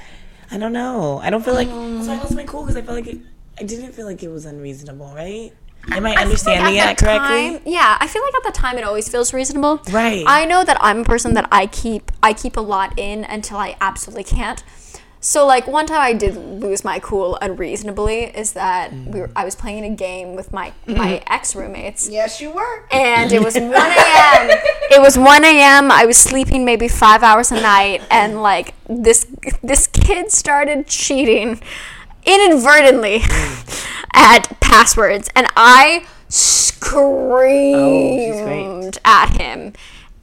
Speaker 3: I don't know. I don't feel like so I lost my cool because I felt like it I didn't feel like it was unreasonable, right? Am I, understanding it correctly?
Speaker 2: Time, yeah, I feel like at the time it always feels reasonable.
Speaker 3: Right.
Speaker 2: I know that I'm a person that I keep I keep a lot in until I absolutely can't. So like one time I did lose my cool unreasonably is that
Speaker 3: Mm.
Speaker 2: we were, I was playing a game with my
Speaker 3: Mm-hmm.
Speaker 2: my ex roommates
Speaker 1: yes, you were.
Speaker 2: and
Speaker 3: (laughs)
Speaker 2: it was 1 a.m. It was 1 a.m. I was sleeping maybe five hours a night, and like this this kid started cheating inadvertently
Speaker 3: Mm.
Speaker 2: at passwords, and
Speaker 3: Oh,
Speaker 2: I screamed at him.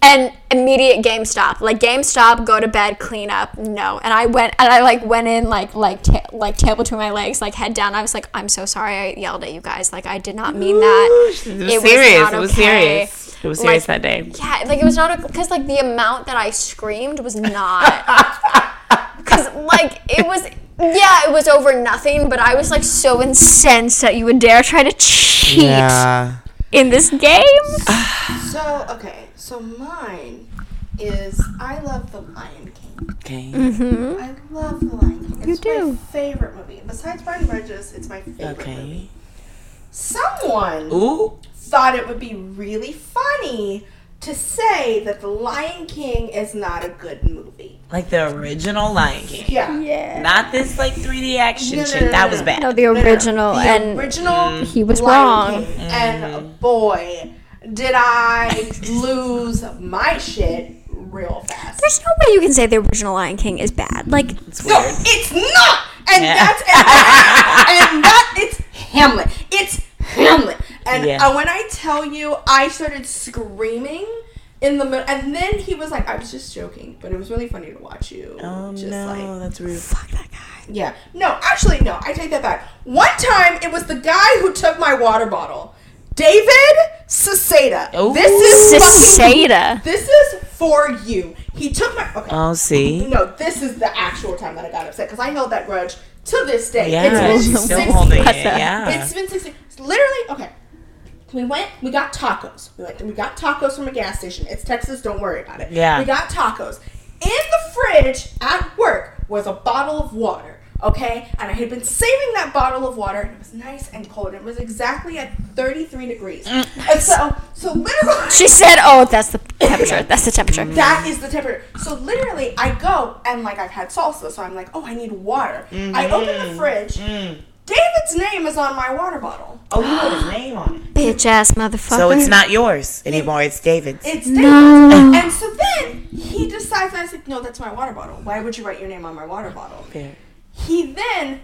Speaker 2: And immediate GameStop, like GameStop, go to bed, clean up. No, and I went and I like went in like like ta- like tail between my legs, like head down. I was like, I'm so sorry, I yelled at you guys. Like I did not mean that
Speaker 3: Ooh, it was serious.
Speaker 2: not
Speaker 3: it was
Speaker 2: okay.
Speaker 3: serious. It was serious
Speaker 2: Like-
Speaker 3: that day.
Speaker 2: Yeah, like it was not because like the amount that I screamed was
Speaker 3: (laughs)
Speaker 2: not because like it was yeah it was over nothing, but I was like so incensed that you would dare try to cheat
Speaker 3: Yeah.
Speaker 2: in this game.
Speaker 1: So okay, so mine is I love the Lion King.
Speaker 7: Okay.
Speaker 1: I love the Lion King. It's
Speaker 2: do.
Speaker 1: my favorite movie. Besides Pride and Prejudice, it's my favorite movie.
Speaker 7: Okay.
Speaker 1: Someone
Speaker 3: Ooh.
Speaker 1: thought it would be really funny to say that the Lion King is not a good movie.
Speaker 3: Like the original Lion King.
Speaker 1: Yeah.
Speaker 2: Yeah.
Speaker 3: Not this like 3D action
Speaker 1: No, no,
Speaker 3: shit.
Speaker 1: no, no,
Speaker 3: that
Speaker 1: no.
Speaker 3: was bad.
Speaker 2: No, the
Speaker 1: No, no, no.
Speaker 2: original
Speaker 1: The
Speaker 2: and
Speaker 1: original
Speaker 2: he was
Speaker 1: Lion
Speaker 2: wrong.
Speaker 1: King. And boy, did I lose my shit real fast.
Speaker 2: There's no way you can say the original Lion King is bad. Like
Speaker 1: No, it's not. And
Speaker 3: Yeah.
Speaker 1: that's and that, (laughs) and that it's Hamlet. It's Hamlet. And
Speaker 3: Yeah.
Speaker 1: uh, when I tell you, I started screaming in the middle, and then he was like, "I was just joking," but it was really funny to watch you.
Speaker 3: Oh
Speaker 1: just
Speaker 3: no,
Speaker 1: like
Speaker 3: that's rude.
Speaker 2: fuck that guy.
Speaker 1: yeah. No, actually, no. I take that back. One time, it was the guy who took my water bottle, David Saseda.
Speaker 3: Oh.
Speaker 1: This is fucking.
Speaker 2: Siseda.
Speaker 1: This is for you. He took my. Okay.
Speaker 3: Oh, see.
Speaker 1: No, this is the actual time that I got upset because I held that grudge to this day.
Speaker 3: Yeah,
Speaker 1: it's been
Speaker 3: she's still
Speaker 1: 16
Speaker 3: holding it.
Speaker 2: What's that?
Speaker 3: Yeah.
Speaker 1: It's been six. It's literally okay. We went. We got tacos. We went. We got tacos from a gas station. It's Texas. Don't worry about it.
Speaker 3: Yeah.
Speaker 1: We got tacos. In the fridge at work was a bottle of water. Okay, and I had been saving that bottle of water, and it was nice and cold. and It was exactly at 33 degrees,
Speaker 3: Mm.
Speaker 1: and so, so literally,
Speaker 2: She said, "Oh, that's the temperature. That's the temperature."
Speaker 3: Mm.
Speaker 1: that is the temperature. So literally, I go and like I've had salsa, so I'm like, oh, I need water. I open the fridge. David's name is on my water bottle.
Speaker 3: Oh, you put his name on it.
Speaker 2: Bitch ass motherfucker.
Speaker 3: So it's not yours anymore. It's David's.
Speaker 1: It's David's. And so then he decides. I said, no, that's my water bottle. Why would you write your name on my water bottle?
Speaker 7: Fair.
Speaker 1: He then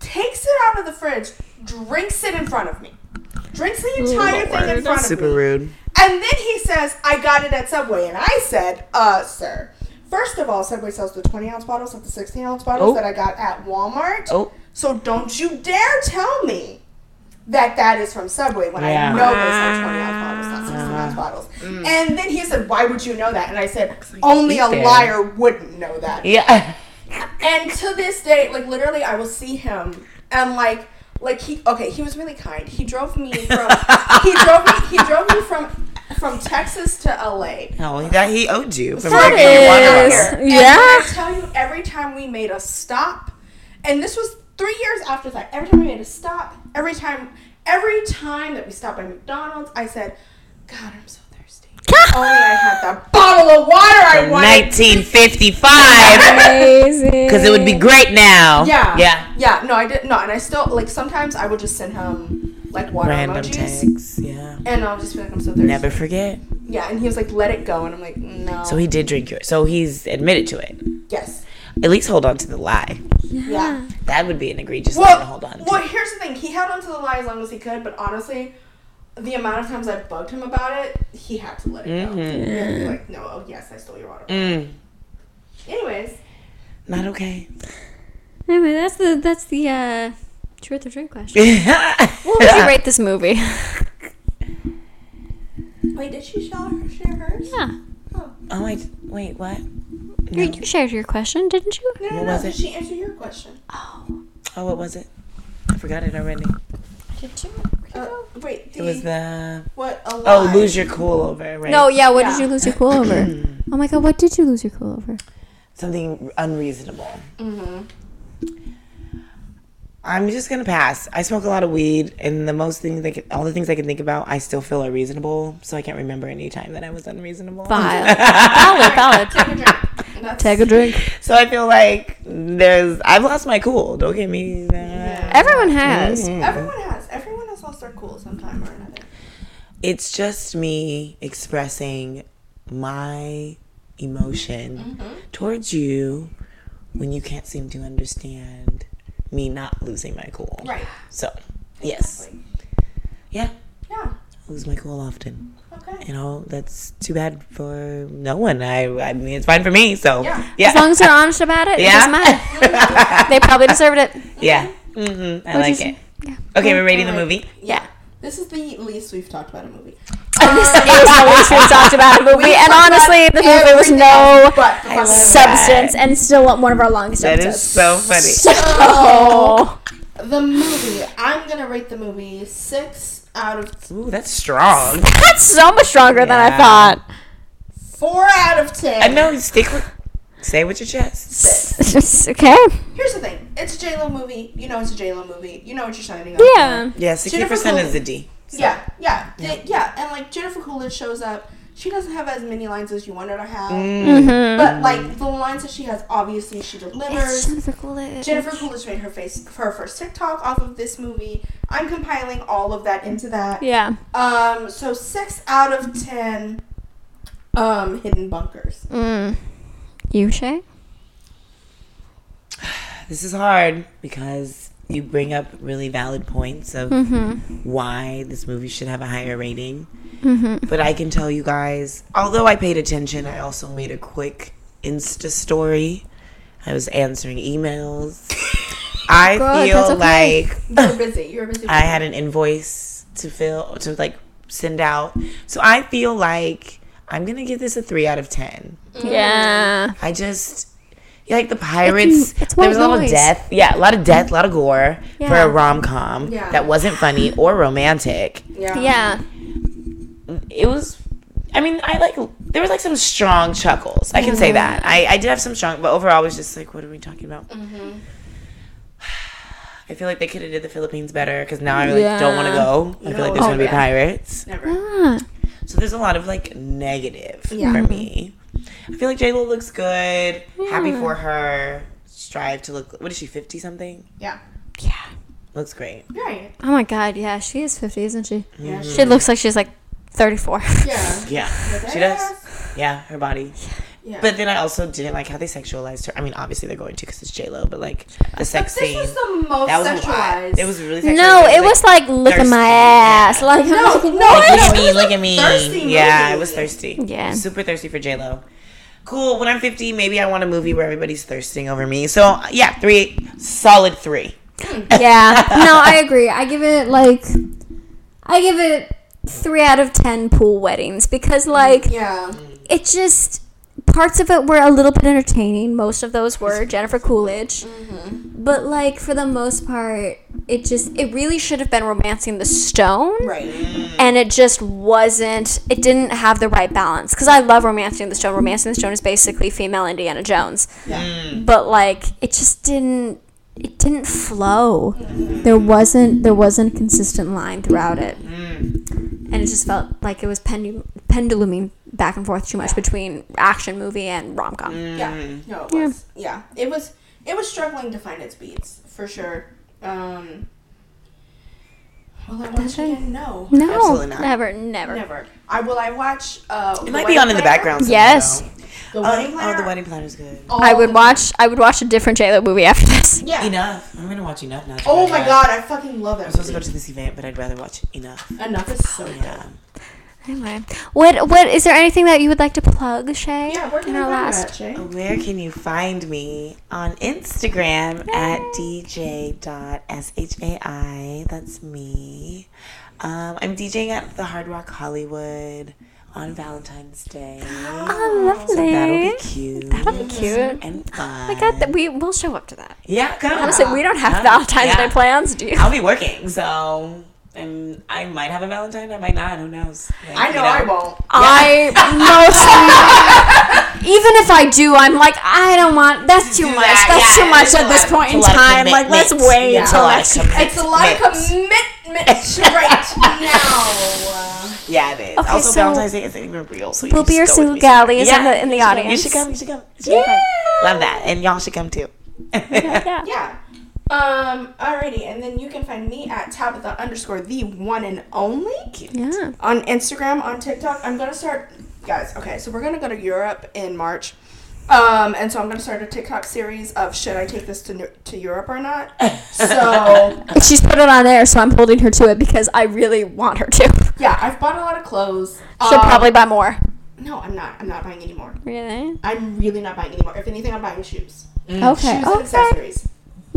Speaker 1: takes it out of the fridge, drinks it in front of me, drinks the entire thing in front of me.
Speaker 3: Super rude.
Speaker 1: And then he says, I got it at Subway. And I said, uh, sir, first of all, Subway sells the 20 ounce bottles, not the 16 ounce bottles
Speaker 3: Oh.
Speaker 1: that I got at Walmart.
Speaker 3: Oh.
Speaker 1: So don't you dare tell me that that is from Subway when
Speaker 3: Yeah.
Speaker 1: I
Speaker 3: Ah. Mm.
Speaker 1: know they sell 20 ounce bottles, not 16 ounce bottles. And then he said, Why would you know that? And I said, Only a
Speaker 3: eat there."
Speaker 1: liar wouldn't know that.
Speaker 3: Yeah.
Speaker 1: And to this day, like literally, I will see him and like like he okay, he was really kind. He drove me from he drove me he drove me from from Texas to LA.
Speaker 3: Oh, that he owed you. For
Speaker 1: That
Speaker 3: breaking your water
Speaker 1: is- And
Speaker 2: (laughs)
Speaker 3: bottle.
Speaker 1: I tell you, every time we made a stop, and this was three years after that. Every time we made a stop, every time, every time that we stopped at McDonald's, I said, "God, I'm so thirsty. If Only I had that bottle of water I wanted."
Speaker 3: 1955.
Speaker 2: Amazing.
Speaker 3: Because it would be great now.
Speaker 1: Yeah.
Speaker 3: Yeah.
Speaker 1: Yeah. No, I did not. And I still like sometimes I would just send him like water
Speaker 3: Random
Speaker 1: emojis.
Speaker 3: texts. Yeah.
Speaker 1: And I'll just be like, I'm so thirsty.
Speaker 3: Never forget.
Speaker 1: Yeah, and he was like, let it go. And I'm like, no.
Speaker 3: So he did drink yours. So he's admitted to it.
Speaker 1: yes.
Speaker 3: At least hold on to the lie.
Speaker 1: Yeah.
Speaker 3: That would be an egregious lie
Speaker 1: Well,
Speaker 3: to hold on to.
Speaker 1: well, here's the thing. He held on to the lie as long as he could, but honestly, the amount of times I bugged him about it, he had to let it go. He had to be like, no, oh, yes, I stole your water.
Speaker 3: Mm-hmm. Mm,
Speaker 1: Anyways,
Speaker 3: not okay.
Speaker 2: Anyway, that's the that's the uh, truth or drink
Speaker 3: (laughs)
Speaker 2: question.
Speaker 3: well,
Speaker 2: What would you rate this movie?
Speaker 1: wait, did she share, share hers?
Speaker 2: Yeah.
Speaker 3: Oh, I, wait, what?
Speaker 2: You, you shared your question, didn't you?
Speaker 1: No, no,
Speaker 3: What
Speaker 1: no.
Speaker 3: was
Speaker 1: Did
Speaker 3: it?
Speaker 1: she answer your question?
Speaker 3: Oh, what was it? I forgot it already.
Speaker 1: Uh, wait, the,
Speaker 3: It was the
Speaker 1: what? A
Speaker 3: oh,
Speaker 1: lie.
Speaker 3: lose your cool over, right?
Speaker 2: No, Oh, yeah. What did
Speaker 1: Yeah.
Speaker 2: you lose your cool over? oh my god, what did you lose your cool over?
Speaker 3: something unreasonable.
Speaker 2: Mm-hmm.
Speaker 3: I'm just gonna pass. I smoke a lot of weed, and the most thing they can, all the things I can think about, I still feel are reasonable. So I can't remember any time that I was unreasonable. (laughs)
Speaker 2: Vile. valid, valid.
Speaker 1: Take a drink. That's-
Speaker 2: Take a drink.
Speaker 3: So I feel like there's I've lost my cool. Don't get me. that.
Speaker 2: Everyone has.
Speaker 1: Everyone has. Everyone has lost their cool sometime or another.
Speaker 3: It's just me expressing my emotion
Speaker 1: Mm-hmm.
Speaker 3: towards you when you can't seem to understand me not losing my cool.
Speaker 1: Right.
Speaker 3: So, yes. Yeah,
Speaker 1: Yeah.
Speaker 3: I lose my cool often.
Speaker 1: Okay.
Speaker 3: You know, that's too bad for no one. I I mean, it's fine for me. So,
Speaker 1: Yeah.
Speaker 3: yeah.
Speaker 2: As long as they're honest about it, it
Speaker 3: Yeah.
Speaker 2: doesn't matter. they probably deserved (laughs) it.
Speaker 3: yeah. hmm I
Speaker 2: What'd
Speaker 3: like
Speaker 2: you
Speaker 3: it.
Speaker 2: Yeah.
Speaker 3: Okay, we're rating the
Speaker 1: Alright.
Speaker 3: movie.
Speaker 2: Yeah.
Speaker 1: This is the least we've talked about a movie.
Speaker 2: this is how we should have talked about a movie. And
Speaker 1: talked about
Speaker 2: honestly, the movie was
Speaker 1: everything
Speaker 2: no
Speaker 1: But the fucking-
Speaker 2: substance and still one of our longest
Speaker 3: That is
Speaker 2: episodes.
Speaker 3: so funny.
Speaker 2: (laughs) So,
Speaker 1: the movie, I'm gonna rate the movie six out of
Speaker 3: Ooh, that's strong.
Speaker 2: that's (laughs) so much stronger than I
Speaker 3: Yeah.
Speaker 2: thought.
Speaker 1: four out of ten.
Speaker 3: I know. Uh, Stick with. Say with your chest.
Speaker 2: okay.
Speaker 1: Here's the thing: it's a J Lo movie. You know it's a J Lo movie. You know what you're signing up.
Speaker 2: Yeah.
Speaker 3: Yeah, sixty
Speaker 1: Jennifer
Speaker 3: percent is
Speaker 1: Coolidge.
Speaker 3: a D.
Speaker 1: for. Yeah, yeah, they- yeah, And like Jennifer Coolidge shows up. She doesn't have as many lines as you want her to have,
Speaker 3: Mm.
Speaker 2: Mm-hmm.
Speaker 1: but like the lines that she has, obviously she delivers.
Speaker 2: Jennifer Coolidge.
Speaker 1: Jennifer Coolidge made her face her first TikTok off of this movie. I'm compiling all of that into that.
Speaker 2: Yeah.
Speaker 1: Um, so six out of ten. Um, hidden bunkers.
Speaker 2: Mm. You, Shay?
Speaker 3: This is hard because you bring up really valid points of why this movie should have a higher rating. But I can tell you guys, although I paid attention, I also made a quick Insta story. I was answering emails. I
Speaker 2: Good, that's
Speaker 3: feel
Speaker 2: okay.
Speaker 3: like
Speaker 1: You're busy. You're busy.
Speaker 3: I had an invoice to fill to like send out. So I feel like I'm gonna give this a three out of ten.
Speaker 2: Yeah.
Speaker 3: I just yeah, like the pirates.
Speaker 2: it's
Speaker 3: there was a
Speaker 2: white
Speaker 3: lot of
Speaker 2: noise.
Speaker 3: death. Yeah, a lot of death, a lot of gore for
Speaker 2: Yeah.
Speaker 3: a rom com
Speaker 1: Yeah.
Speaker 3: that wasn't funny or romantic.
Speaker 1: Yeah.
Speaker 2: Yeah.
Speaker 3: It was. I mean, I like there was like some strong chuckles. I can
Speaker 2: Mm-hmm.
Speaker 3: say that. I, I did have some strong, but overall, I was just like, what are we talking about?
Speaker 1: Mm-hmm.
Speaker 3: (sighs) I feel like they could have did the Philippines better because now I like, don't want to
Speaker 2: Yeah.
Speaker 3: go. I feel like there's
Speaker 1: No.
Speaker 3: gonna be
Speaker 1: Oh, Yeah.
Speaker 3: pirates.
Speaker 1: Never.
Speaker 2: Ah.
Speaker 3: So there's a lot of like negative
Speaker 1: Yeah.
Speaker 2: Mm-hmm.
Speaker 3: for me. I feel like J Lo looks good. Happy for her. Strive to look. What is she? Fifty something.
Speaker 1: Yeah.
Speaker 2: Yeah.
Speaker 3: Looks great.
Speaker 1: Right.
Speaker 2: Oh my god, yeah, she is 50, isn't she?
Speaker 1: Yeah.
Speaker 2: She looks like she's like (laughs) 34.
Speaker 1: Yeah.
Speaker 3: Yeah, she does. Yeah, her body.
Speaker 1: Yeah.
Speaker 3: But then I also didn't like how they sexualized her. I mean, obviously they're going to because it's J Lo, but like the sex
Speaker 1: this
Speaker 3: scene.
Speaker 1: was the most
Speaker 3: that was a
Speaker 1: sexualized.
Speaker 3: lot. It was really sexualized.
Speaker 2: No, it was like look at
Speaker 3: thirsty.
Speaker 2: my ass. Like I'm
Speaker 1: No,
Speaker 2: like,
Speaker 1: no,
Speaker 2: what?
Speaker 3: Look at
Speaker 1: It
Speaker 3: me,
Speaker 1: was
Speaker 3: look
Speaker 1: a
Speaker 3: at me.
Speaker 1: thirsty
Speaker 3: Yeah,
Speaker 1: movie.
Speaker 3: I was thirsty.
Speaker 2: Yeah.
Speaker 3: Super thirsty for J Lo. Cool. When I'm 50, maybe I want a movie where everybody's thirsting over me. So yeah, three solid three.
Speaker 2: Yeah. No, I agree. I give it like I give it 3 out of 10 pool weddings because like
Speaker 1: Yeah.
Speaker 2: it just parts of it were a little bit entertaining. Most of those were Jennifer Coolidge. But like for the most part, it just it really should have been romancing the stone.
Speaker 1: Right.
Speaker 2: and it just wasn't it didn't have the right balance because i love romancing the stone romancing the stone is basically female indiana jones but like it just didn't it didn't flow there wasn't there wasn't a consistent line throughout it and it just felt like it was pendu- penduluming back and forth too much between action movie and rom-com
Speaker 1: Yeah.
Speaker 3: Mm.
Speaker 1: No, it was. Yeah. It was. It was struggling to find its beats for sure. Um. Well, I want you
Speaker 2: Okay.
Speaker 1: to know.
Speaker 2: No,
Speaker 3: Absolutely not.
Speaker 2: never, never.
Speaker 1: Never. I will. I watch. Uh,
Speaker 3: It might be on in the background. somewhere,
Speaker 2: Yes,
Speaker 3: though.
Speaker 1: The
Speaker 3: Oh,
Speaker 1: wedding planner. Oh,
Speaker 3: oh, the wedding planner's good.
Speaker 2: I would watch. I would watch a different J Lo movie after this.
Speaker 1: Yeah.
Speaker 3: Oh, Enough. I'm gonna watch enough now.
Speaker 1: Oh my
Speaker 3: I'd
Speaker 1: god, I fucking love
Speaker 3: I'm supposed to
Speaker 1: it.
Speaker 3: go to this event, but I'd rather watch enough.
Speaker 1: Enough is so good.
Speaker 3: Yeah.
Speaker 2: Anyway, what what is there anything that you would like to plug, Shay?
Speaker 1: Yeah, where can
Speaker 2: in
Speaker 1: I
Speaker 2: our
Speaker 1: find
Speaker 2: last
Speaker 1: that, Shay?
Speaker 3: Where can you find me? On Instagram at dj.shai. That's me. Um, I'm DJing at the Hard Rock Hollywood on Valentine's Day.
Speaker 2: Oh, lovely.
Speaker 3: So that'll be Oh cute.
Speaker 2: That'll be cute.
Speaker 3: and fun.
Speaker 2: I got that. We will show up to that.
Speaker 3: Yeah, come.
Speaker 2: Honestly, we don't have
Speaker 3: Come.
Speaker 2: Valentine's
Speaker 3: Yeah.
Speaker 2: Day plans, do you?
Speaker 3: I'll be working, so and I might have a Valentine. I might not. Who knows? Like,
Speaker 1: I
Speaker 3: you
Speaker 1: know I won't.
Speaker 2: (laughs) I mostly, (laughs) even if I do, I'm like, I don't want. That's too
Speaker 3: do
Speaker 2: much.
Speaker 3: that,
Speaker 2: That's
Speaker 3: yeah,
Speaker 2: too much
Speaker 3: it's a
Speaker 2: at this
Speaker 3: lot-
Speaker 2: point
Speaker 3: it's a
Speaker 2: in
Speaker 3: lot of
Speaker 2: time. Like, let's
Speaker 3: commitment.
Speaker 2: wait
Speaker 3: Yeah.
Speaker 2: till
Speaker 3: A lot of
Speaker 2: next.
Speaker 3: commitment.
Speaker 1: It's a lot of
Speaker 3: Mix.
Speaker 1: commitment right now.
Speaker 3: Yeah, it is.
Speaker 2: Okay,
Speaker 3: also,
Speaker 2: so-
Speaker 3: Valentine's Day isn't even real, so you
Speaker 2: We'll
Speaker 3: can
Speaker 2: be your
Speaker 3: just go with
Speaker 2: single
Speaker 3: me
Speaker 2: galleys
Speaker 3: somewhere.
Speaker 2: in the in the
Speaker 3: You
Speaker 2: audience.
Speaker 3: should come. You should come. You should come. Love that, and y'all should come too.
Speaker 2: Yeah.
Speaker 1: Yeah. Um. Alrighty, and then you can find me at Tabitha underscore the one and only
Speaker 2: Yeah.
Speaker 1: on Instagram, on TikTok. I'm gonna start, guys. Okay, so we're gonna go to Europe in March. Um, and so I'm gonna start a TikTok series of should I take this to Neu- to Europe or
Speaker 2: (laughs)
Speaker 1: not? So
Speaker 2: She's put it on there, so I'm holding her to it because I really want her to. Uh,
Speaker 1: yeah, I've bought a lot of clothes.
Speaker 2: She'll
Speaker 1: Um,
Speaker 2: probably buy more.
Speaker 1: no, I'm not. I'm not buying anymore.
Speaker 2: Really?
Speaker 1: I'm really not buying anymore. If anything, I'm buying shoes.
Speaker 2: Okay.
Speaker 1: Shoes and
Speaker 2: Okay.
Speaker 1: accessories.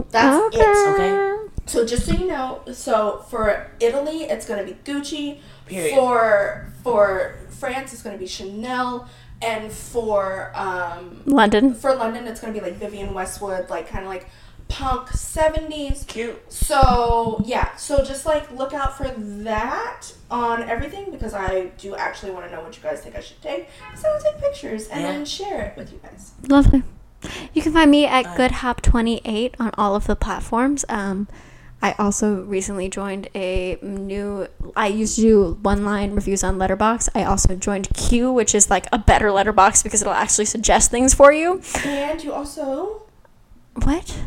Speaker 1: That's
Speaker 2: Okay.
Speaker 1: it.
Speaker 3: Okay.
Speaker 1: So just so you know, so for Italy, it's gonna be Gucci.
Speaker 3: Period.
Speaker 1: For for France, it's gonna be Chanel, and for um
Speaker 2: London.
Speaker 1: for London, it's gonna be like Vivian Westwood, like kind of like punk seventies.
Speaker 3: Cute.
Speaker 1: So yeah, so just like look out for that on everything because I do actually want to know what you guys think I should take. So I'll take pictures and
Speaker 3: Yeah.
Speaker 1: then share it with you
Speaker 3: (laughs)
Speaker 1: guys.
Speaker 2: Lovely. You can find me at GoodHop28 on all of the platforms. Um, I also recently joined a new. I used to do one-line reviews on Letterbox. I also joined Q, which is like a better Letterbox because it'll actually suggest things for you.
Speaker 1: And you also
Speaker 2: What?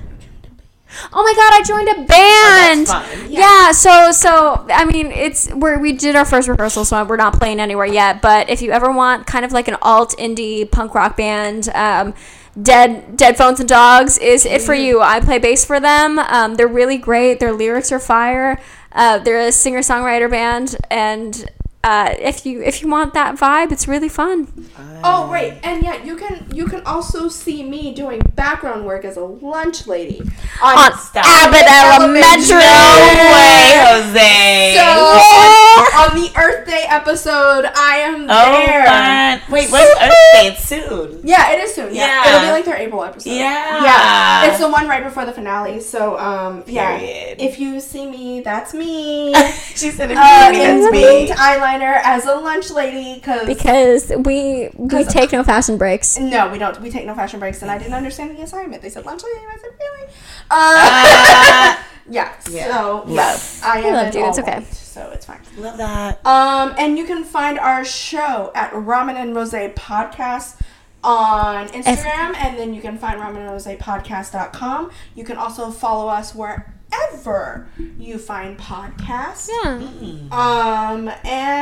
Speaker 2: Oh my god, I joined a band.
Speaker 3: fun.
Speaker 2: Yeah. so so I mean, it's where we did our first rehearsal, so we're not playing anywhere yet. But if you ever want kind of like an alt indie punk rock band, um, Dead Dead Phones and Dogs is it for you. I play bass for them. Um, they're really great. Their lyrics are fire. Uh, they're a singer songwriter band, and uh, if you if you want that vibe, it's really fun.
Speaker 1: Oh right, and yeah, you can you can also see me doing background work as a lunch lady on,
Speaker 2: On Abbott Elementary. (laughs)
Speaker 3: Hey, Jose.
Speaker 1: So on the Earth Day episode, I am
Speaker 3: oh,
Speaker 1: there.
Speaker 3: fun. Wait, what's Earth Day? It's soon.
Speaker 1: Yeah, it is soon. Yeah.
Speaker 3: Yeah.
Speaker 1: it'll be like their April episode.
Speaker 3: Yeah.
Speaker 1: Yeah, it's the one right before the finale. So, um, yeah.
Speaker 3: Period.
Speaker 1: If you see me, that's me.
Speaker 3: she said, if you
Speaker 1: Uh,
Speaker 3: need
Speaker 1: in
Speaker 3: it's
Speaker 1: winged
Speaker 3: me.
Speaker 1: eyeliner as a lunch lady, cause
Speaker 2: Because we we take no fashion breaks.
Speaker 1: no, we don't. We take no fashion breaks, and I didn't understand the assignment. They said lunch lady, and I said really. Uh, (laughs) yeah, So yes, I am.
Speaker 2: love
Speaker 1: an
Speaker 2: you, it's
Speaker 1: all
Speaker 2: okay.
Speaker 1: white, so it's fine.
Speaker 3: Love that.
Speaker 2: Uh,
Speaker 1: Um, and you can find our show at Ramen and Rose Podcast on Instagram, and then you can find ramen and rose podcast.com. You can also follow us wherever you find podcasts.
Speaker 2: Yeah.
Speaker 3: Mm-hmm.
Speaker 1: Um,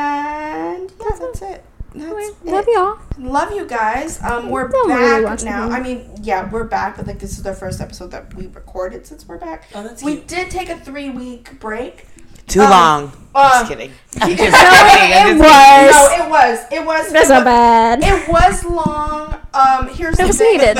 Speaker 1: and yeah, that's it. That's
Speaker 2: Love
Speaker 1: it.
Speaker 2: y'all.
Speaker 1: Love you guys. Um, we're
Speaker 2: Don't really
Speaker 1: back
Speaker 2: watch the
Speaker 1: now.
Speaker 2: movie.
Speaker 1: I mean, yeah, we're back, but like this is the first episode that we recorded since we're back.
Speaker 3: Oh, that's
Speaker 1: we
Speaker 3: cute.
Speaker 1: did take a three week break.
Speaker 3: Too
Speaker 1: um,
Speaker 3: long.
Speaker 1: uh,
Speaker 3: just kidding. I'm
Speaker 1: (laughs)
Speaker 3: just kidding. I'm
Speaker 2: it
Speaker 3: just
Speaker 2: was.
Speaker 1: No, it was. It was.
Speaker 2: That's
Speaker 1: it was-
Speaker 2: not bad.
Speaker 1: It was long. Um, here's
Speaker 2: It
Speaker 1: the
Speaker 2: was
Speaker 1: thing.
Speaker 2: needed.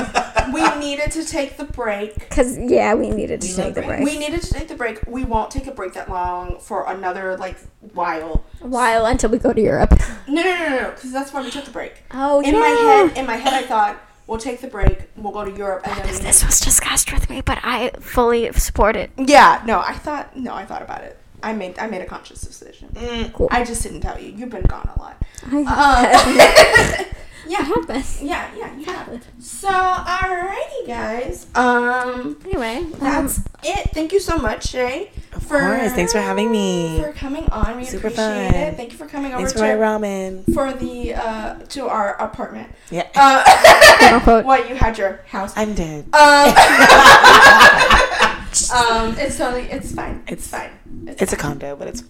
Speaker 1: We needed to take the break.
Speaker 2: Because, yeah, we needed to take the break.
Speaker 1: We needed to take the break. We won't take a break that long for another like while.
Speaker 2: while until we go to Europe.
Speaker 1: No, no, no, no, no, because that's why we took the break.
Speaker 2: Oh,
Speaker 1: in my head, in my head, I thought we'll take the break. We'll go to Europe and then.
Speaker 2: This was discussed with me, but I fully support it.
Speaker 1: yeah. No, I thought. No, I thought about it. I made. I made a conscious decision.
Speaker 2: Cool.
Speaker 1: I just didn't tell you. You've been gone a lot. Um, (laughs) Yeah. Yeah. Yeah. You have. So, alrighty, guys. Um.
Speaker 2: Anyway,
Speaker 1: That's it. Thank you so much, Shay. Of for,
Speaker 3: course. Thanks for having me.
Speaker 1: For coming on, we
Speaker 3: Super
Speaker 1: appreciate
Speaker 3: fun.
Speaker 1: it. Thank you for coming over
Speaker 3: Thanks for
Speaker 1: to
Speaker 3: my ramen.
Speaker 1: for the uh to our apartment.
Speaker 3: Yeah.
Speaker 1: Uh, (laughs)
Speaker 2: unquote.
Speaker 1: Oh, well, you had your house.
Speaker 3: I'm dead.
Speaker 1: Um, (laughs) Um, it's totally, it's fine. It's fine. It's,
Speaker 3: It's a condo, but it's.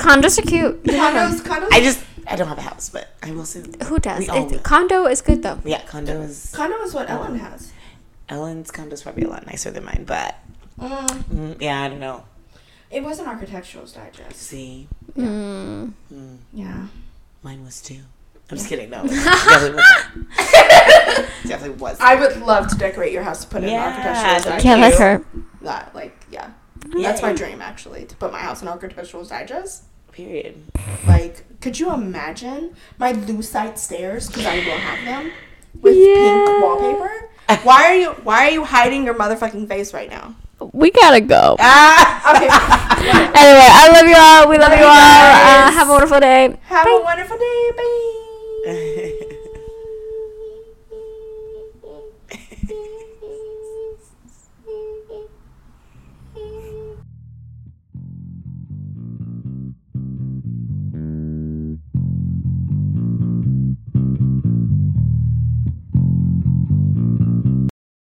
Speaker 2: Condos are cute.
Speaker 1: condos, condos.
Speaker 3: I just I don't have a house, but I will soon.
Speaker 2: Who does?
Speaker 3: We all
Speaker 2: It-
Speaker 3: will.
Speaker 2: condo is good though.
Speaker 3: Yeah, condo is
Speaker 1: condo is what Ellen
Speaker 3: Oh.
Speaker 1: has.
Speaker 3: Ellen's condo is probably a lot nicer than mine, but
Speaker 1: Mm,
Speaker 3: mm, yeah, I don't know.
Speaker 1: it was an Architectural's Digest.
Speaker 3: See,
Speaker 1: Yeah.
Speaker 3: mine was too. I'm just kidding. No, it definitely was. definitely was.
Speaker 1: I would love to decorate your house to put it
Speaker 3: Yeah,
Speaker 1: in Architectural's
Speaker 3: thank
Speaker 1: Digest.
Speaker 2: Yeah, like her.
Speaker 1: That, like, yeah. That's my
Speaker 3: Yay.
Speaker 1: dream, actually, to put my house in Architectural's Digest.
Speaker 3: Period. (laughs)
Speaker 1: Like, could you imagine my lucite stairs? Because I will have them with pink wallpaper. Why are you Why are you hiding your motherfucking face right
Speaker 3: (laughs)
Speaker 1: now? Ah,
Speaker 2: We gotta go.
Speaker 1: Okay, have
Speaker 2: Anyway, I
Speaker 3: Uh,
Speaker 2: love you all. We love you all.
Speaker 1: guys.
Speaker 2: Uh, have a wonderful day.
Speaker 1: a wonderful day. Bye.